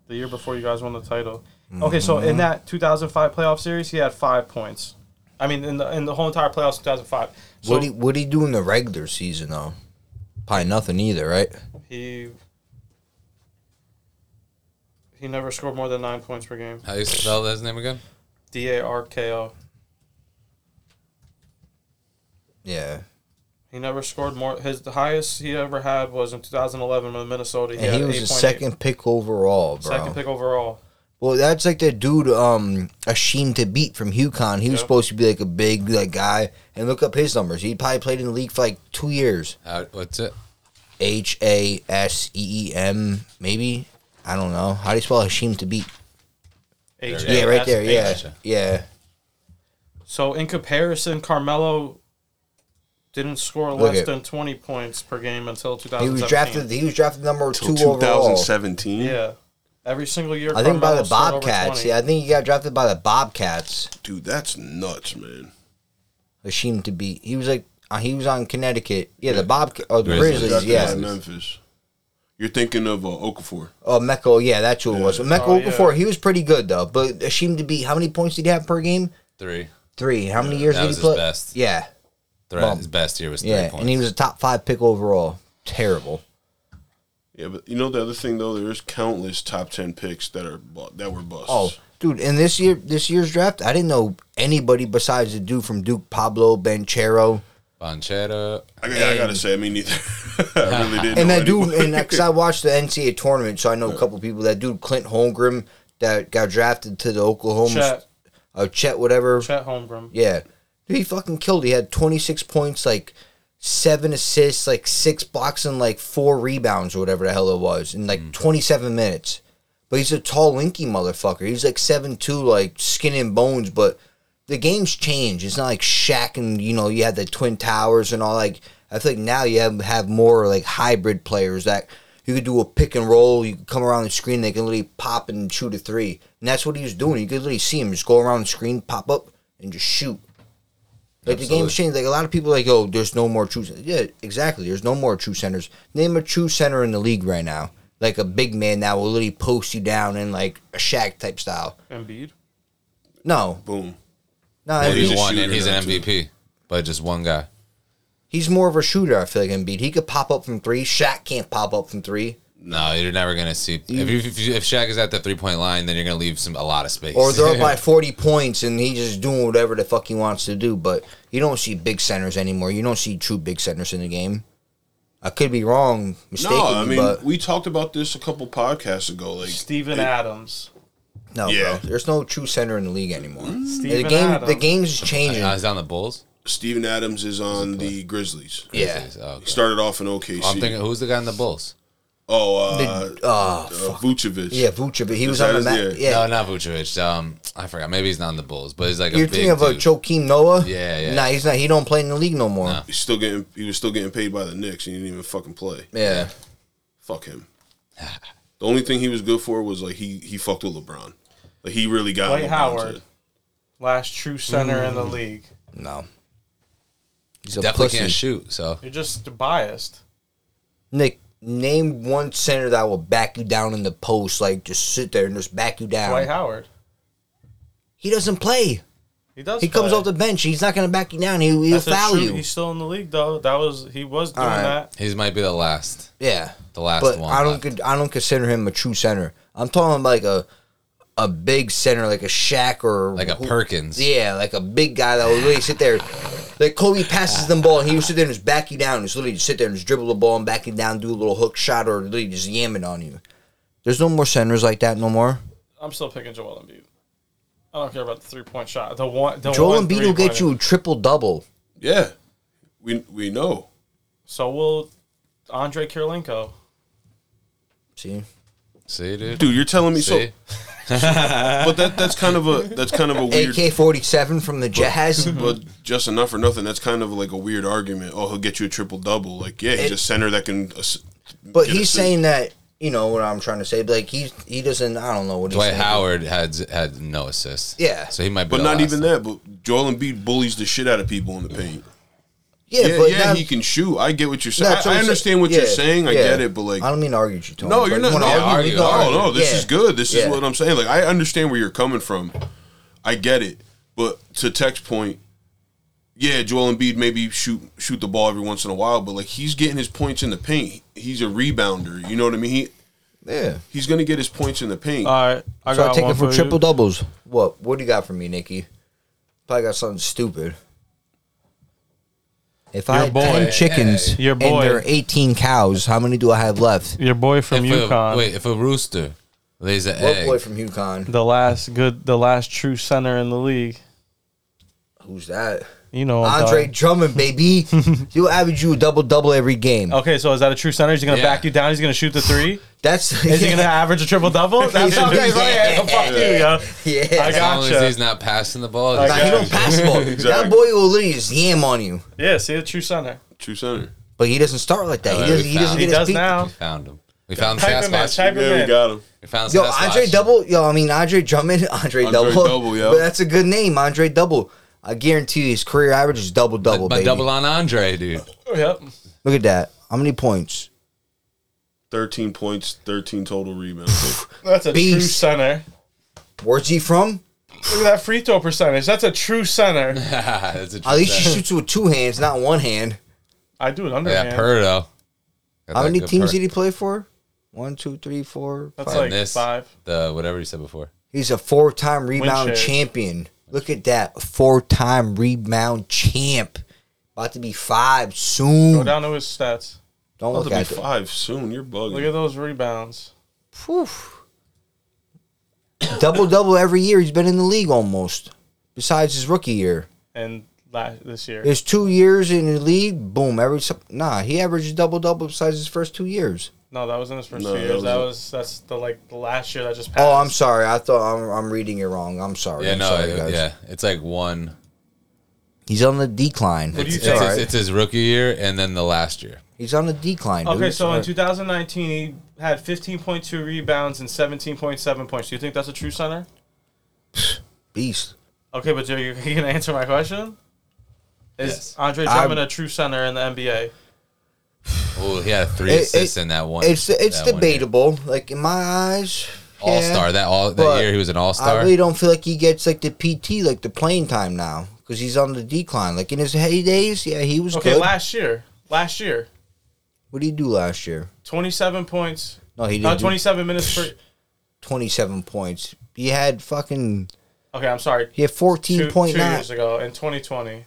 S4: the year before you guys won the title. Okay, so
S7: Mm-hmm.
S4: in that 2005 playoff series, he had five points. I mean, in the in the whole entire playoffs, 2005. So
S7: what he what he do in the regular season though? Probably nothing either, right?
S4: he he never scored more than nine points per game.
S6: How do you spell his name again?
S4: D A R K O.
S7: Yeah.
S4: He never scored more. His the highest he ever had was in 2011 with Minnesota.
S7: And he
S4: had
S7: was the
S4: 8.8.
S7: second pick overall, bro.
S4: second pick overall.
S7: Well, that's like that dude, um, Ashim to beat from HuCon. He was
S4: Yeah.
S7: supposed to be like a big like guy. And look up his numbers. He probably played in the league for like two years.
S6: How, what's it?
S7: H A S E E M, maybe. I don't know. How do you spell Hashim to beat?
S4: H
S7: Yeah, right there.
S4: A
S7: Yeah,
S4: S E H.
S7: yeah.
S4: So in comparison, Carmelo didn't score
S7: Look
S4: less
S7: at-
S4: than 20 points per game until
S7: He
S4: 2017.
S7: was drafted. He was drafted number two
S3: Till
S7: overall.
S3: 2017.
S4: yeah. Every single year.
S7: I think by
S4: Carmelo
S7: the
S4: scored over
S7: Bobcats.
S4: 20.
S7: Yeah, I think he got drafted by the Bobcats.
S3: dude, that's nuts, man.
S7: Hashim to beat. He was like uh, he was on Connecticut. Yeah, the Bobcats. Oh, the
S6: Grizzlies.
S7: Grizzlies.
S3: Drafted by
S7: Yeah.
S3: Memphis. You're thinking of uh, Okafor.
S7: Oh, Mecco. Yeah, that's who it was.
S4: Oh,
S7: Mecco
S4: yeah.
S7: before he was pretty good though. But Hashim to beat. How many points did he have per game?
S6: Three.
S7: Three. How many years
S6: that
S7: did
S6: was
S7: he
S6: his
S7: play?
S6: best.
S7: Yeah,
S6: Three.
S7: Bum.
S6: His best year was three
S7: yeah.
S6: points.
S7: And he was a top five pick overall. Terrible.
S3: Yeah, but you know the other thing though, there's countless top ten picks that are bu- that were busts.
S7: Oh, dude! And this year, this year's draft, I didn't know anybody besides the dude from Duke, Pablo Banchero,
S6: Bonchetta.
S3: I, I gotta say, I mean, neither. I really didn't.
S7: and
S3: know
S7: that dude.
S3: anyone.
S7: And because I watched the NCAA tournament, so I know a couple people. That dude, Clint Holmgren, that got drafted to the Oklahoma,
S4: Chet,
S7: uh, Chet, whatever.
S4: Chet Holmgren.
S7: Yeah, dude, he fucking killed. He had twenty six points, like seven assists, like six blocks, and like four rebounds or whatever the hell it was in like twenty seven minutes. But he's a tall, linky motherfucker. He's like seven two, like skin and bones. But the game's changed. It's not like Shaq and you know you had the twin towers and all. Like I feel like now you have have more like hybrid players that. You could do a pick and roll. You could come around the screen. They can literally pop and shoot a three, and that's what he was doing. You could literally see him just go around the screen, pop up, and just shoot. Like the game's changed. Like a lot of people, are like oh, there's no more true. Centers. Yeah, exactly. There's no more true centers. Name a true center in the league right now. Like a big man that will literally post you down in like a Shaq type style.
S4: Embiid.
S7: No,
S3: boom.
S7: no,
S3: Well,
S7: Embiid-
S6: He's
S3: a
S6: one,
S3: shooter
S6: and he's an
S3: now, too.
S6: MVP, but just one guy.
S7: he's more of a shooter. I feel like Embiid. He could pop up from three. Shaq can't pop up from three.
S6: No, you're never gonna see. If, you, if, you, if Shaq is at the three point line, then you're gonna leave some a lot of space.
S7: Or they're up by forty points and he just doing whatever the fuck he wants to do. But you don't see big centers anymore. You don't see true big centers in the game. I could be wrong, mistaken,
S3: No, I mean,
S7: but
S3: we talked about this a couple podcasts ago. Like,
S4: Steven Adams.
S7: no,
S3: Yeah. Mm.
S7: bro. There's no true center in the league anymore.
S4: Steven
S7: the game,
S4: Adams.
S7: the game's changing.
S6: Uh, he's on the Bulls.
S3: Steven Adams is on the Grizzlies.
S7: yeah, Oh,
S6: Oh, okay.
S3: He started off in OKC.
S6: I'm thinking, who's the guy in the Bulls?
S3: Oh, uh,
S7: The-
S3: uh,
S7: oh,
S3: Vucevic.
S7: Yeah, Vucevic. He
S3: Is
S7: was on the
S3: that
S7: map.
S3: his- yeah.
S7: Yeah.
S6: No, not Vucevic. Um, I forgot. Maybe he's not in the Bulls, but he's like
S7: You're
S6: a big
S7: thinking about
S6: dude.
S7: Joakim Noah?
S6: Yeah, yeah.
S7: Nah, he's not. He don't play in the league no more.
S6: No.
S3: He's still getting. He was still getting paid by the Knicks. and He didn't even fucking play.
S7: Yeah.
S3: Fuck him. The only thing he was good for was like he he fucked with LeBron. Like he really got
S4: Dwight
S3: LeBron's
S4: Howard.
S3: head.
S4: Last true center in
S7: Mm.
S4: the league.
S7: No. He's a
S6: Definitely
S7: pussy.
S6: can't shoot. So
S4: You're just biased.
S7: Nick, name one center that will back you down in the post. Like, just sit there and just back you down.
S4: Dwight Howard.
S7: He doesn't play.
S4: He does.
S7: He comes
S4: play.
S7: off the bench. He's not going to back you down. He, he'll
S4: That's a
S7: foul
S4: true-
S7: you.
S4: He's still in the league though. That was he was doing
S7: right.
S4: that.
S6: he might be the last,
S7: Yeah.
S6: the last
S7: but
S6: one.
S7: I don't
S6: left.
S7: con- I don't consider him a true center. I'm talking about like a a big center, like a Shaq or
S6: like a
S7: who-
S6: Perkins.
S7: Yeah, like a big guy that would really sit there. Like Kobe passes them ball, and he would sit there and just back you down. Just literally just sit there and just dribble the ball and back you down, do a little hook shot, or literally just yam it on you. There's no more centers like that no more.
S4: I'm still picking Joel Embiid. I don't care about the three point shot. The one. The
S7: Joel
S4: one
S7: Embiid will get
S4: three-pointer.
S7: you a triple double.
S3: Yeah, we we know.
S4: So will Andre Kirilenko.
S7: See,
S6: See, dude.
S3: Dude, you're telling me
S6: See,
S3: so. But that that's kind of a that's kind of a weird.
S7: AK forty seven from the Jazz.
S3: But just enough or nothing. That's kind of like a weird argument. Oh, he'll get you a triple double. Like yeah, he's
S7: It-
S3: a center that can. uh, ass-
S7: But
S3: get
S7: he's
S3: assists.
S7: saying that you know what I'm trying to say. but, Like he he doesn't. I don't know what he's
S6: Dwight
S7: saying.
S6: Howard had had no assists.
S7: Yeah.
S6: so he might be.
S3: But
S6: the
S3: not
S6: last
S3: even
S6: one.
S3: that. But Joel Embiid bullies the shit out of people in the paint.
S7: Yeah,
S3: Yeah,
S7: but
S3: yeah,
S7: not-
S3: he can shoot. I get what you're saying.
S7: that's
S3: I, I
S7: I'm
S3: understand
S7: saying.
S3: what
S7: Yeah,
S3: you're saying. I
S7: yeah.
S3: get it, but like,
S7: I don't mean to argue with you, Tony.
S3: no,
S7: but
S3: you're
S7: you
S3: not.
S7: wanna
S3: Yeah,
S7: argue, we
S6: argue,
S7: can
S6: argue.
S3: Oh no, this
S7: Yeah.
S3: is good. This
S7: Yeah.
S3: is what I'm saying. Like, I understand where you're coming from. I get it. But to Tech's point, yeah, Joel Embiid maybe shoot shoot the ball every once in a while, but like he's getting his points in the paint. He's a rebounder. You know what I mean? He
S7: Yeah.
S3: he's gonna get his points in the paint.
S4: All right, I
S7: So
S4: got
S7: I take
S4: one
S7: it for
S4: you.
S7: triple doubles. What? What do you got for me, Nikki? Probably got something stupid. If I
S4: Your
S7: had
S4: boy.
S7: ten chickens
S4: Hey. Your boy.
S7: and there are eighteen cows, how many do I have left?
S4: Your boy from
S6: If
S4: UConn.
S6: a, wait, if a rooster lays an
S7: What
S6: egg,
S7: boy from Yukon?
S4: The last good, the last true center in the league.
S7: Who's that?
S4: You know, I'm
S7: Andre
S4: done.
S7: Drummond, baby. He'll average you a double double every game.
S3: Oh.
S4: Okay, so is that a true center? Is he gonna
S6: Yeah.
S4: back you down? He's gonna shoot the three?
S7: That's
S4: Is he gonna average a triple double? That's how
S7: Yeah.
S4: he's like, yeah, fuck you, yo.
S7: Yeah.
S4: I
S6: as long
S4: gotcha.
S6: as he's not passing the ball,
S7: Nah,
S6: just-
S7: he don't pass the ball. That
S3: Exactly.
S7: boy will literally just yam on you.
S4: Yeah, see a true center.
S3: True center.
S7: But he doesn't start like that.
S6: Oh,
S7: He
S6: yeah,
S7: doesn't.
S6: we
S7: He doesn't get
S4: He
S6: found
S7: his
S4: does
S7: feet.
S6: we
S4: now.
S6: found him. We found
S4: Type him in.
S6: Sasquatch.
S4: Type
S3: Yeah, we
S4: him in.
S3: got him.
S6: We found
S7: Yo,
S6: Sasquatch.
S7: Andre Double. Yo, I mean Andre Drummond. Andre, Double.
S3: Double, yo.
S7: But that's a good name, Andre Double. I guarantee you, his career average is double double,
S6: but
S7: baby.
S6: double on Andre, dude.
S4: Oh, Yep.
S7: Look at that. How many points?
S3: Thirteen points, thirteen total rebounds.
S4: That's a true
S7: Beast.
S4: center.
S7: Where's he from?
S4: Look at that free throw percentage. That's a true center.
S6: That's a
S7: At least he
S6: true
S7: shoots with two hands, not one hand.
S4: I do it
S6: set. Yeah,
S4: underhand.
S6: Purdo. Got
S7: How
S6: that
S7: many
S6: good
S7: teams
S6: Purdo.
S7: did he play for? One, two, three, four,
S4: That's
S7: five.
S4: like
S6: This,
S4: five.
S6: the whatever you said before.
S7: He's a four-time rebound
S4: share.
S7: champion. Look at that, four-time rebound champ. About to be five
S4: Go
S7: soon.
S4: down to his stats.
S7: Don't
S3: About to
S7: look
S3: be
S7: at it.
S3: five soon. You're bugging.
S4: Look at those rebounds.
S7: Phew. double double every year. He's been in the league almost, besides his rookie year.
S4: And last this year,
S7: His two years in the league, boom. Every sup- nah, he averaged double double besides his first two years.
S4: no, that was in his first
S3: No,
S4: two
S3: that
S4: years. That was
S3: was-
S4: that's the like the last year that just passed.
S7: Oh, I'm sorry. I thought I'm, I'm reading it wrong. I'm sorry.
S6: Yeah,
S7: I'm
S6: no,
S7: sorry,
S6: it-
S7: guys.
S6: yeah. It's like one.
S7: He's on the decline.
S4: do
S6: It's,
S4: you
S6: it's,
S4: think?
S6: his, it's his rookie year and then the last year.
S7: He's on the decline. dude.
S4: Okay, so in 2019 he had 15.2 rebounds and 17.7 points. Do you think that's a true center?
S7: beast.
S4: Okay, but Jerry, you gonna answer my question? Is
S6: Yes.
S4: Andre Drummond a true center in the NBA?
S6: Oh, he had three
S7: It-
S6: assists
S7: it-
S6: in that one.
S7: It's it's
S6: that one year.
S7: debatable. Like in my eyes,
S6: All
S7: yeah.
S6: star. That all that
S7: But
S6: year he was an all
S7: I
S6: star.
S7: really don't feel like he gets like the PT, like the playing time now, because he's on the decline. Like in his heydays, yeah, he was
S4: Okay,
S7: good.
S4: last year, last year,
S7: what did he do last year?
S4: 27 points,
S7: No, he
S4: no,
S7: didn't. do
S4: 27 minutes per.
S7: 27 points. He had fucking.
S4: Okay, I'm sorry.
S7: He had
S4: Two, two
S7: 14.9,
S4: years ago in 2020.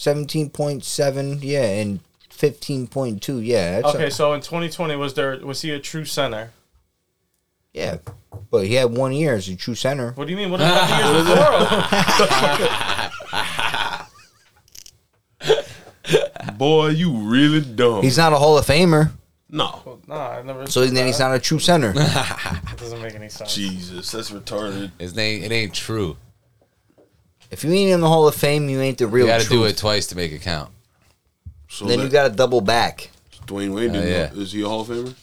S7: 17.7, yeah, and 15.2. Yeah, that's
S4: Okay,
S7: okay.
S4: so in 2020 was there was he a true center?
S7: yeah. But he had one year as a true center.
S4: What do you mean? What about the years before?
S3: Boy, you really dumb.
S7: He's not a Hall of Famer.
S3: No.
S4: Nah, I never.
S7: So then he's not a true center.
S4: That doesn't make any sense.
S3: Jesus, that's retarded.
S6: His name it ain't true.
S7: if you ain't in the Hall of Fame, you ain't the real.
S6: You got to do
S7: truth.
S6: it twice to make it count.
S3: So
S7: Then
S3: that-
S7: you got to double back.
S3: Dwayne Wade. didn't
S6: Oh, yeah.
S3: know- Is he a Hall of Famer?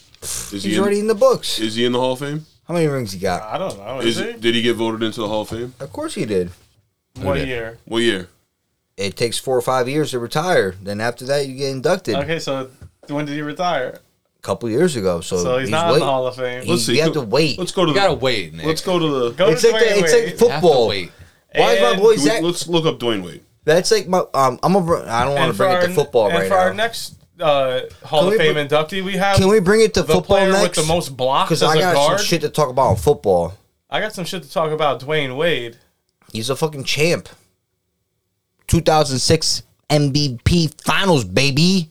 S3: Is
S7: He's
S3: in,
S7: already in the books.
S3: Is he in the Hall of Fame?
S7: How many rings he got?
S4: I don't know.
S3: Is
S4: Is, it
S3: did he get voted into the Hall of Fame?
S7: Of course he did.
S4: one
S6: did?
S4: year?
S3: What year?
S7: It takes four or five years to retire. Then after that, you get inducted.
S4: Okay, so when did he retire?
S7: A couple years ago, so,
S4: So he's, not in
S7: wait-
S4: the Hall of Fame.
S7: He- you have to wait.
S3: Let's go to
S6: You gotta
S3: the.
S6: wait, Nick.
S3: Let's go to the.
S4: Go
S7: It's
S4: to
S7: like the-
S4: Dwayne
S7: it's
S4: Wade.
S7: like
S6: You have to
S7: football.
S6: wait.
S7: Why is my
S4: And
S7: boy
S3: Can we-
S7: Zach?
S3: let's look up Dwayne Wade.
S7: That's like my. Um, I'm a. br- I don't want
S4: And
S7: to
S4: for
S7: bring it
S4: our,
S7: to football
S4: and
S7: right
S4: for
S7: now.
S4: our next uh, Hall
S7: Can
S4: of
S7: we
S4: Fame
S7: br-
S4: inductee, we have
S7: Can we bring it to
S4: the
S7: football
S4: player
S7: next?
S4: with the most blocks as
S7: Because I
S4: a
S7: got
S4: guard.
S7: some shit to talk about in football.
S4: I got some shit to talk about. Dwayne Wade.
S7: He's a fucking champ. 2006 MVP Finals, baby.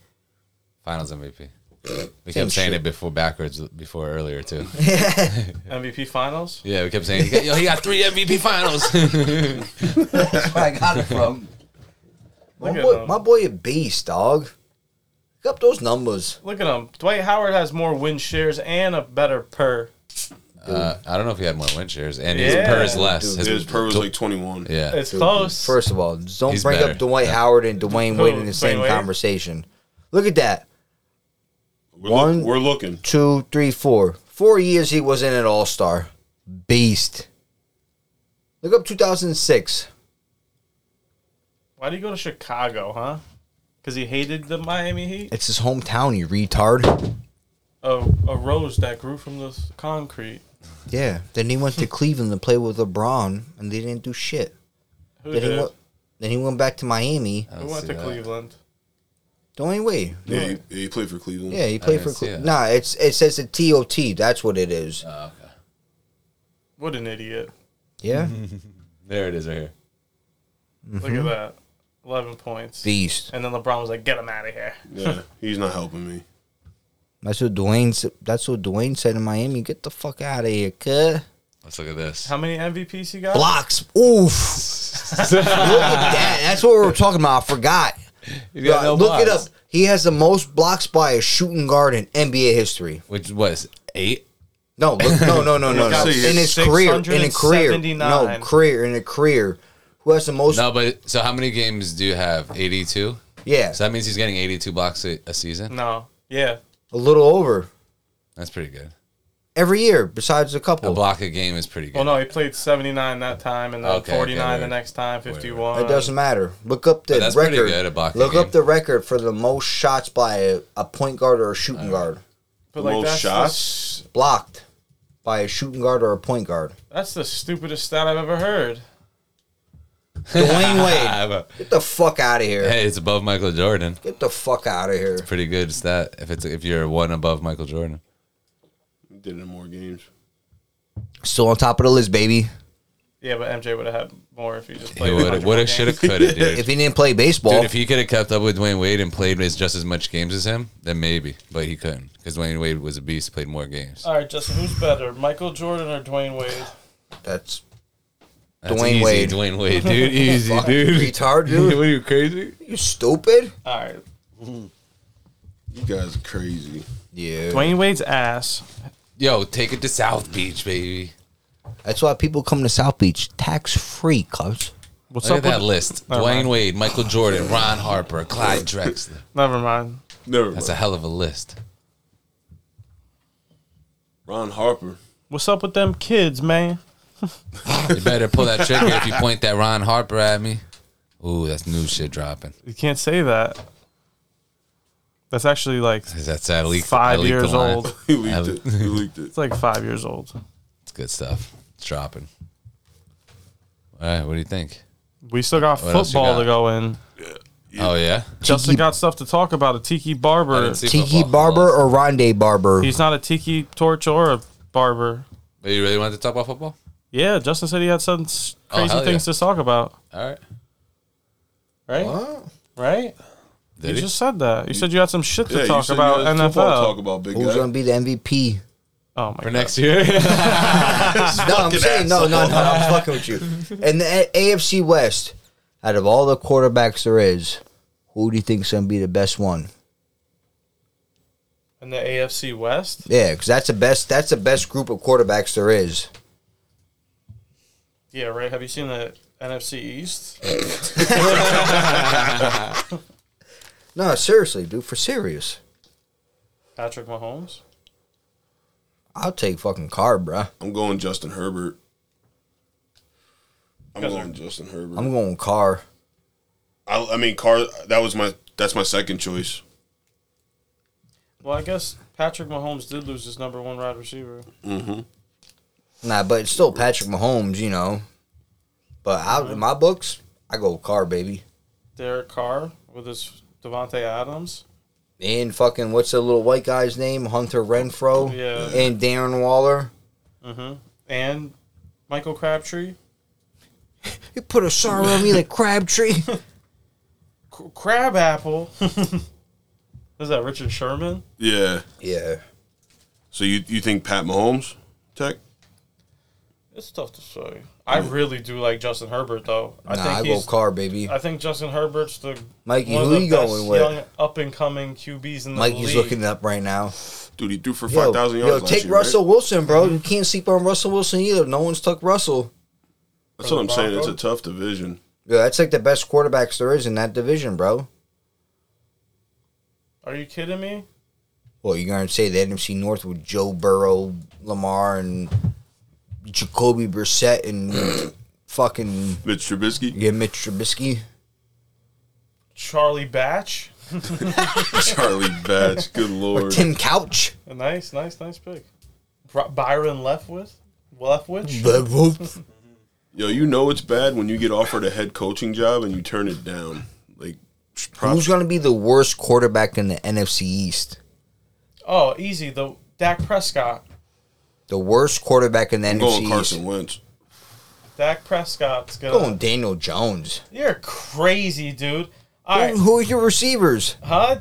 S6: Finals MVP. We
S7: Same
S6: kept saying
S7: shit.
S6: it before backwards, before earlier too.
S4: MVP Finals.
S6: Yeah, we kept saying, "Yo, he got three MVP Finals."
S7: Where I got it from. My
S4: Look at
S7: boy,
S4: him.
S7: my boy a beast, dog. Look up those numbers.
S4: Look at him. Dwight Howard has more win shares and a better per.
S6: uh, I don't know if he had more win shares, and his
S4: Yeah.
S6: per is less.
S7: Dude,
S6: His,
S3: His per was like 21.
S6: yeah,
S4: It's close.
S7: First of all, don't
S6: He's
S7: bring up
S6: better.
S7: Dwight Howard and Dwayne
S4: Who,
S7: Wade in the
S4: Dwayne
S7: same
S4: Wade?
S7: conversation. Look at that.
S3: We're,
S7: One-
S3: Look, we're looking.
S7: Two, three, four. Four years he was in an All Star. Beast. Look up 2006.
S4: Why do you go to Chicago, huh? Because he hated the Miami Heat.
S7: It's his hometown, you retard.
S4: A, a rose that grew from the s- concrete.
S7: Yeah. Then he went to Cleveland to play with LeBron, and they didn't do shit.
S4: Who
S7: Then he,
S4: did?
S7: went, then he went back to Miami.
S6: I
S4: Who
S6: don't
S4: went
S6: see
S4: to
S6: that.
S4: Cleveland?
S7: Dwayne Wade.
S3: Yeah, he, yeah, he played for Cleveland.
S7: Yeah, he played
S6: didn't
S7: for.
S6: see
S7: Cle-
S6: that.
S7: nah, it's it says the TOT. That's what it is.
S6: Oh, okay.
S4: What an idiot!
S7: Yeah,
S6: There it is, right here.
S4: Look
S6: Mm-hmm.
S4: at that. Eleven points.
S7: beast.
S4: and then LeBron was like, "Get him out of here."
S3: Yeah, he's not helping me.
S7: That's what Dwayne. s- That's what Dwayne said in Miami. Get the fuck out of here, cuz.
S6: Let's look at this.
S4: How many MVPs he got?
S7: Blocks. Oof. Look at that. That's what we were talking about. I forgot.
S6: He's got no
S7: Look it up.
S6: blocks.
S7: He has the most blocks by a shooting guard in NBA history.
S6: Which was eight?
S7: No, look, no, no, no, no, no.
S3: got
S7: In his career, in a career, no
S4: 679.
S7: career, in a career. Who has the most?
S6: No, but so how many games do you have? Eighty-two.
S7: Yeah,
S6: So that means he's getting eighty-two blocks a, a season.
S4: No. Yeah.
S7: a little over
S6: That's pretty good.
S7: every year, besides a couple.
S6: A block a game is pretty good.
S4: Well, no, he played 79 that time, and then
S6: Okay, okay,
S4: 49 the
S6: word.
S4: next time, 51.
S7: It doesn't matter. Look up the
S6: But that's
S7: record.
S6: pretty good at blocking
S7: Look
S6: game.
S7: up the record for the most shots by a, a point guard or a
S6: Uh,
S7: shooting guard.
S4: But
S3: Most
S4: that's,
S3: shots.
S7: Blocked by a shooting guard or a point guard.
S4: That's, that's the stupidest stat I've ever heard.
S7: Dwayne Wade,
S6: Ah, but-
S7: get the fuck out of here.
S6: hey, it's above Michael Jordan.
S7: Get the fuck out of here.
S6: Pretty good stat if it's if you're one above Michael Jordan.
S3: He did it in more games.
S7: Still on top of the list, baby.
S4: Yeah, but MJ would have had more if he just
S6: He
S4: played.
S6: would would have should have could have dude.
S7: If he didn't play baseball,
S6: Dude, if he could have kept up with Dwayne Wade and played as just as much games as him, then maybe. But he couldn't because Dwayne Wade was a beast, played more games.
S4: All right, Justin, who's better, Michael Jordan or Dwayne Wade?
S7: that's
S6: That's
S7: Dwayne
S6: easy,
S7: Wade.
S6: Dwayne Wade, dude, easy,
S7: fuck,
S6: dude.
S7: retard,
S6: what
S7: dude.
S6: are you crazy?
S7: You stupid?
S4: All right.
S3: You guys are crazy.
S7: Yeah.
S4: Dwayne Wade's ass.
S6: Yo, take it to South Beach, baby.
S7: That's why people come to South Beach tax free, cuz.
S4: What's
S6: Look at that list:
S4: Never
S6: Dwayne
S4: mind.
S6: Wade, Michael Jordan, Ron Harper, Clyde Drexler.
S4: Never mind.
S3: Never
S6: That's a
S3: mind.
S6: hell of a list.
S3: Ron Harper.
S4: What's up with them kids, man?
S6: You better pull that trigger if you point that Ron Harper at me. Ooh, that's new shit dropping.
S4: You can't say that. That's actually like
S6: Is that sad? I leaked- I
S4: five
S6: leaked the
S4: years
S6: line.
S4: old.
S3: He leaked
S6: Have-
S3: it. He leaked it.
S4: It's like five years old.
S6: It's good stuff. It's dropping. All right, what do you think?
S4: We still got
S6: What else you
S4: football to
S6: got?
S4: go in.
S6: Oh yeah,
S4: Justin got stuff to talk about. A tiki
S6: I
S4: barber.
S6: didn't see
S7: Tiki
S6: football.
S7: Barber or Rondé Barber?
S4: He's not a tiki torch or a barber.
S6: But you really wanted to talk about football?
S4: Yeah, Justin said he had some s-
S6: Oh,
S4: crazy
S6: hell
S4: things
S6: yeah.
S4: to talk about.
S6: All right.
S4: Right? Right?
S6: Did
S4: you
S6: he?
S4: just said that. You said you had some shit to
S3: Yeah, you
S4: talk
S3: said you
S4: about
S3: guys
S4: NFL.
S3: football Talk about big
S7: Who's
S3: guy.
S7: going to be the MVP?
S4: oh my
S6: for
S4: god.
S6: next year?
S7: No, I'm saying no, no, no. I'm fucking with you. And the A- AFC West, out of all the quarterbacks there is, who do you think's gonna be the best one?
S4: I in the AFC West.
S7: Yeah, because that's the best. That's the best group of quarterbacks there is.
S4: Yeah, right. Have you seen the NFC East?
S7: No, seriously, dude. For serious,
S4: Patrick Mahomes.
S7: I'll take fucking Carr, bruh.
S3: I'm going Justin Herbert. I'm
S4: Yes, sir.
S3: going Justin Herbert.
S7: I'm going Carr.
S3: I, I mean, Car. That was my. That's my second choice.
S4: Well, I guess Patrick Mahomes did lose his number one wide receiver.
S7: Nah, but it's still Patrick Mahomes, you know. But I, in my books, I go Carr, baby.
S4: Derek Carr with his Devontae Adams.
S7: And fucking what's the little white guy's name? Hunter Renfro.
S4: Yeah.
S7: And Darren Waller.
S4: and Michael Crabtree.
S7: You put a sorrow on me like Crabtree.
S4: C- crab apple. Is that Richard Sherman?
S3: Yeah.
S7: yeah.
S3: So you you think Pat Mahomes? Tech.
S4: It's tough to say. I really do like Justin Herbert though. I
S7: nah,
S4: think
S7: I go
S4: he's.
S7: Carr, baby.
S4: I think Justin Herbert's the
S7: Mikey,
S4: one of
S7: who
S4: the
S7: you
S4: best
S7: going with?
S4: young up and coming QBs in the
S7: Mikey's
S4: league.
S7: looking it up right now.
S3: Dude, he threw for
S7: Yo,
S3: five thousand
S7: yo,
S3: yards. last
S7: take
S3: year, right?
S7: Russell Wilson, bro. You can't sleep on Russell Wilson either. No one's took Russell.
S3: That's what I'm saying. It's a tough division.
S7: Yeah, that's like the best quarterbacks there is in that division, bro.
S4: Are you kidding me?
S7: Well, you're gonna say the NFC North with Joe Burrow, Lamar, and Jacoby Brissett, and fucking
S3: Mitch Trubisky,
S7: yeah, Mitch Trubisky.
S4: Charlie Batch.
S3: Charlie Batch. Good lord.
S7: Tim Couch.
S4: A nice, nice, nice pick. Bri- Byron Leftwich. Leftwich.
S7: Yo,
S3: Yo, you know it's bad when you get offered a head coaching job and you turn it down. Like,
S7: Who's
S3: props.
S7: gonna be the worst quarterback in the NFC East?
S4: Oh, easy. The Dak Prescott.
S7: The worst quarterback in the
S3: I'm
S7: NFC
S3: going
S7: East.
S3: Carson Wentz.
S4: Dak Prescott's
S7: I'm
S4: gonna.
S7: Going Daniel Jones.
S4: You're crazy, dude. All right,
S7: Who, who are your receivers?
S4: huh?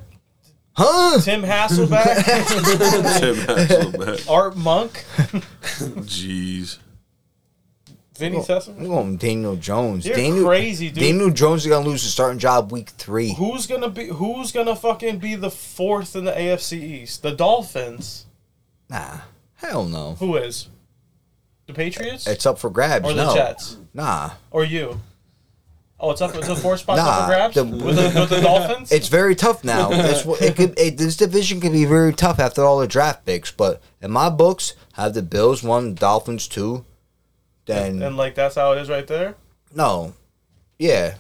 S7: Huh?
S4: Tim Hasselback,
S3: Tim Hasselbeck.
S4: Art Monk,
S3: Jeez.
S4: Vinny
S7: I'm
S4: Sesame.
S7: going Daniel Jones.
S4: You're
S7: Daniel,
S4: crazy, dude.
S7: Daniel Jones is gonna lose his starting job week three.
S4: Who's gonna be? Who's gonna fucking be the fourth in the AFC East? The Dolphins.
S7: Nah, hell no.
S4: Who is? The Patriots
S7: It's up for grabs.
S4: or the
S7: no.
S4: Jets
S7: Nah,
S4: or you? Oh, it's up. It's a four spot
S7: Nah,
S4: up for grabs
S7: the-
S4: with, the, with the Dolphins.
S7: it's very tough now. That's what it could. It, this division could be very tough after all the draft picks. But in my books, I have the Bills one, Dolphins two, then
S4: and like that's how it is right there.
S7: no, yeah.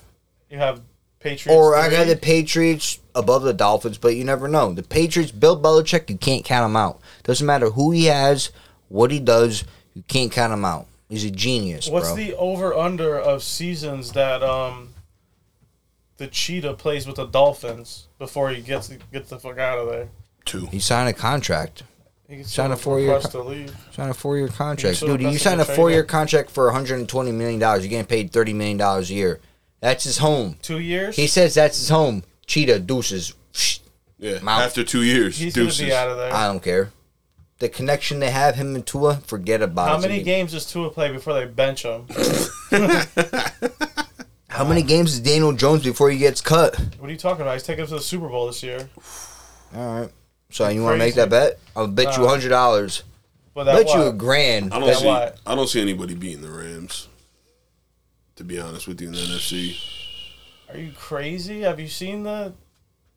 S4: You have Patriots.
S7: Or I
S4: three.
S7: got the Patriots above the Dolphins, but you never know. The Patriots, Bill Belichick, you can't count him out. Doesn't matter who he has, what he does, you can't count him out. He's a genius,
S4: What's
S7: bro.
S4: the over under of seasons that um the cheetah plays with the dolphins before he gets gets the fuck out of there?
S3: Two.
S7: he signed a contract.
S4: He can
S7: Sign
S4: still
S7: a four-year
S4: request to leave.
S7: Sign a four year contract,
S4: still
S7: dude. You
S4: invested
S7: sign
S4: in
S7: a
S4: trade
S7: four year
S4: back.
S7: contract for 120 million dollars. You're getting paid 30 million dollars a year. That's his home.
S4: Two years.
S7: He says that's his home. Cheetah deuces. Psh,
S3: Yeah.
S7: Mount.
S3: After two years,
S4: He's
S3: deuces.
S4: gonna be out of there.
S7: I don't care. The connection they have him and Tua, forget about
S4: How
S7: it.
S4: many
S7: dude.
S4: games does Tua play before they bench him?
S7: How many games is Daniel Jones before he gets cut?
S4: What are you talking about? He's taking us to the Super Bowl this year.
S7: All right. So you want to make that
S4: Crazy.
S7: bet? I'll bet you
S4: Uh,
S7: hundred dollars.
S4: But that
S7: Bet
S4: what?
S7: you a grand.
S3: I
S7: That-
S3: don't see.
S4: what?
S3: I don't see anybody beating the Rams. To be honest with you, in the NFC,
S4: Are you crazy? Have you seen the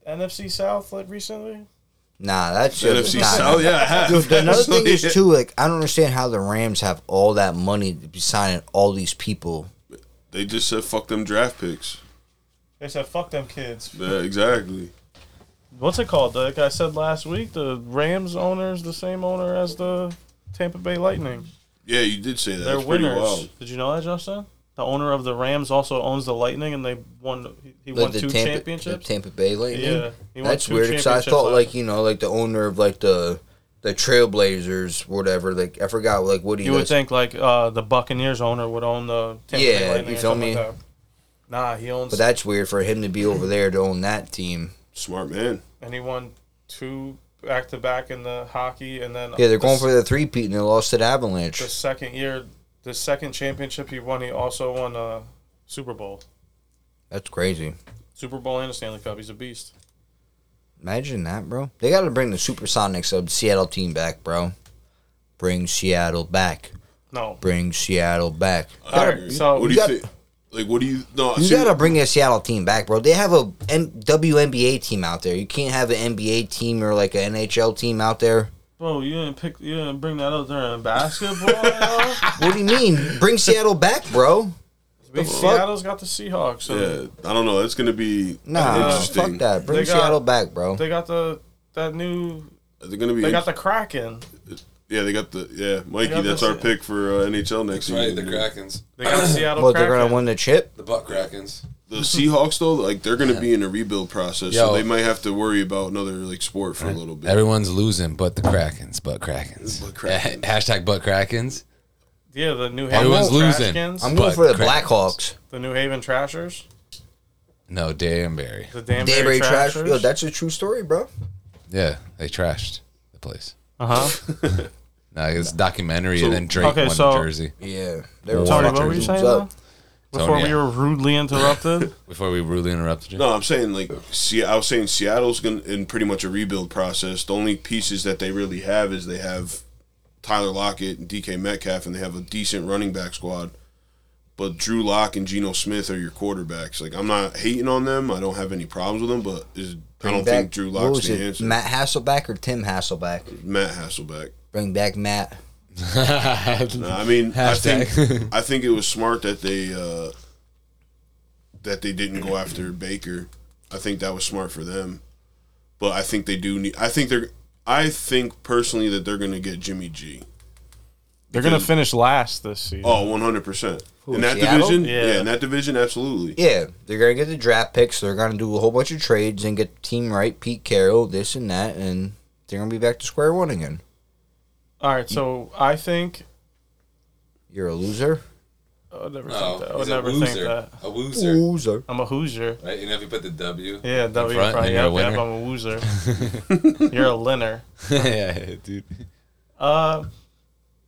S4: NFC South like recently?
S7: Nah, that's
S3: the
S7: just
S3: NFC
S7: not-
S3: South. Yeah, I have.
S7: Dude, the- another thing
S3: Actually,
S7: is too, like I don't understand how the Rams have all that money to be signing all these people.
S3: They just said fuck them draft picks.
S4: They said fuck them kids.
S3: Yeah, exactly.
S4: What's it called? Like I said last week, the Rams owner is the same owner as the Tampa Bay Lightning.
S3: Yeah, you did say that.
S4: They're
S3: That's pretty
S4: winners.
S3: wild.
S4: Did you know that, Justin? The owner of the Rams also owns the Lightning, and they won. He, he won two
S7: Tampa,
S4: championships.
S7: The Tampa Bay Lightning.
S4: Yeah, he won
S7: that's
S4: two
S7: weird. Because I
S4: championships
S7: thought,
S4: last
S7: like
S4: year.
S7: you know, like the owner of like the the Trailblazers, whatever. Like I forgot, like what he
S4: you
S7: does.
S4: would think like uh, the Buccaneers owner would own the Tampa
S7: Yeah,
S4: Bay Lightning.
S7: you
S4: or
S7: feel
S4: something
S7: me?
S4: Like that. Nah, he owns.
S7: but that's weird for him to be over there to own that team.
S3: Smart man.
S4: and he won two back to back in the hockey, and then
S7: Yeah, they're
S4: the
S7: going
S4: s-
S7: for the three peat and they lost to the
S4: the
S7: Avalanche.
S4: second year, the second championship he won. He also won a Super Bowl,
S7: That's crazy.
S4: Super Bowl and a Stanley Cup. He's a beast.
S7: Imagine that, bro. They got to bring the Supersonics of Seattle team back, bro. Bring Seattle back.
S4: No.
S7: Bring Seattle back.
S3: I
S4: Alright,
S3: agree.
S4: so-
S3: what do
S7: You
S3: you
S7: got-
S3: think? Like, what do Oh, you? No,
S7: You
S3: see-
S7: got to bring a Seattle team back, bro. They have a M- WNBA team out there. You can't have an NBA team or like an NHL team out there.
S4: Bro, you didn't pick. You didn't bring that up during basketball. yo.
S7: What do you mean? Bring Seattle back, bro.
S4: Big Seattle's got the Seahawks. So
S3: yeah, I don't know. That's gonna be
S7: Nah,
S3: interesting.
S7: fuck that. Bring
S4: They got-
S7: Seattle back, bro.
S4: They got the that new.
S3: They're gonna be.
S4: They got the Kraken.
S3: yeah, they got the. Yeah, Mikey,
S4: got
S3: that's
S4: the-
S3: our pick for uh, NHL next
S6: That's right, the
S3: season.
S6: Krakens.
S4: They got the Seattle
S7: What, they're
S4: Kraken.
S7: going to win the chip?
S6: The Buck Krakens.
S3: The Seahawks though, like they're gonna be in a rebuild process, so
S6: Yo.
S3: they might have to worry about another like sport for a little bit.
S6: Everyone's losing, but the Krakens. But Krakens.
S3: Butt Krakens.
S6: Hashtag Butt Krakens.
S4: Yeah, the New Haven
S6: Everyone's losing.
S4: Trashkins.
S7: I'm
S6: But
S7: going for the
S6: Krakens.
S7: Blackhawks.
S4: the New Haven Trashers.
S6: No, Danbury.
S4: The Danbury,
S7: Danbury trash.
S4: Trashers.
S7: Yo, that's a true story, bro.
S6: Yeah, they trashed the place.
S4: uh huh.
S6: No, it's a documentary, and then Drake
S4: Okay,
S6: won
S4: so-
S6: the jersey.
S7: Yeah. They were
S4: Sorry,
S7: fucking
S4: what were you
S7: dudes
S4: saying?
S7: up.
S4: Though? Before
S6: Tony,
S4: we
S6: yeah.
S4: were rudely interrupted.
S6: Before we rudely interrupted you.
S3: No, I'm saying like see, I was saying Seattle's gonna in pretty much a rebuild process. The only pieces that they really have is they have Tyler Lockett and DK Metcalf, and they have a decent running back squad. But Drew Lock and Geno Smith are your quarterbacks. Like I'm not hating on them. I don't have any problems with them, but is, I don't
S7: Bring back-
S3: think Drew
S7: what
S3: Lock's
S7: was
S3: the
S7: it,
S3: answer. Matt,
S7: Matt Hasselback or Tim Hasselback?
S3: Hasselback.
S7: Bring back Matt.
S3: No, I mean, I
S6: Hashtag.
S3: think I think it was smart that they uh, that they didn't go after Baker. I think that was smart for them, but I think they do need. I think they're. I think personally that they're going to get Jimmy G.
S4: They're gonna
S3: Because-
S4: finish last this season.
S3: Oh, 100 percent in that
S7: Seattle?
S3: division.
S4: Yeah.
S3: Yeah. in that division, absolutely.
S7: Yeah, they're gonna get the draft picks. They're gonna do a whole bunch of trades and get the team right, Pete Carroll, this and that, and they're gonna be back to square one again.
S4: All right, so I think
S7: You're a loser.
S4: I would never
S6: No,
S4: think that. I would
S6: Oh, he's a
S4: never think
S6: loser.
S4: that.
S6: A woozer.
S7: Loser.
S4: I'm a Hoosier.
S6: Right? You know, if you put the W.
S4: Yeah, W
S6: front,
S4: probably.
S6: and you're a
S4: Yep, yep,
S6: winner.
S4: I'm a Woozer. you're a linner.
S6: yeah, dude.
S4: Uh,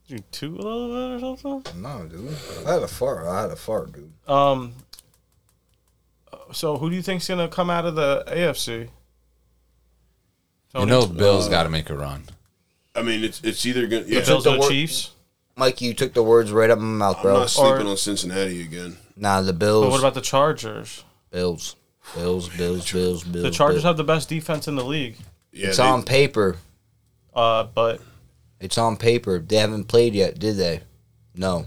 S4: you two a little bit or something.
S7: No, dude. I had a fart. I had a fart, dude.
S4: Um. So who do you think's gonna come out of the AFC? Oh,
S6: You know, Bill's
S4: uh,
S6: got to make a run.
S3: I mean, it's it's either going. Yeah,
S4: Bills
S7: the
S4: or
S7: wor-
S4: Chiefs?
S7: Mike, you took the words right out of my mouth,
S3: I'm
S7: bro.
S3: not sleeping
S4: Or-
S3: on Cincinnati again.
S7: Nah, the
S4: But
S7: Bills.
S4: what about the Chargers?
S7: Bills? Bills, Bills, Bills, Bills.
S4: The Chargers
S7: Bills.
S4: have the best defense in the league.
S3: Yeah,
S7: It's
S3: they-
S7: on paper.
S4: Uh, but
S7: It's on paper. They haven't played yet, did they? No.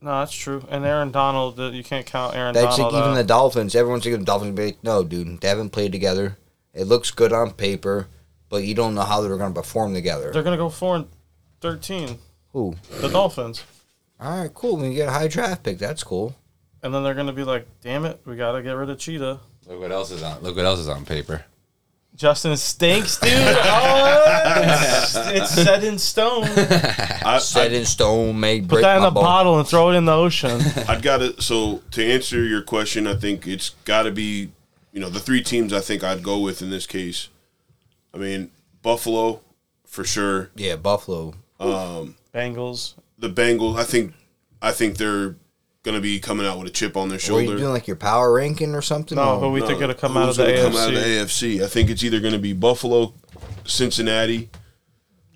S4: no, that's true. And Aaron Donald, uh, you can't count Aaron
S7: That's
S4: Donald.
S7: like even
S4: out.
S7: the Dolphins. Everyone's thinking the Dolphins. Be like, no, dude, they haven't played together. It looks good on paper, but you don't know how they're going to perform together.
S4: They're gonna go four and thirteen.
S7: Who?
S4: The Dolphins,
S7: All right, cool. We get a high draft pick. That's cool.
S4: and then they're gonna be like, "Damn it, we gotta get rid of Cheetah."
S6: Look what else is on. Look what else is on paper.
S4: Justin stinks, dude. Oh, it's, it's set in stone.
S3: I, I,
S7: Set in stone, made
S4: Put
S7: brick.
S4: that in
S7: my
S4: a
S7: bone.
S4: bottle and throw it in the ocean.
S3: I'd gotta so to answer your question, I think it's gotta be you know, the three teams I think I'd go with in this case. I mean, Buffalo for sure.
S7: Yeah, Buffalo.
S4: Bengals.
S3: The Bengals, I think I think they're gonna be coming out with a chip on their
S7: What are you
S3: shoulder.
S7: doing, like your power ranking or something?
S4: No, who
S7: Or-
S4: we
S3: Oh, No,
S4: think gonna come
S3: who's
S4: out of the
S3: gonna
S4: AFC
S3: come out of the AFC? I think it's either gonna be Buffalo, Cincinnati,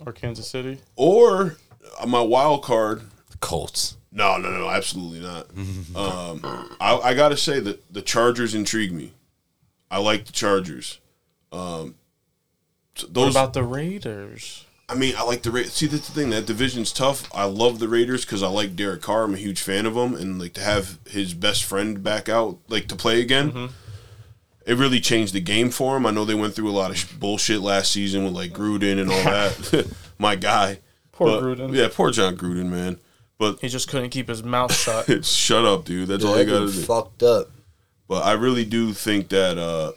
S4: or Kansas City?
S3: or uh, my wild card.
S6: The Colts.
S3: No, no, no, absolutely not. um, I, I gotta say that the Chargers intrigue me. I like the Chargers. Um, so
S4: What
S3: those,
S4: about the Raiders?
S3: I mean, I like the Raiders. See, that's the thing. That division's tough. I love the Raiders because I like Derek Carr. I'm a huge fan of him, and like to have his best friend back out, like to play again.
S4: Mm-hmm.
S3: It really changed the game for him. I know they went through a lot of sh- bullshit last season with like Gruden and all that. My guy,
S4: Poor
S3: But-
S4: Gruden.
S3: Yeah, poor John Gruden, man. But
S4: He just couldn't keep his mouth shut.
S3: it's shut up, dude. That's all
S7: That
S3: you got to
S7: dude
S3: do.
S7: fucked up.
S3: But I really do think that uh,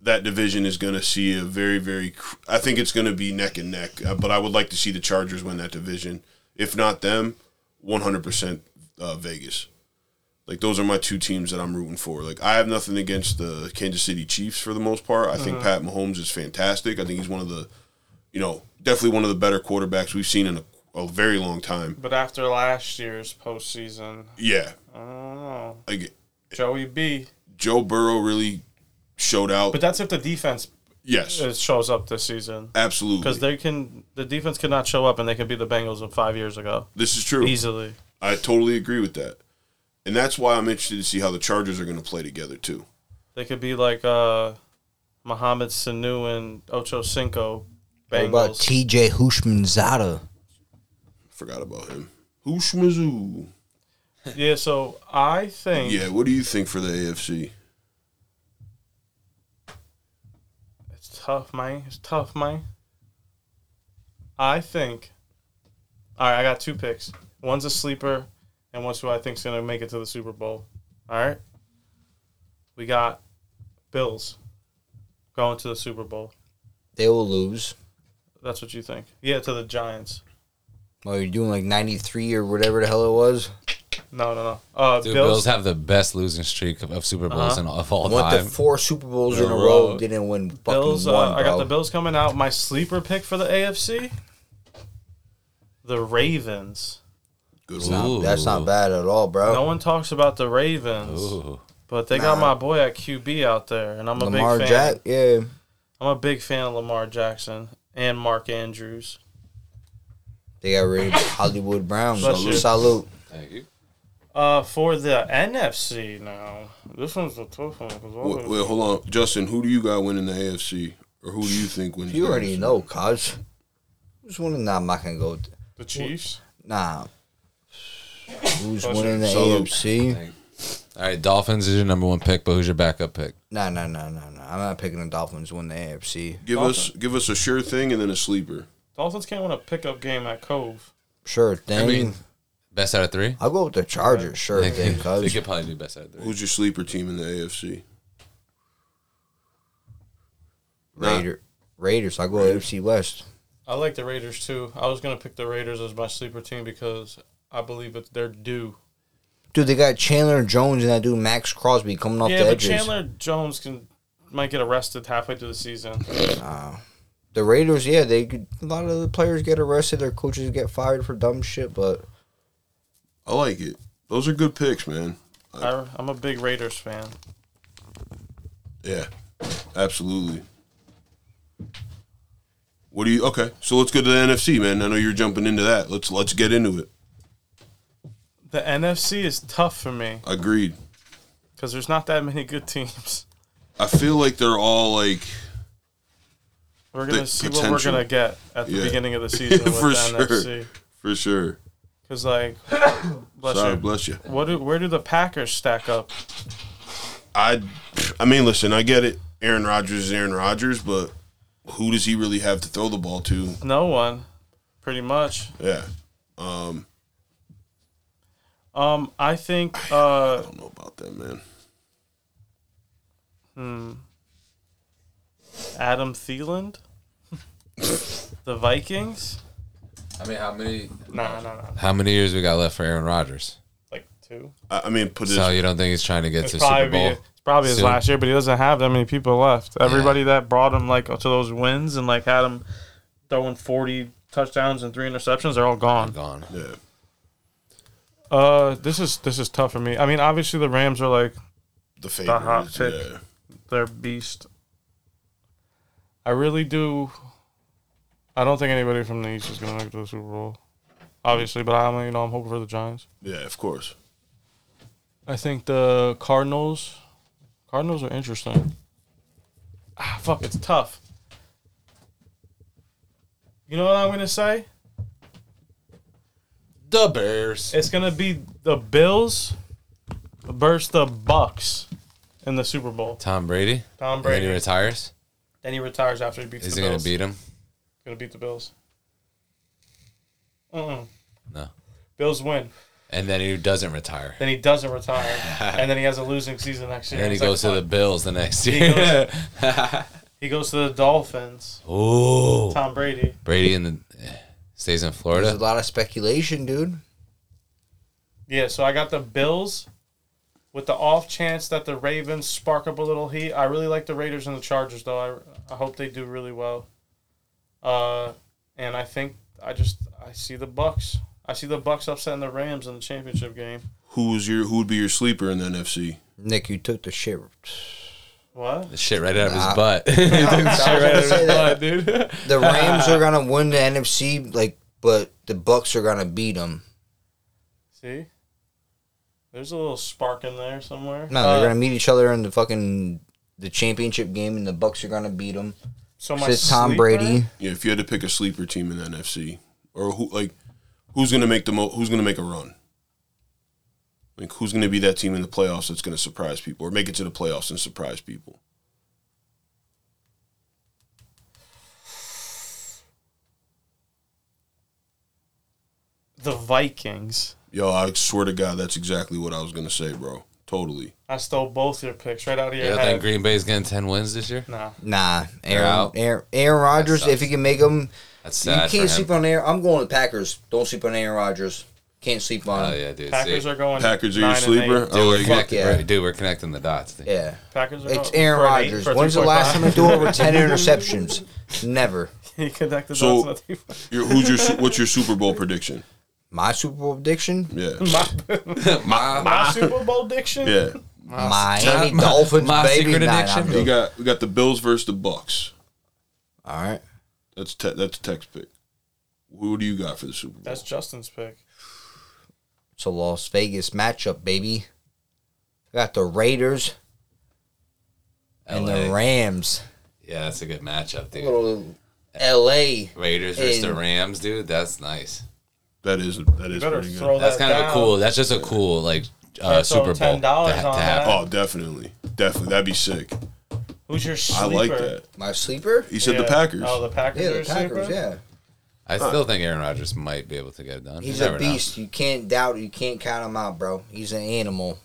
S3: that division is going to see a very, very. cr- I think it's going to be neck and neck. Uh, but I would like to see the Chargers win that division. If not them, one hundred percent uh, Vegas. Like those are my two teams that I'm rooting for. Like I have nothing against the Kansas City Chiefs for the most part. I think Pat Mahomes is fantastic. I think he's one of the, you know, definitely one of the better quarterbacks we've seen in a, a very long time.
S4: but after last year's postseason,
S3: Yeah,
S4: I don't know.
S3: like
S4: Joey B.
S3: Joe Burrow really showed out.
S4: But that's if the defense
S3: yes,
S4: uh, shows up this season because
S3: absolutely.
S4: they can. The defense could not show up, and they could be the Bengals of five years ago
S3: This is true.
S4: easily.
S3: I totally agree with that, and that's why I'm interested to see how the Chargers are going to play together too.
S4: They could be like uh, Mohamed Sanu and Ocho Cinco
S7: What about
S4: Bengals.
S7: TJ Hushmanzada?
S3: Forgot about him. Who schmazoo?
S4: yeah, so I think
S3: Yeah, what do you think for the AFC?
S4: It's tough, man. It's tough, man. I think. All right, I got two picks. One's a sleeper, and one's who I think's gonna make it to the Super Bowl. All right. We got Bills going to the Super Bowl.
S7: They will lose.
S4: That's what you think? Yeah, to the Giants.
S7: Well, you're doing like 93 or whatever the hell it was.
S4: No, no, no. Uh,
S6: Dude, Bills,
S4: Bills. Uh-huh.
S6: have the best losing streak of, of Super Bowls in, of all
S7: Went to
S6: time.
S7: four Super Bowls in a
S6: a
S7: row,
S6: row.
S7: didn't win fucking
S4: Bills. Uh,
S7: one,
S4: I got
S7: bro.
S4: the Bills coming out. My sleeper pick for the AFC. The Ravens.
S3: Good
S6: Ooh.
S3: one.
S7: That's not bad at all, bro.
S4: No one talks about the Ravens.
S6: Ooh.
S4: But they got my boy at QB out there, and I'm a
S7: Lamar
S4: big fan.
S7: Jack, yeah.
S4: I'm a big fan of Lamar Jackson and Mark Andrews.
S7: They got rid of Hollywood Brown.
S4: Bless you.
S7: Salute. Salute.
S6: Thank you.
S4: Uh, for the NFC now, this one's a tough one because
S3: Wait, wait, hold on, Justin. Who do you got winning the AFC, or who do you think wins?
S7: You
S3: the
S7: already
S3: AFC?
S7: know, cuz. Who's winning? Nah, I'm not going to go. with-
S4: the Chiefs.
S7: Nah. Who's winning the
S3: Salute.
S7: AFC?
S6: All right, Dolphins is your number one pick, but who's your backup pick?
S7: Nah, nah, nah, nah, nah. I'm not picking the Dolphins to win the AFC.
S3: Give us give us a sure thing and then a sleeper.
S4: Dolphins can't win a pickup game at Cove.
S7: Sure thing. I
S6: I mean, best out of three.
S7: will go with the Chargers. Sure
S6: They
S7: thing,
S6: could, they
S7: cuz.
S6: could probably do best out of three.
S3: Who's your sleeper team in the AFC? Nah.
S7: Raider, Raiders. I'll go AFC West.
S4: I like the Raiders too. I was gonna pick the Raiders as my sleeper team because I believe it's their due.
S7: Dude, they got Chandler Jones and that dude Max Crosby coming off
S4: yeah,
S7: the
S4: but
S7: edges.
S4: Chandler Jones can might get arrested halfway through the season.
S7: the Raiders, yeah, they could, a lot of the players get arrested, their coaches get fired for dumb shit, but
S3: I like it. Those are good picks, man.
S4: I, I'm a big Raiders fan.
S3: Yeah, absolutely. What do you? Okay, so let's go to the NFC, man. I know you're jumping into that. Let's let's get into it.
S4: The NFC is tough for me
S3: Agreed.
S4: because there's not that many good teams.
S3: I feel like they're all like
S4: We're gonna
S3: the
S4: see what we're
S3: potential.
S4: gonna get at the
S3: Yeah.
S4: beginning of the season with
S3: For
S4: the
S3: sure.
S4: NFC.
S3: for sure.
S4: Because like, bless
S3: Sorry,
S4: you.
S3: bless you.
S4: what do, where do the Packers stack up?
S3: I I mean, listen, I get it. Aaron Rodgers is Aaron Rodgers, but who does he really have to throw the ball to?
S4: No one, pretty much.
S3: Yeah, um,
S4: Um, I think. Uh,
S3: I don't know about that, man.
S4: Adam Thielen, the Vikings.
S6: I mean, how many?
S4: Nah, nah, nah.
S6: How many years we got left for Aaron Rodgers?
S4: Like two.
S3: I, I mean, put it.
S6: So you don't think he's trying to get
S4: It's
S6: to
S4: probably
S6: Super
S4: be,
S6: Bowl?
S4: it's probably his
S6: soon?
S4: last year, but he doesn't have that many people left. Everybody that brought him like to those wins and like had him throwing forty touchdowns and three interceptions, they're all gone.
S6: Gone.
S3: yeah.
S4: Uh, this is this is tough for me. I mean, obviously the Rams are like
S3: the favorite.
S4: hot
S3: is,
S4: pick.
S3: yeah.
S4: their beast. I really do. I don't think anybody from the East is going to make it to the Super Bowl, obviously. But I'm, you know, I'm hoping for the Giants.
S3: Yeah, of course.
S4: I think the Cardinals. Cardinals are interesting. Ah, fuck, it's tough. You know what I'm going to say?
S6: The Bears.
S4: It's going to be the Bills versus the Bucks in the Super Bowl.
S6: Tom Brady.
S4: Tom
S6: Brady
S4: Brady.
S6: retires.
S4: Then he retires after he beats
S6: Is
S4: the
S6: he gonna
S4: Bills.
S6: beat him?
S4: Gonna beat the Bills. Mm-mm.
S6: No.
S4: Bills win.
S6: And then he doesn't retire.
S4: Then he doesn't retire, and then he has a losing season next year.
S6: And then he
S4: He's like,
S6: goes to the
S4: "Fuck."
S6: Bills the next
S4: goes-
S6: year.
S4: he goes to the Dolphins.
S6: Oh,
S4: Tom Brady.
S6: Brady in the stays in
S7: there's a
S6: Florida.
S7: lot of speculation, dude.
S4: Yeah, so I got the Bills. With the off chance that the Ravens spark up a little heat, I really like the Raiders and the Chargers though. I, I hope they do really well. Uh, and I think I just I see the Bucks. I see the Bucks upsetting the Rams in the championship game.
S3: Who's your who would be your sleeper in the NFC?
S7: Nick, you took the shit
S4: What?
S6: The shit right out of his butt. He took the shit right out of his butt, dude.
S7: The Rams are gonna win the NFC, like, but the Bucks are gonna beat them.
S4: See? There's a little spark in there somewhere.
S7: No,
S4: Uh,
S7: they're gonna meet each other in the fucking the championship game, and the Bucks are gonna beat them.
S4: So my
S7: It's Tom
S4: sleeper-
S7: Brady.
S3: Yeah, if you had to pick a sleeper team in the NFC, or who like who's gonna make the mo- who's gonna make a run? Like who's gonna be that team in the playoffs that's gonna surprise people or make it to the playoffs and surprise people?
S4: The Vikings.
S3: Yo, I swear to God, that's exactly what I was gonna say, bro. Totally.
S4: I stole both your picks right out of your
S6: You don't
S4: head.
S6: think Green Bay's getting 10 wins this year?
S4: nah.
S7: Nah,
S6: They're
S7: Aaron,
S6: out.
S7: Aaron, Aaron Rodgers. If
S6: sucks.
S7: he can make them,
S6: That's
S7: you
S6: sad.
S7: can't
S6: for him.
S7: sleep on Aaron. I'm going with Packers. Don't sleep on Aaron Rodgers. Can't sleep on.
S6: Oh,
S7: him.
S6: yeah, dude.
S4: Packers
S6: see.
S4: are going.
S3: Packers are
S4: nine
S3: your
S4: and
S3: sleeper. Oh. I
S4: eight.
S3: like
S6: We're
S3: it.
S7: Fuck
S6: connecting-
S7: yeah.
S6: Dude, we're connecting the dots. dude.
S7: yeah.
S4: Packers are
S7: It's
S4: going
S7: Aaron
S4: for an eight,
S7: Rodgers.
S4: for a
S7: When's the
S4: 3.5.
S7: last time he threw over ten interceptions? Never.
S4: he connected
S3: So-
S4: so, dots with
S3: Your, who's your su- what's your Super Bowl prediction?
S7: My Super Bowl prediction.
S3: Yeah,
S6: My,
S4: my Super Bowl diction.
S3: yeah.
S7: Miami
S6: my-
S7: Dolphins,
S6: my
S7: baby. Nah,
S6: secret
S7: nah,
S6: addiction.
S7: I'm
S3: We
S7: joking.
S3: got we got the Bills versus the Bucks.
S7: All right.
S3: That's te- that's text pick. Who do you got for the Super Bowl?
S4: That's Justin's pick.
S7: It's a Las Vegas matchup, baby. I got the Raiders and the
S6: LA.
S7: Rams.
S6: Yeah, that's a good matchup, dude.
S7: Little L.A.
S6: Raiders versus the
S7: And-
S6: Rams, dude. That's nice.
S3: that is that
S4: You
S3: is
S4: better
S3: pretty good.
S4: throw
S6: That's
S4: that
S6: kind of a
S4: down.
S6: cool. That's just a cool like uh,
S4: Can't throw
S6: Super Bowl.
S4: $10
S6: to ha-
S4: on
S6: to have.
S4: that.
S3: Oh, definitely, definitely. That'd be sick.
S4: Who's your
S3: I
S4: sleeper?
S3: like that.
S7: My sleeper.
S3: He said
S4: Yeah.
S3: the Packers.
S4: Oh, the Packers.
S7: Yeah,
S4: are
S7: the
S4: your
S7: Packers.
S4: sleeper?
S7: Yeah,
S6: I still think Aaron Rodgers might be able to get it done.
S7: he's
S6: You
S7: a
S6: never know.
S7: beast. You can't doubt. it. You can't count him out, bro. He's an animal.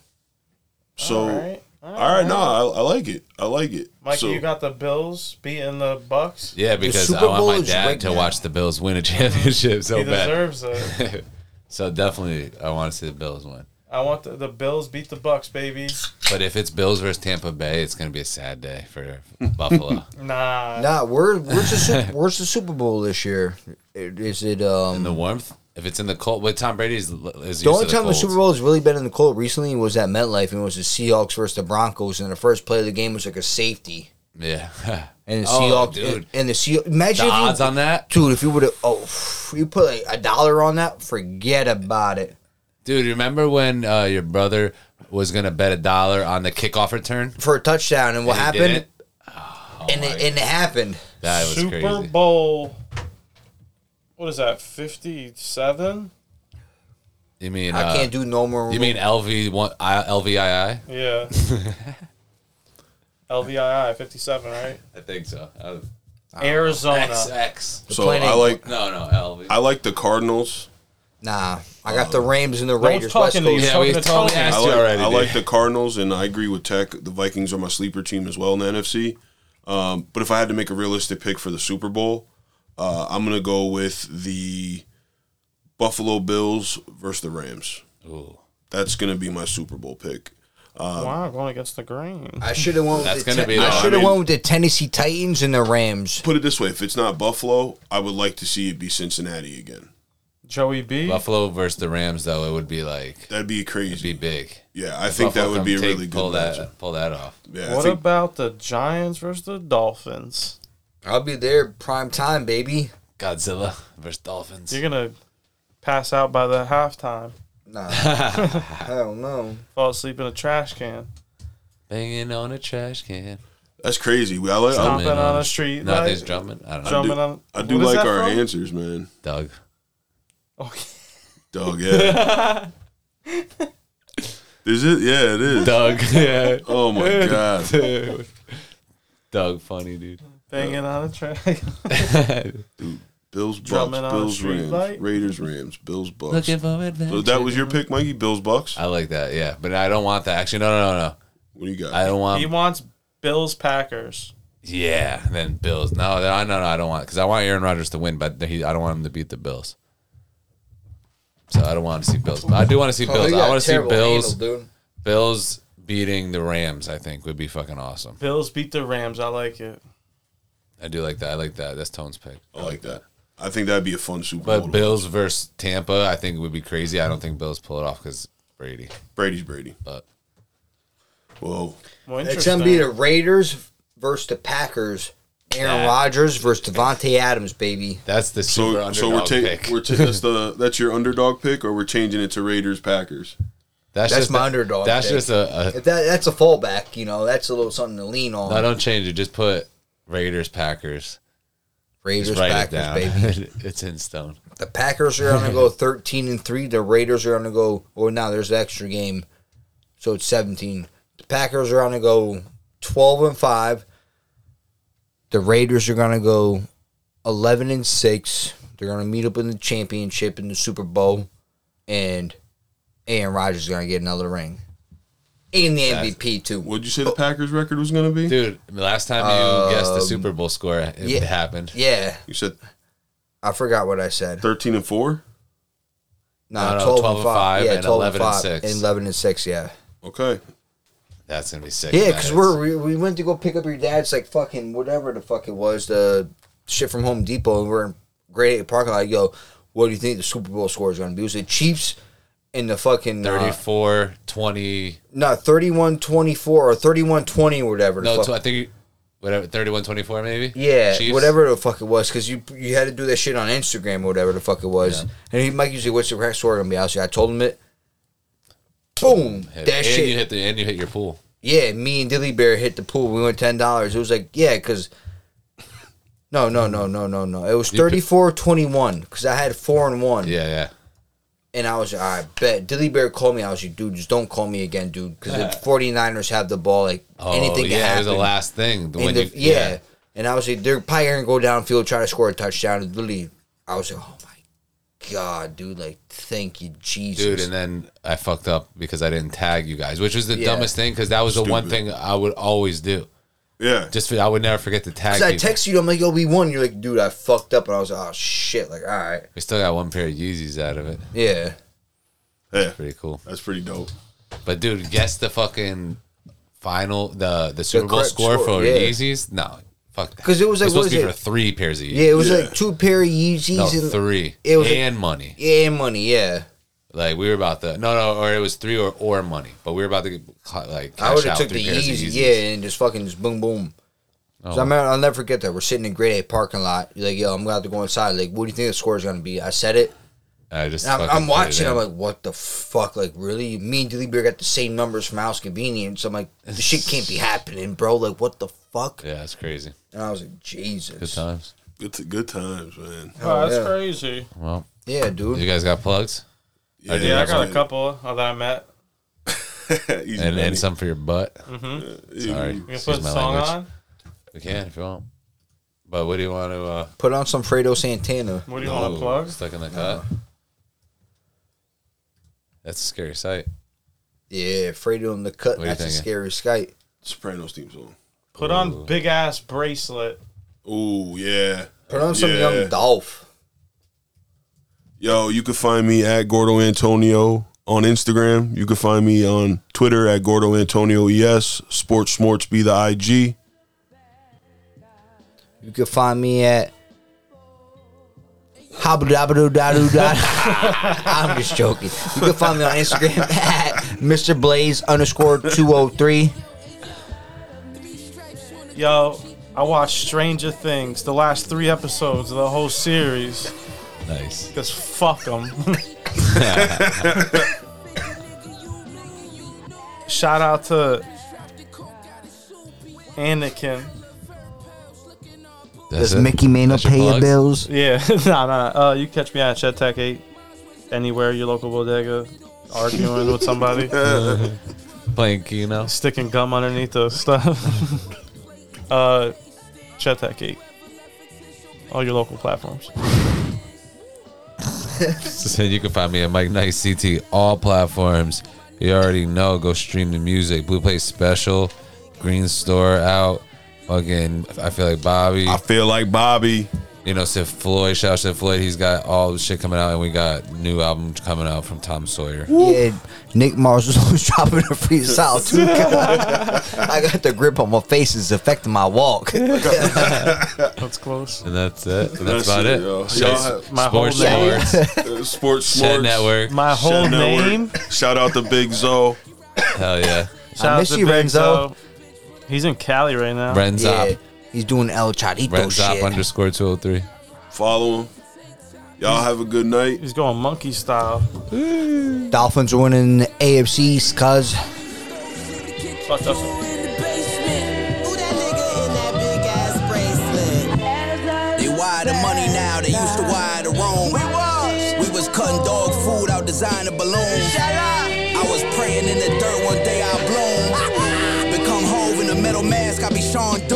S3: so,
S4: All
S3: all
S4: right.
S3: right,
S4: All
S3: no, I, I like it. I like it.
S4: Mikey,
S3: so,
S4: you got the Bills beating the Bucks.
S6: Yeah, because
S7: Super
S6: I want
S7: Bowl
S6: my
S7: is
S6: dad
S7: rigged
S6: to
S7: now.
S6: watch the Bills win a championship so
S4: he
S6: bad.
S4: deserves it.
S6: so definitely, I want to see the Bills win.
S4: I want the, the Bills beat the Bucks, baby.
S6: But if it's Bills versus Tampa Bay, it's gonna be a sad day for Buffalo.
S4: Nah.
S7: Nah, where, where's the Super, where's the Super Bowl this year? Is it um?
S6: In the warmth, if it's in the cold, but Tom Brady's l- is used
S7: The only
S6: to
S7: time the
S6: colds.
S7: Super Bowl has really been in the cold recently was at MetLife, and it was the Seahawks versus the Broncos. And the first play of the game was like a safety,
S6: Yeah,
S7: and the
S6: Oh,
S7: Seahawks,
S6: dude.
S7: and the Seahawks. Imagine
S6: the
S7: if
S6: odds
S7: you,
S6: on that,
S7: dude, if you would have, oh, you put like a dollar on that, forget about it.
S6: dude. Remember when uh, your brother was gonna bet a dollar on the kickoff return?
S7: for a touchdown, and what
S6: And he
S7: happened?
S6: didn't? Oh
S7: and, it, and it happened.
S6: That was
S4: Super
S6: crazy.
S4: Bowl. What is that? Fifty-seven.
S6: You mean
S7: I
S6: uh,
S7: can't do no more.
S6: You mean LV one I, LVII?
S4: Yeah. LVII fifty-seven, right?
S6: I think so. Uh,
S4: Arizona.
S6: XX.
S3: so
S7: planning-
S3: I like
S6: No, no, LV.
S3: I like the Cardinals.
S7: nah? I got the
S6: Oh.
S7: Rams and the
S4: Don't
S7: Raiders.
S4: talk
S7: West
S4: into
S7: Coast.
S4: yourself.
S6: yeah, we
S4: Talking to
S6: totally
S4: Tony.
S3: I
S6: asked you
S3: like,
S6: already.
S3: I
S6: dude.
S3: like the Cardinals, and I agree with Tech. The Vikings are my sleeper team as well in the NFC. Um, but if I had to make a realistic pick for the Super Bowl, uh, I'm gonna go with the Buffalo Bills versus the Rams.
S6: Ooh,
S3: That's gonna be my Super Bowl pick.
S4: wow, going against the grain.
S7: I should have went.
S6: That's
S7: With the
S6: gonna
S7: Ten-
S6: be the-
S7: I
S6: I
S7: should have
S3: mean-
S7: went with the Tennessee Titans and the Rams.
S3: Put it this way: if it's not Buffalo, I would like to see it be Cincinnati again.
S4: Joey B.
S6: Buffalo versus the Rams though, it would be like
S3: That'd be
S6: be
S3: crazy.
S6: big.
S3: yeah, I think
S6: Buffalo
S3: that would
S6: come
S3: be a
S6: take-
S3: really good
S6: pull
S3: matchup.
S6: that pull that off.
S3: Yeah, I
S4: What
S3: think-
S4: about the Giants versus the Dolphins?
S7: I'll be there prime time, baby.
S6: Godzilla versus Dolphins.
S4: You're gonna pass out by the halftime.
S7: Nah, hell no.
S4: Fall asleep in a trash can.
S6: Banging on a trash can.
S3: that's crazy. We- I like,
S6: Oh,
S3: I,
S4: Stomping on the street, like-
S6: Nothing's jumping. I don't know.
S4: Jumping
S3: do-
S4: on.
S3: I do
S4: What is
S3: like
S4: that
S3: our
S4: from?
S3: answers, man.
S6: Doug.
S4: Okay.
S3: Dog, yeah. is it? Yeah, it is.
S6: Doug. yeah.
S3: Oh my god,
S6: Dude. Doug, funny dude.
S4: Banging on a trash.
S6: Um,
S3: Bills, Bucks,
S4: Drumming on a
S3: Bills, Rams,
S4: streetlight?
S3: Raiders, Rams, Bills, Bucks.
S6: Looking for
S3: So
S6: adventure.
S3: that was your pick, Mikey. Bills, Bucks.
S6: I like that. Yeah, but I don't want that. Actually, no, no, no, no.
S3: What do you got?
S6: I don't want.
S4: he wants Bills Packers.
S6: Yeah, then Bills. No, no, no, no I don't want because I want Aaron Rodgers to win, but he, I don't want him to beat the Bills. So I don't want to see Bills, but I do want to see
S7: Oh,
S6: Bills. I want to see Bills.
S7: dude.
S6: Bills beating the Rams. I think would be fucking awesome.
S4: Bills beat the Rams. I like it.
S6: I do like that. I like that. That's Tone's pick.
S3: I like that. I think that'd be a fun Super Bowl.
S6: But
S3: to
S6: Bills versus Tampa, I think would be crazy. I don't think Bills pull it off because Brady.
S3: watch. Brady's Brady.
S6: But
S3: Whoa.
S4: Well,
S7: It's
S4: interesting.
S7: gonna be the Raiders versus the Packers. Aaron Rodgers versus Devontae Adams, baby.
S6: That's the super
S3: So,
S6: underdog
S3: so we're
S6: pick.
S3: taking we're ta- that's the that's your underdog pick, or we're changing it to Raiders Packers.
S7: That's
S6: just
S7: my
S6: the-
S7: underdog
S6: That's
S7: pick.
S6: just a. a
S7: If that that's a fallback, you know, that's a little something to lean on.
S6: no, don't change it. Just put Raiders Packers.
S7: Raiders
S6: Just write it
S7: Packers,
S6: down.
S7: baby.
S6: it's in stone.
S7: The Packers are gonna go thirteen and three. The Raiders are gonna go. Well, now there's the extra game, so it's seventeen. The Packers are gonna go twelve and five. The Raiders are gonna go eleven and six. They're gonna meet up in the championship in the Super Bowl, and Aaron Rodgers is gonna get another ring, and the MVP too.
S3: What'd you say the Packers record was going to be?
S6: Dude, last time you guessed the Super Bowl score, it
S7: Um, yeah.
S6: happened.
S7: Yeah,
S3: You said
S7: I forgot what I said.
S3: thirteen and four.
S7: No,
S6: No, no,
S7: 12,
S6: 12
S7: and
S6: and
S7: 5.
S6: five
S7: Yeah,
S6: and
S7: 12
S6: 11
S7: and
S6: and
S7: 5.
S6: six.
S7: And 11 and 6, yeah.
S3: Okay.
S6: That's gonna be sick.
S7: Yeah,
S6: That
S7: because
S6: is.
S7: we're we, we went to go pick up your dad's like fucking whatever the fuck it was the shit from Home Depot, and we're in Great Eight parking lot. I go, what do you think the Super Bowl score is going to be? It was the Chiefs and the fucking uh,
S6: 34, 20,
S7: no 31-24 or 31-20 or whatever. The
S6: no,
S7: fuck.
S6: tw- I think whatever, 31, 24 maybe.
S7: yeah,
S6: Chiefs?
S7: whatever the fuck it was, because you you had to do that shit on Instagram or whatever the fuck it was. And he Mike usually, what's the correct score going to be? I was like, I told him it. Boom!
S6: Hit-
S7: that
S6: and
S7: shit.
S6: you hit the and you hit your pool.
S7: Yeah, me and Dilly Bear hit the pool. We went ten dollars. It was like, yeah, because no, no, no, no, no, no. It was
S6: You pick-
S7: 34-21 because I had four and one,
S6: Yeah, yeah.
S7: and I was I bet Dilly Bear called me. I was like, dude, just don't call me again, dude, because the 49ers have the ball. Like
S6: Oh,
S7: anything can
S6: yeah, it
S7: happen.
S6: was the last thing.
S7: And
S6: when
S7: the-
S6: you-
S7: yeah. and I was like, they're probably gonna go downfield try to score a touchdown. And literally, I was like, oh my god, dude, like thank you, Jesus,
S6: dude. And then I fucked up because I didn't tag you guys, which was the
S7: Yeah.
S6: dumbest thing because that was the one
S3: Stupid.
S6: thing I would always do.
S3: Yeah.
S6: Just for, I would never forget to tag.
S7: So I
S6: people.
S7: text you, I'm like, yo, we won. You're like, dude, I fucked up, and I was like, oh shit, like all right,
S6: We still got one pair of Yeezys out of it.
S7: yeah.
S3: yeah.
S6: Pretty cool.
S3: That's pretty dope.
S6: But dude, guess the fucking final the the Super Bowl
S7: correct
S6: score,
S7: score,
S6: for
S7: yeah.
S6: Yeezys. No, fuck that.
S7: 'Cause it was like,
S6: supposed
S7: what
S6: to
S7: is
S6: be for
S7: it?
S6: three pairs of Yeezys.
S7: Yeah, it was
S3: Yeah.
S7: like two pair of Yeezys
S6: no,
S7: and
S6: three.
S7: it was like-
S6: and money.
S7: yeah, and money. Yeah,
S6: Like we were about to no no or it was three or or money, but we were about to get, ca- like
S7: I
S6: cash
S7: would have
S6: out
S7: took
S6: three
S7: the
S6: pairs of
S7: Yeezy,
S6: Yeezys. Oh.
S7: yeah, and just fucking just boom boom. So I remember, I'll never forget that we're sitting in Grade A parking lot. You're like, yo, I'm gonna have to go inside. Like, what do you think the score is gonna be? I said it.
S6: I just
S7: And I'm,
S6: fucking
S7: I'm
S6: put it
S7: watching.
S6: in.
S7: I'm like, what the fuck? Like, really? Me and Dilly Bear got the same numbers from House Convenience. I'm like, this shit can't be happening, bro. Like, what the fuck?
S6: yeah, it's crazy.
S7: And I was like,
S6: Good
S7: Jesus.
S6: times.
S3: Good t- good times, man.
S4: Oh, that's
S7: yeah.
S4: crazy.
S6: Well,
S7: Yeah, dude.
S6: you guys got plugs
S3: Yeah,
S4: Yeah, I
S3: that's
S4: got a
S3: good.
S4: couple that I met.
S3: Easy
S6: and,
S3: money.
S6: and some for your butt. Sorry,
S4: We can
S6: excuse
S4: put a
S6: my
S4: song
S6: language.
S4: on.
S6: We can if you want. But what do you want to? uh
S7: Put on some Fredo Santana.
S4: What do you want
S6: Ooh,
S4: to plug?
S6: Stuck in the cut.
S3: Uh-huh.
S6: That's a scary sight.
S7: Yeah, Fredo in the cut.
S6: What are you
S7: That's a
S6: thinking?
S7: scary skite.
S3: Sopranos theme song.
S4: Put on big ass bracelet.
S3: Oh yeah.
S7: Put on some
S3: Yeah.
S7: young Dolph.
S3: Yo, you can find me at Gordo Antonio on Instagram. You can find me on Twitter at Gordo Antonio ES. Sports Smorts be the IG.
S7: You can find me at I'm just joking. You can find me on Instagram at Mr. Blaze underscore 203.
S4: Yo, I watched Stranger Things, the last three episodes of the whole series.
S6: Nice.
S4: Cause fuck them. Shout out to Anakin.
S6: That's
S7: Does
S6: it?
S7: Mickey Mano
S6: That's your
S7: pay your
S6: plugs?
S7: bills?
S4: Yeah, nah, nah. nah. Uh, you can catch me at Chet Tech 8 anywhere, your local bodega, arguing with somebody,
S6: Playing Keno.
S4: sticking gum underneath the stuff. uh, Chet Tech 8. All your local platforms.
S6: And you can find me at Mike Nice CT, all platforms. You already know. Go stream the music. Blue Play Special, Green Store out. Fucking, I feel like Bobby.
S3: I feel like Bobby.
S6: You know, Sif Floyd. Shout out Sif Floyd. He's got all the shit coming out, and we got new album coming out from Tom Sawyer.
S7: Yeah, Nick Mars was always dropping a freestyle too. I got the grip on my face, it's affecting my walk.
S4: That's close.
S6: And that's it. And
S3: That's
S6: that's, about
S3: it,
S6: it.
S3: yo.
S6: Shout out
S3: Y'all have-
S4: My whole
S6: Sports
S4: name.
S6: Awards,
S3: Uh, Sports
S6: Shed
S3: Smorts.
S6: Network.
S4: My
S3: Shed
S4: whole
S3: Network.
S4: name.
S3: Shout out to Big Zo.
S6: Hell yeah.
S4: Shout out
S7: miss
S4: to
S7: you,
S4: Big
S7: Renzo.
S4: Zo. He's in Cali right now.
S6: Renzop.
S7: Yeah, he's doing El Charito
S6: Renzop
S7: Oh, shit.
S6: underscore 203.
S3: Follow him. Y'all have a good night.
S4: He's going monkey style.
S7: Dolphins are winning the AFCs, cuz.
S4: Fucked up.
S9: Who that nigga in that big ass bracelet?
S8: They wire the money now, they used to wire the room. We was, we was cutting dog food out designer balloons. I was praying in the dirt one day I bloom. Become hove in the metal mask, I be Sean Doom.